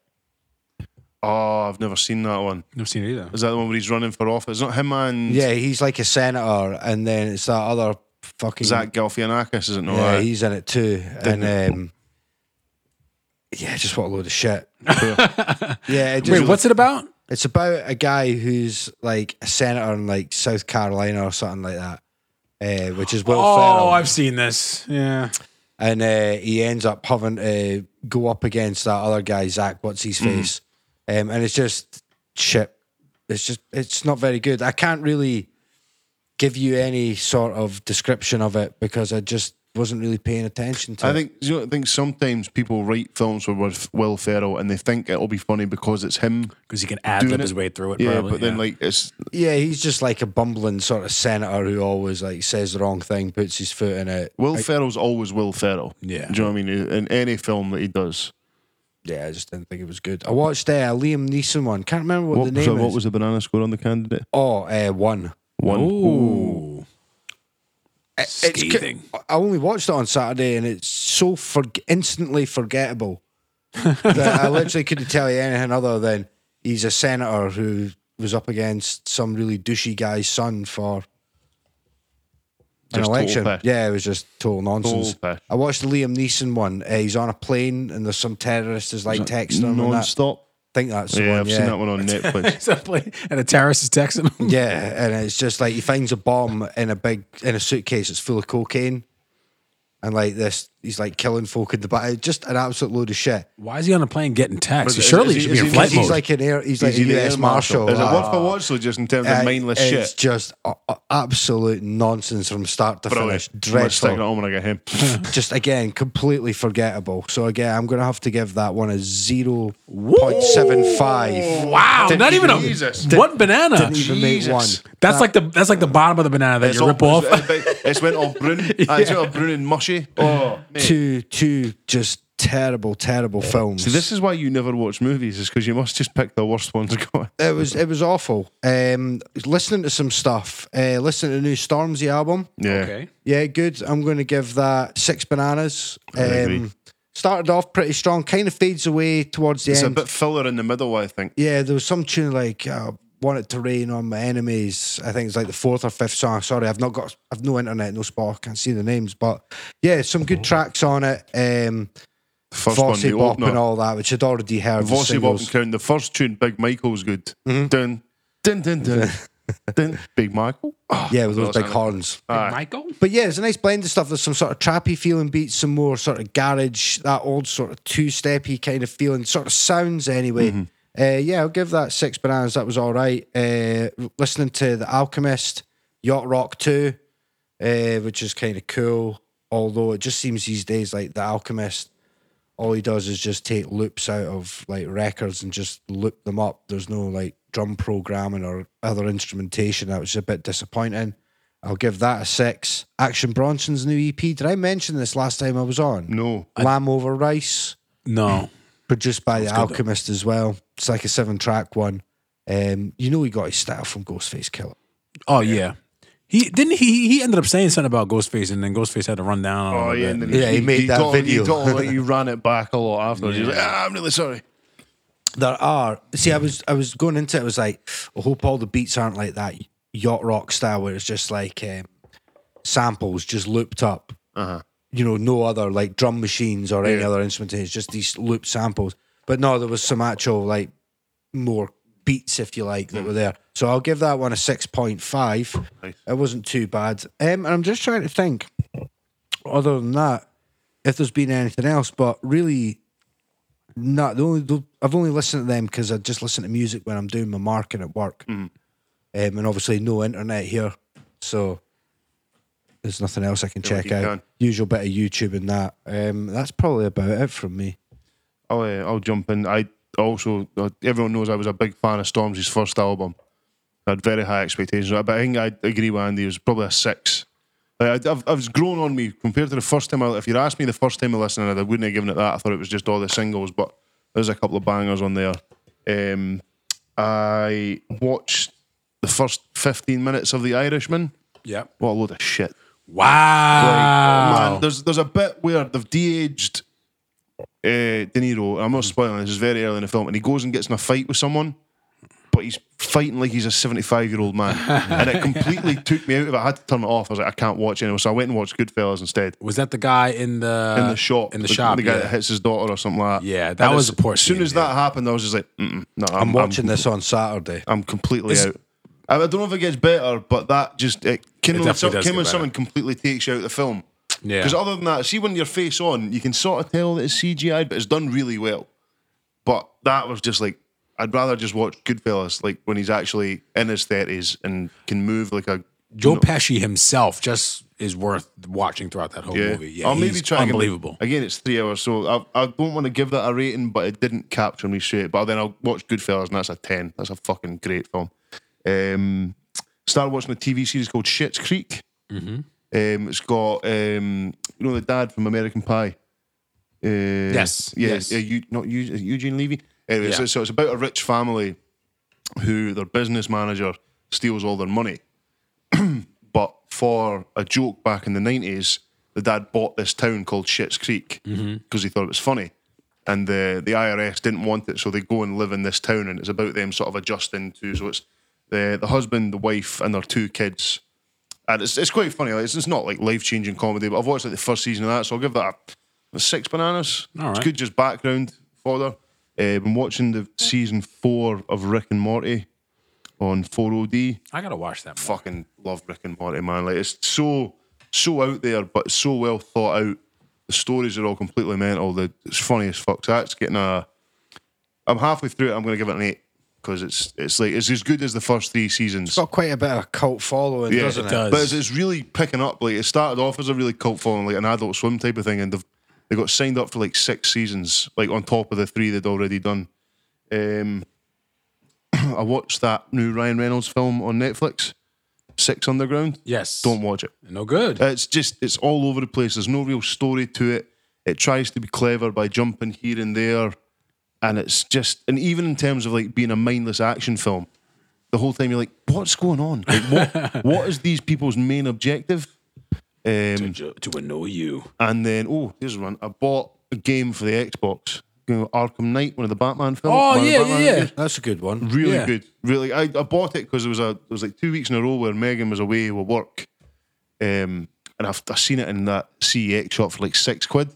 Speaker 1: Oh, I've never seen that one.
Speaker 2: Never seen it either.
Speaker 1: Is that the one where he's running for office? It's not him and
Speaker 3: Yeah, he's like a senator, and then it's that other fucking
Speaker 1: Zach Galifianakis, is it not?
Speaker 3: Yeah,
Speaker 1: Aye.
Speaker 3: he's in it too, and um, yeah, just what a load of shit. yeah, it just,
Speaker 2: Wait, what's it about?
Speaker 3: It's about a guy who's like a senator in like South Carolina or something like that, uh, which is Will Ferrell,
Speaker 2: Oh, I've seen this. Yeah.
Speaker 3: and uh, he ends up having to go up against that other guy, Zach. What's his face? Um, and it's just shit. It's just it's not very good. I can't really give you any sort of description of it because I just wasn't really paying attention to.
Speaker 1: I
Speaker 3: it.
Speaker 1: think you know, I think sometimes people write films with- with Will Ferrell and they think it'll be funny because it's him.
Speaker 2: Because he can ad
Speaker 1: doing
Speaker 2: lib
Speaker 1: it.
Speaker 2: his way through it.
Speaker 1: Yeah,
Speaker 2: probably.
Speaker 1: but then like it's
Speaker 3: Yeah, he's just like a bumbling sort of senator who always like says the wrong thing, puts his foot in it.
Speaker 1: Will Ferrell's always Will Ferrell.
Speaker 2: Yeah.
Speaker 1: do you know what I mean? In any film that he does.
Speaker 3: Yeah, I just didn't think it was good. I watched uh, a Liam Neeson one. Can't remember what,
Speaker 1: What,
Speaker 3: the name
Speaker 1: so
Speaker 3: is.
Speaker 1: what was the banana score on the candidate?
Speaker 3: oh, uh, one.
Speaker 1: One.
Speaker 2: Ooh.
Speaker 3: It's c-
Speaker 2: Scathing.
Speaker 3: I only watched it on Saturday, and it's so for- instantly forgettable that I literally couldn't tell you anything other than he's a senator who was up against some really douchey guy's son for an
Speaker 1: Just total
Speaker 3: election.
Speaker 1: piss.
Speaker 3: Yeah, it was just total nonsense.
Speaker 1: Total piss.
Speaker 3: I watched the Liam Neeson one. Uh, he's on a plane, and there's some terrorist is like texting him. and that.
Speaker 1: Non-stop.
Speaker 3: think that's the
Speaker 1: Yeah,
Speaker 3: one.
Speaker 1: I've
Speaker 3: yeah.
Speaker 1: seen that one on Netflix.
Speaker 2: Simply- and a terrorist is texting him.
Speaker 3: Yeah, and it's just like he finds a bomb in a big in a suitcase that's full of cocaine, and like this, he's like killing folk in the back. Just an absolute load of shit.
Speaker 2: Why is he on a plane getting texts?
Speaker 1: But is-
Speaker 2: Surely
Speaker 1: is
Speaker 2: he
Speaker 1: he-
Speaker 2: should be
Speaker 1: is
Speaker 2: in
Speaker 1: he-
Speaker 2: flight
Speaker 1: is he
Speaker 2: mode.
Speaker 3: He's like an air, he's like
Speaker 1: Is he
Speaker 3: a
Speaker 1: the
Speaker 3: US
Speaker 1: air
Speaker 3: marshal.
Speaker 1: Is it
Speaker 3: Ah.
Speaker 1: worth a watch though, just in terms of
Speaker 3: Uh,
Speaker 1: mindless
Speaker 3: it's
Speaker 1: shit?
Speaker 3: just a- a- absolute nonsense from start to
Speaker 1: Brilliant.
Speaker 3: finish.
Speaker 1: I'm sticking it
Speaker 3: Dreadful.
Speaker 1: on when I get him.
Speaker 3: Just again, completely forgettable. So again, I'm gonna have to give that one a zero point seven five.
Speaker 2: wow,
Speaker 1: Didn't
Speaker 2: not even
Speaker 1: even-
Speaker 2: a
Speaker 1: Jesus.
Speaker 2: one banana.
Speaker 3: Didn't even make one.
Speaker 1: Jesus.
Speaker 2: that's like the that's like the bottom of the banana that you rip
Speaker 1: all-
Speaker 2: off.
Speaker 1: It's, it's went all brun. Ah, It's went all brun and mushy. Oh, mate.
Speaker 3: Two, two, just terrible, terrible films.
Speaker 1: See, this is why you never watch movies, is because you must just pick the worst ones. God.
Speaker 3: It was it was awful. Um, listening to some stuff, uh, listening to the new Stormzy album.
Speaker 1: Yeah.
Speaker 2: Okay,
Speaker 3: Yeah, good. I'm going to give that six bananas.
Speaker 1: agree.
Speaker 3: Um, started off pretty strong, kind of fades away towards the
Speaker 1: It's a
Speaker 3: end.
Speaker 1: bit filler in the middle, I think.
Speaker 3: yeah, there was some tune like uh, "Want It to Rain on My Enemies." I think it's like the fourth or fifth song. Sorry, I've not got, I've no internet, no spot, can't see the names, but yeah, some good tracks on it. Um,
Speaker 1: Oh. First
Speaker 3: Vossy
Speaker 1: one,
Speaker 3: Bop
Speaker 1: the
Speaker 3: and
Speaker 1: opener.
Speaker 3: all that, which I'd already heard. the
Speaker 1: Vossy Bop
Speaker 3: singles.
Speaker 1: and Crown. The first tune, Big Michael's good. Dun, dun, dun, dun. dun. Big Michael. Oh,
Speaker 3: Yeah, with those
Speaker 1: that
Speaker 3: big horns.
Speaker 2: Michael.
Speaker 3: But yeah, it's a nice blend of stuff. There's some sort of trappy feeling beats, some more sort of garage, that old sort of two steppy kind of feeling, sort of sounds anyway. Uh, yeah, I'll give that six bananas. That was all right. Uh, listening to The Alchemist, Yacht Rock 2, uh, which is kind of cool. Although it just seems these days like The Alchemist, all he does is just take loops out of like records and just loop them up. There's no like drum programming or other instrumentation. That was a bit disappointing. I'll give that a six. Action Bronson's new EP. Did I mention this last time I was on?
Speaker 1: No.
Speaker 3: Lamb over rice,
Speaker 2: No,
Speaker 3: produced by the Alchemist as well. It's like a seven-track one. Um, you know he got his style from Ghostface Killer.
Speaker 2: oh yeah, he didn't. He he ended up saying something about Ghostface, and then Ghostface had to run down.
Speaker 1: Oh,
Speaker 2: on him a
Speaker 1: yeah.
Speaker 2: bit.
Speaker 1: And then
Speaker 3: Yeah, he made that
Speaker 1: told-
Speaker 3: video.
Speaker 1: He, told- he ran it back a lot afterwards. He was
Speaker 2: Yeah.
Speaker 1: like, ah, I'm really sorry.
Speaker 3: there are. See, I was I was going into it. I was like, I hope all the beats aren't like that yacht rock style where it's just like um, samples just looped up. You know, no other like drum machines or any
Speaker 1: Yeah.
Speaker 3: other instrumentation. Just these looped samples. But no, there was some actual like more beats, if you like, that were there. So I'll give that one a six point five.
Speaker 1: Hmm. Nice.
Speaker 3: It wasn't too bad. Um, and I'm just trying to think. Other than that, if there's been anything else, but really, not the only. The, I've only listened to them because I just listen to music when I'm doing my marking at work,
Speaker 1: Hmm.
Speaker 3: um, and obviously no internet here, so there's nothing else I can check
Speaker 1: you
Speaker 3: out.
Speaker 1: can.
Speaker 3: Usual bit of YouTube and that. Um, that's probably about it from me.
Speaker 1: I'll, uh, I'll jump in. I also, uh, everyone knows I was a big fan of Stormzy's first album. I had very high expectations, but I think I agree with Andy. It was probably a six. Like, I, I've, I've grown on me compared to the first time. I, if you'd asked me the first time I listened, I wouldn't have given it that. I thought it was just all the singles, but there's a couple of bangers on there. Um, I watched the first 15 minutes of The Irishman.
Speaker 2: Yep.
Speaker 1: What a load of shit. Like,
Speaker 2: Wow.
Speaker 1: oh man, there's there's a bit where they've de-aged uh, De Niro. I'm not spoiling this. It's very early in the film, and he goes and gets in a fight with someone, but he's fighting like he's a 75 year old man, and it completely took me out of it. I had to turn it off. I was like, I can't watch it anymore, so I went and watched Goodfellas instead.
Speaker 2: was that the guy in the
Speaker 1: In the shop,
Speaker 2: Uh, In the shop.
Speaker 1: the guy
Speaker 2: yeah.
Speaker 1: that hits his daughter or something like that.
Speaker 2: Yeah, that
Speaker 1: And
Speaker 2: was
Speaker 1: as-
Speaker 2: a poor
Speaker 1: As soon
Speaker 2: scene,
Speaker 1: as that happened, I was just like, Mm-mm, no, I'm,
Speaker 3: I'm watching
Speaker 1: I'm,
Speaker 3: this on Saturday.
Speaker 1: I'm completely
Speaker 2: It's-
Speaker 1: out. I I don't know if it gets better, but that just it came
Speaker 2: It
Speaker 1: when,
Speaker 2: definitely
Speaker 1: some,
Speaker 2: does
Speaker 1: came
Speaker 2: get
Speaker 1: when
Speaker 2: better.
Speaker 1: something completely takes you out of the film.
Speaker 2: Yeah.
Speaker 1: Because other than that, see when your face on, you can sort of tell that it's CGI, but it's done really well. But that was just like I'd rather just watch Goodfellas, like when he's actually in his thirties and can move like a
Speaker 2: Joe Pesci himself just is worth watching throughout that whole movie. Yeah,
Speaker 1: I'll maybe
Speaker 2: he's
Speaker 1: try and give it-
Speaker 2: unbelievable.
Speaker 1: again, it's three hours, so I, I don't want to give that a rating, but it didn't capture me straight. But then I'll watch Goodfellas, and that's a ten. That's a fucking great film. Um, started watching a TV series called Shit's Creek. Um, it's got um, you know the dad from American Pie. Uh,
Speaker 2: Yes,
Speaker 1: Yeah.
Speaker 2: yes.
Speaker 1: yeah Eu- not Eu- Eugene Levy. Anyway, so,
Speaker 2: Yeah.
Speaker 1: so it's about a rich family who their business manager steals all their money. but for a joke back in the 90s, the dad bought this town called Shits Creek because
Speaker 2: Mm-hmm.
Speaker 1: he thought it was funny. And the, the IRS didn't want it, so they go and live in this town, and it's about them sort of adjusting to. So it's the, the husband, the wife, and their two kids. And it's, it's quite funny. Like, it's, it's not like life changing comedy, but I've watched like the first season of that, so I'll give that a, six bananas.
Speaker 2: All
Speaker 1: It's
Speaker 2: right.
Speaker 1: good, just background fodder. Uh, been watching the season four of Rick and Morty on 4OD
Speaker 2: I gotta watch that. more.
Speaker 1: fucking love Rick and Morty, man. Like it's so so out there, but so well thought out. The stories are all completely mental. The it's funny as fuck. So that's getting a. I'm halfway through it. I'm gonna give it an eight because it's it's like it's as good as the first three seasons.
Speaker 3: It's got quite a bit of cult following,
Speaker 1: Yeah,
Speaker 3: doesn't it?
Speaker 2: does.
Speaker 1: But it's, it's really picking up. Like it started off as a really cult following, like an Adult Swim type of thing, and they've they got signed up for like six seasons, like on top of the three they'd already done. Um, I watched that new Ryan Reynolds film on Netflix, Six Underground.
Speaker 2: Yes.
Speaker 1: don't watch it.
Speaker 2: No good.
Speaker 1: It's just it's all over the place. There's no real story to it. It tries to be clever by jumping here and there, and it's just and even in terms of like being a mindless action film, the whole time you're like, what's going on? Like, what what is these people's main objective? Um,
Speaker 2: Jo- to annoy you.
Speaker 1: and then oh, here's one. I bought a game for the Xbox, you know, Arkham Knight, one of the Batman films.
Speaker 2: Oh,
Speaker 1: one of the
Speaker 2: yeah,
Speaker 1: Batman
Speaker 2: yeah, yeah.
Speaker 1: games.
Speaker 3: That's a good one.
Speaker 1: Really
Speaker 2: Yeah.
Speaker 1: good. Really, I, I bought it because there was a there was like two weeks in a row where Megan was away with work, um, and I've, I seen it in that CEX shop for like six quid.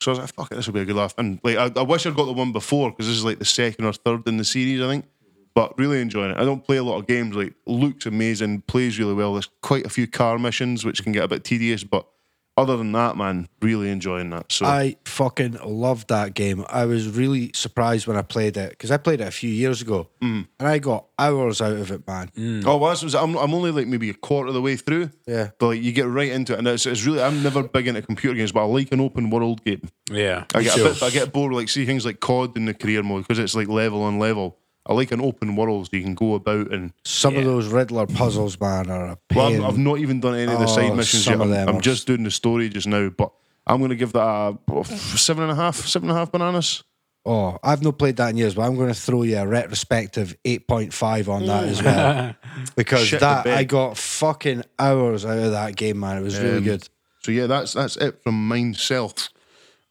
Speaker 1: So I was like, "Fuck it, this will be a good laugh." And like, I, I wish I'd got the one before because this is like the second or third in the series, I think. But really enjoying it. I don't play a lot of games. Like, looks amazing, plays really well. There's quite a few car missions which can get a bit tedious, but other than that, man, really enjoying that. So
Speaker 3: I fucking loved that game. I was really surprised when I played it because I played it a few years ago
Speaker 1: Mm.
Speaker 3: and I got hours out of it, man.
Speaker 1: Oh, well, that's what I'm, I'm only like maybe a quarter of the way through.
Speaker 3: Yeah.
Speaker 1: But like you get right into it, and it's, it's really I'm never big into computer games, but I like an open world game.
Speaker 2: Yeah.
Speaker 1: I get
Speaker 2: Sure.
Speaker 1: a bit, I get bored with, like see things like COD in the career mode because it's like level on level. I like an open world so you can go about and.
Speaker 3: Some of those Riddler puzzles, man, are a pain.
Speaker 1: Well, I'm, I've not even done any of the side
Speaker 3: Oh,
Speaker 1: missions yet.
Speaker 3: some of
Speaker 1: I'm,
Speaker 3: them
Speaker 1: I'm
Speaker 3: are-
Speaker 1: just doing the story just now, but I'm going to give that a oh, f- seven and a half, seven and a half bananas.
Speaker 3: oh, I've not played that in years, but I'm going to throw you a retrospective 8.5 on that as well because
Speaker 1: Shit the
Speaker 3: that
Speaker 1: bed.
Speaker 3: I got fucking hours out of that game, man. It was really
Speaker 1: Um,
Speaker 3: good.
Speaker 1: So yeah, that's that's it from myself.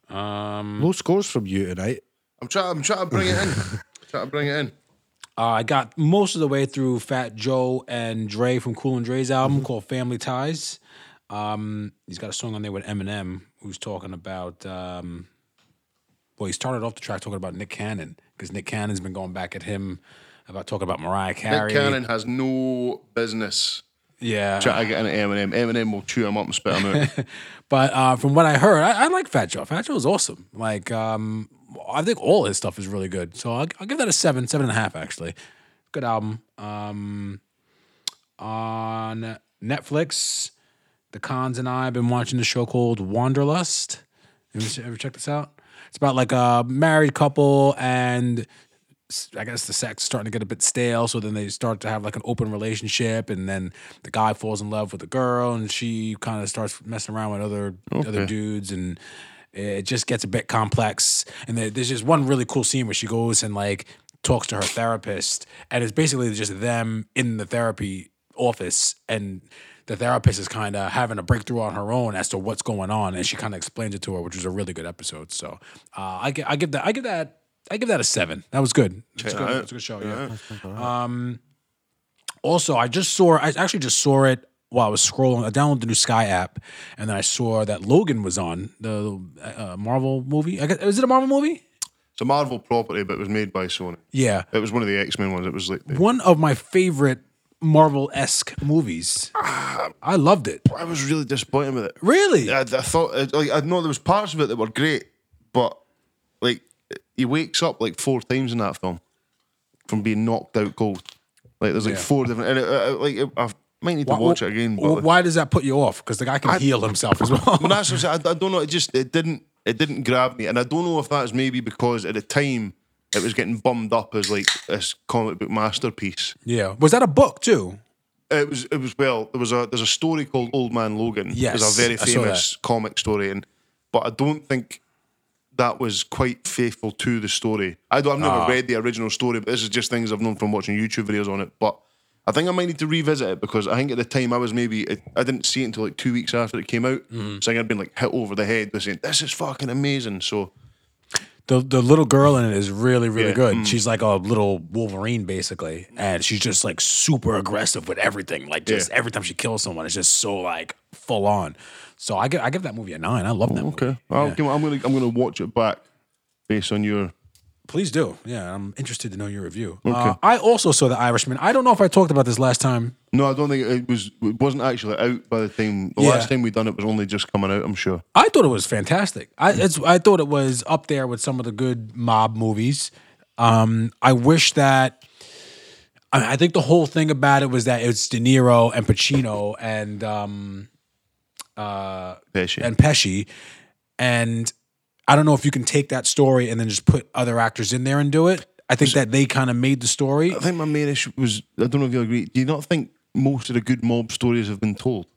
Speaker 1: mm.
Speaker 3: Low scores from you tonight.
Speaker 1: I'm trying. I'm trying to bring it in. Try to bring it in.
Speaker 2: Uh, I got most of the way through Fat Joe and Dre from Cool and Dre's album
Speaker 1: Mm-hmm.
Speaker 2: called Family Ties. Um, he's got a song on there with Eminem, who's talking about. Um, well, he started off the track talking about Nick Cannon because Nick Cannon's been going back at him about talking about Mariah Carey.
Speaker 1: Nick Cannon has no business
Speaker 2: yeah.
Speaker 1: trying to get into Eminem. Eminem will chew him up and spit him out.
Speaker 2: But uh, from what I heard, I, I like Fat Joe. Fat Joe is awesome. Like, um, I think all his stuff is really good. So I'll, I'll give that a seven, seven and a half, actually. Good album. Um, on Netflix, The Cons and I have been watching the show called Wanderlust. Have you ever check this out? It's about like a married couple and I guess the sex is starting to get a bit stale. So then they start to have like an open relationship, and then the guy falls in love with the girl, and she kind of starts messing around with other other dudes, and it just gets a bit complex. And there- there's just one really cool scene where she goes and like talks to her therapist, and it's basically just them in the therapy office and the therapist is kind of having a breakthrough on her own as to what's going on and she kind of explains it to her which was a really good episode so uh, I, gi- I give that i give that i give that a seven that was good it's good. It's a good show yeah, Um, also i just saw i actually just saw it while i was scrolling i downloaded the new sky app and then i saw that logan was on the uh, marvel movie i guess is it a marvel movie
Speaker 1: it's a Marvel property, but it was made by Sony.
Speaker 2: yeah
Speaker 1: It was one of the X Men ones. It was like the,
Speaker 2: one of my favorite marvel-esque movies i loved it
Speaker 1: I was really disappointed with it.
Speaker 2: really
Speaker 1: I, I thought I- like I know there was parts of it that were great, but like he wakes up like four times in that film from being knocked out cold. Like there's like
Speaker 2: Yeah.
Speaker 1: four different and it, uh, like it, I might need to
Speaker 2: Why-
Speaker 1: watch it again. But
Speaker 2: why does that put you off? Because the guy can heal himself as well.
Speaker 1: Well, that's what I'm saying. I, I don't know. It just it didn't it didn't grab me, and I don't know if that's maybe because at the time it was getting bummed up as like this comic book masterpiece.
Speaker 2: yeah. Was that a book too?
Speaker 1: It was it was well there was a there's a story called Old Man Logan.
Speaker 2: Yes,
Speaker 1: there's a very
Speaker 2: I saw that.
Speaker 1: famous comic story, and but I don't think that was quite faithful to the story. I don't, I've never
Speaker 2: Ah.
Speaker 1: read the original story, but this is just things I've known from watching YouTube videos on it. But I think I might need to revisit it because I think at the time I was maybe I, I didn't see it until like two weeks after it came out,
Speaker 2: Mm-hmm.
Speaker 1: so I think I'd been like hit over the head with saying this is fucking amazing. So
Speaker 2: The the little girl in it is really really
Speaker 1: Yeah, mm.
Speaker 2: good. She's like a little Wolverine basically, and she's just like super aggressive with everything. Like just
Speaker 1: Yeah.
Speaker 2: every time she kills someone, it's just so like full on. So I give I give that movie a nine. I love that. Movie.
Speaker 1: Oh, okay, I'll give- I'm gonna I'm gonna watch it back based on your
Speaker 2: Please do. Yeah, I'm interested to know your review. Uh, I also saw The Irishman. I don't know if I talked about this last time.
Speaker 1: No, I don't think it was. It wasn't actually out by the time. The
Speaker 2: Yeah.
Speaker 1: last time we done it was only just coming out. I'm sure.
Speaker 2: I thought it was fantastic. I it's, I thought it was up there with some of the good mob movies. Um, I wish that. I I think the whole thing about it was that it's De Niro and Pacino and um,
Speaker 1: Pesci.
Speaker 2: and Pesci, and I don't know if you can take that story and then just put other actors in there and do it. I think that they kind of made the story.
Speaker 1: I think my main issue was. I don't know if you agree. Do you not think most of the good mob stories have been told? Do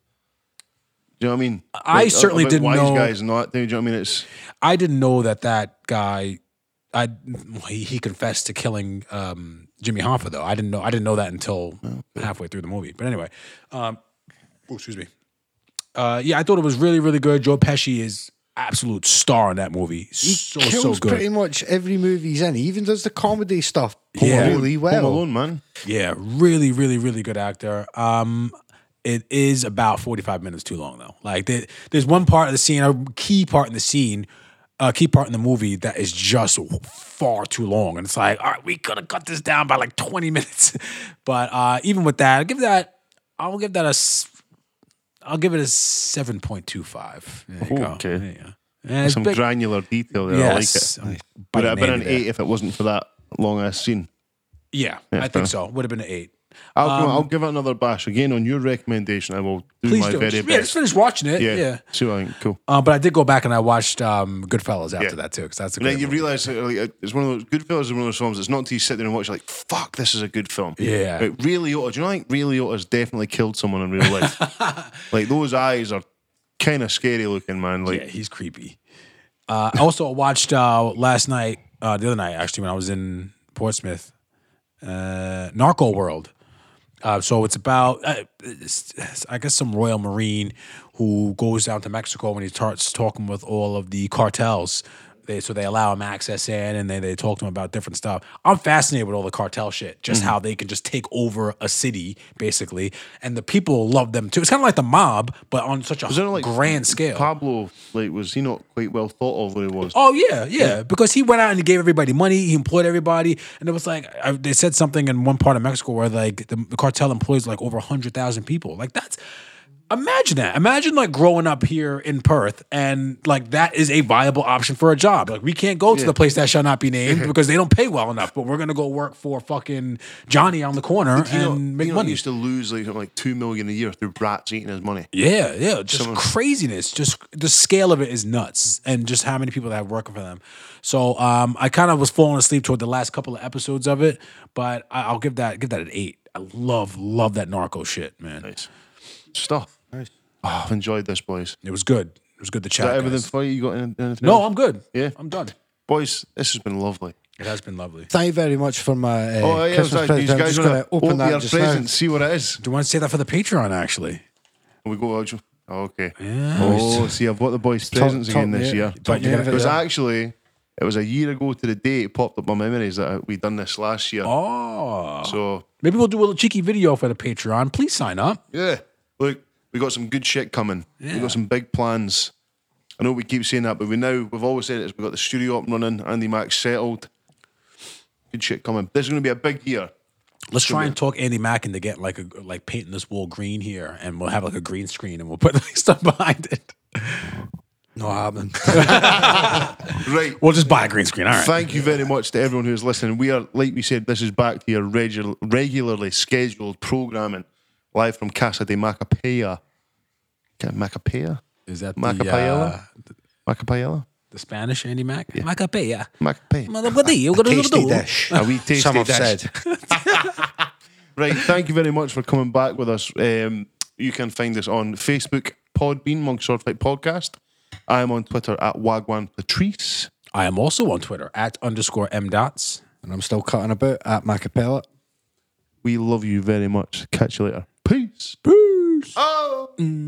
Speaker 1: you know what I mean?
Speaker 2: I certainly
Speaker 1: about
Speaker 2: didn't
Speaker 1: wise
Speaker 2: know-
Speaker 1: guys and all that. Do you know what I mean? It's
Speaker 2: I didn't know that that guy. I he, he confessed to killing um, Jimmy Hoffa though. I didn't know I didn't know that until halfway through the movie. But anyway, um, oh, excuse me. Uh, yeah, I thought it was really really good. Joe Pesci is absolute star in that movie. So so
Speaker 3: Kills
Speaker 2: good.
Speaker 3: pretty much every movie he's in. He even does the comedy stuff
Speaker 2: Yeah.
Speaker 3: really well.
Speaker 1: Home Alone, man.
Speaker 2: yeah, really really really good actor. Um, it is about forty five minutes too long though. Like there, there's one part of the scene, a key part in the scene. A key part in the movie that is just far too long, and it's like, all right, we could have cut this down by like twenty minutes. But uh, even with that, I'll give that, I'll give that a, s- I'll give it a seven point two five. There you go.
Speaker 1: Okay.
Speaker 2: There you go. And it's
Speaker 1: Some
Speaker 2: big-
Speaker 1: granular detail there.
Speaker 2: yes,
Speaker 1: I like it.
Speaker 2: I'm
Speaker 1: Would it
Speaker 2: biting
Speaker 1: have been an
Speaker 2: into that.
Speaker 1: eight if it wasn't for that long ass scene?
Speaker 2: Yeah, I think so. Would have been an eight.
Speaker 1: I'll, I'll give it another bash again on your recommendation. I will do
Speaker 2: Um, Please
Speaker 1: my
Speaker 2: do.
Speaker 1: very
Speaker 2: Just- yeah, just
Speaker 1: best.
Speaker 2: finish watching it. yeah.
Speaker 1: See what I think. Cool.
Speaker 2: Um, but I did go back and I watched um, Goodfellas after
Speaker 1: Yeah.
Speaker 2: that too, because that's a
Speaker 1: And
Speaker 2: great
Speaker 1: then you
Speaker 2: movie.
Speaker 1: realise that, like, it's one of those Goodfellas is one of those films. It's not until you sit there and watch, you're like, fuck, this is a good film.
Speaker 2: Yeah.
Speaker 1: But Ray Liotta, do you know, like Ray Liotta's definitely killed someone in real life. like those eyes are kind of scary looking, man. Like,
Speaker 2: yeah, he's creepy. Uh, I also watched uh, last night, uh, the other night actually, when I was in Portsmouth, uh, Narco World. Uh, so it's about, uh, it's- I guess, some Royal Marine who goes down to Mexico and he starts talking with all of the cartels they so they allow him access in and they they talk to him about different stuff. I'm fascinated with all the cartel shit, just how they can just take over a city basically, and the people love them too. It's kind of like the mob, but on such a
Speaker 1: Was there like
Speaker 2: grand scale.
Speaker 1: Pablo, like, was he not quite well thought of when he was?
Speaker 2: Oh yeah, yeah, Because he went out and he gave everybody money. He employed everybody, and it was like I, they said something in one part of Mexico where like the, the cartel employs like over hundred thousand people. Like that's imagine that. Imagine like growing up here in Perth and like that is a viable option for a job. Like we can't go to the place that shall not be named because they don't pay well enough. But we're gonna go work for fucking Johnny on the corner
Speaker 1: Do
Speaker 2: and
Speaker 1: you know-
Speaker 2: make
Speaker 1: you know, he
Speaker 2: money.
Speaker 1: used to lose like, something like two million a year through brats eating his money.
Speaker 2: Yeah, yeah, just
Speaker 1: Someone-
Speaker 2: craziness. Just the scale of it is nuts, and just how many people that have working for them. So um, I kind of was falling asleep toward the last couple of episodes of it, but I, I'll give that give that an eight. I love love that narco shit, man.
Speaker 1: Nice stuff. Nice. I've enjoyed this, boys. Is
Speaker 2: It was good. It was good to chat.
Speaker 1: that everything
Speaker 2: guys.
Speaker 1: for you? You got any- anything?
Speaker 2: No,
Speaker 1: else?
Speaker 2: I'm good.
Speaker 1: Yeah.
Speaker 2: I'm done.
Speaker 1: boys. This has been lovely.
Speaker 2: It has been lovely.
Speaker 3: Thank you very much for my uh,
Speaker 1: Oh, yeah,
Speaker 3: Christmas
Speaker 1: sorry,
Speaker 3: present.
Speaker 1: these
Speaker 3: I'm
Speaker 1: guys
Speaker 3: just
Speaker 1: going
Speaker 3: going
Speaker 1: to
Speaker 3: to
Speaker 1: open
Speaker 3: open
Speaker 1: their
Speaker 3: that just now.
Speaker 1: presents, see what it is.
Speaker 2: Do you want to say that for the Patreon? Actually,
Speaker 1: And we go, "Oh, okay. Oh, see, I've bought the boys presents
Speaker 3: top
Speaker 1: again this
Speaker 3: me-
Speaker 1: year.
Speaker 2: but you're
Speaker 1: It
Speaker 2: gonna,
Speaker 1: was actually, it was a year ago to the day it popped up my memories that we done this last year.
Speaker 2: oh,
Speaker 1: So
Speaker 2: maybe we'll do a little cheeky video for the Patreon. Please sign up.
Speaker 1: yeah, look, we got some good shit coming. We got some big plans. I know we keep saying that, but we now we've always said it. We've got the studio up and running. Andy Mack settled. Good shit coming. This is going to be a big year.
Speaker 2: Let's try and talk Andy Mack into getting like a like painting this wall green here, and we'll have like a green screen, and we'll put like stuff behind it.
Speaker 3: No, I haven't.
Speaker 1: Right.
Speaker 2: We'll just buy a green screen. All right.
Speaker 1: Thank you very much to everyone who's listening. We are, like we said, this is back to your regu- regularly scheduled programming live from Casa de Macapella. Ca- Macapella?
Speaker 2: Is that the, uh,
Speaker 1: Macapella? Macapella?
Speaker 2: the Spanish Andy Mack? Yeah. Macapella.
Speaker 1: Macapella.
Speaker 2: Mother, what are you gonna
Speaker 3: Tasty
Speaker 2: do?
Speaker 3: dish.
Speaker 1: Are we tasty
Speaker 3: Some have
Speaker 1: dish?
Speaker 3: said.
Speaker 1: Right, thank you very much for coming back with us. Um, you can find us on Facebook, Podbean, Monk Short Flight Podcast. I am on Twitter at Wagwan Patrice.
Speaker 2: I am also on Twitter at underscore m dots.
Speaker 3: And I'm still cutting about at Macapella.
Speaker 1: We love you very much. Catch you later. Peace.
Speaker 2: Peace.
Speaker 1: Oh.
Speaker 2: Ooh,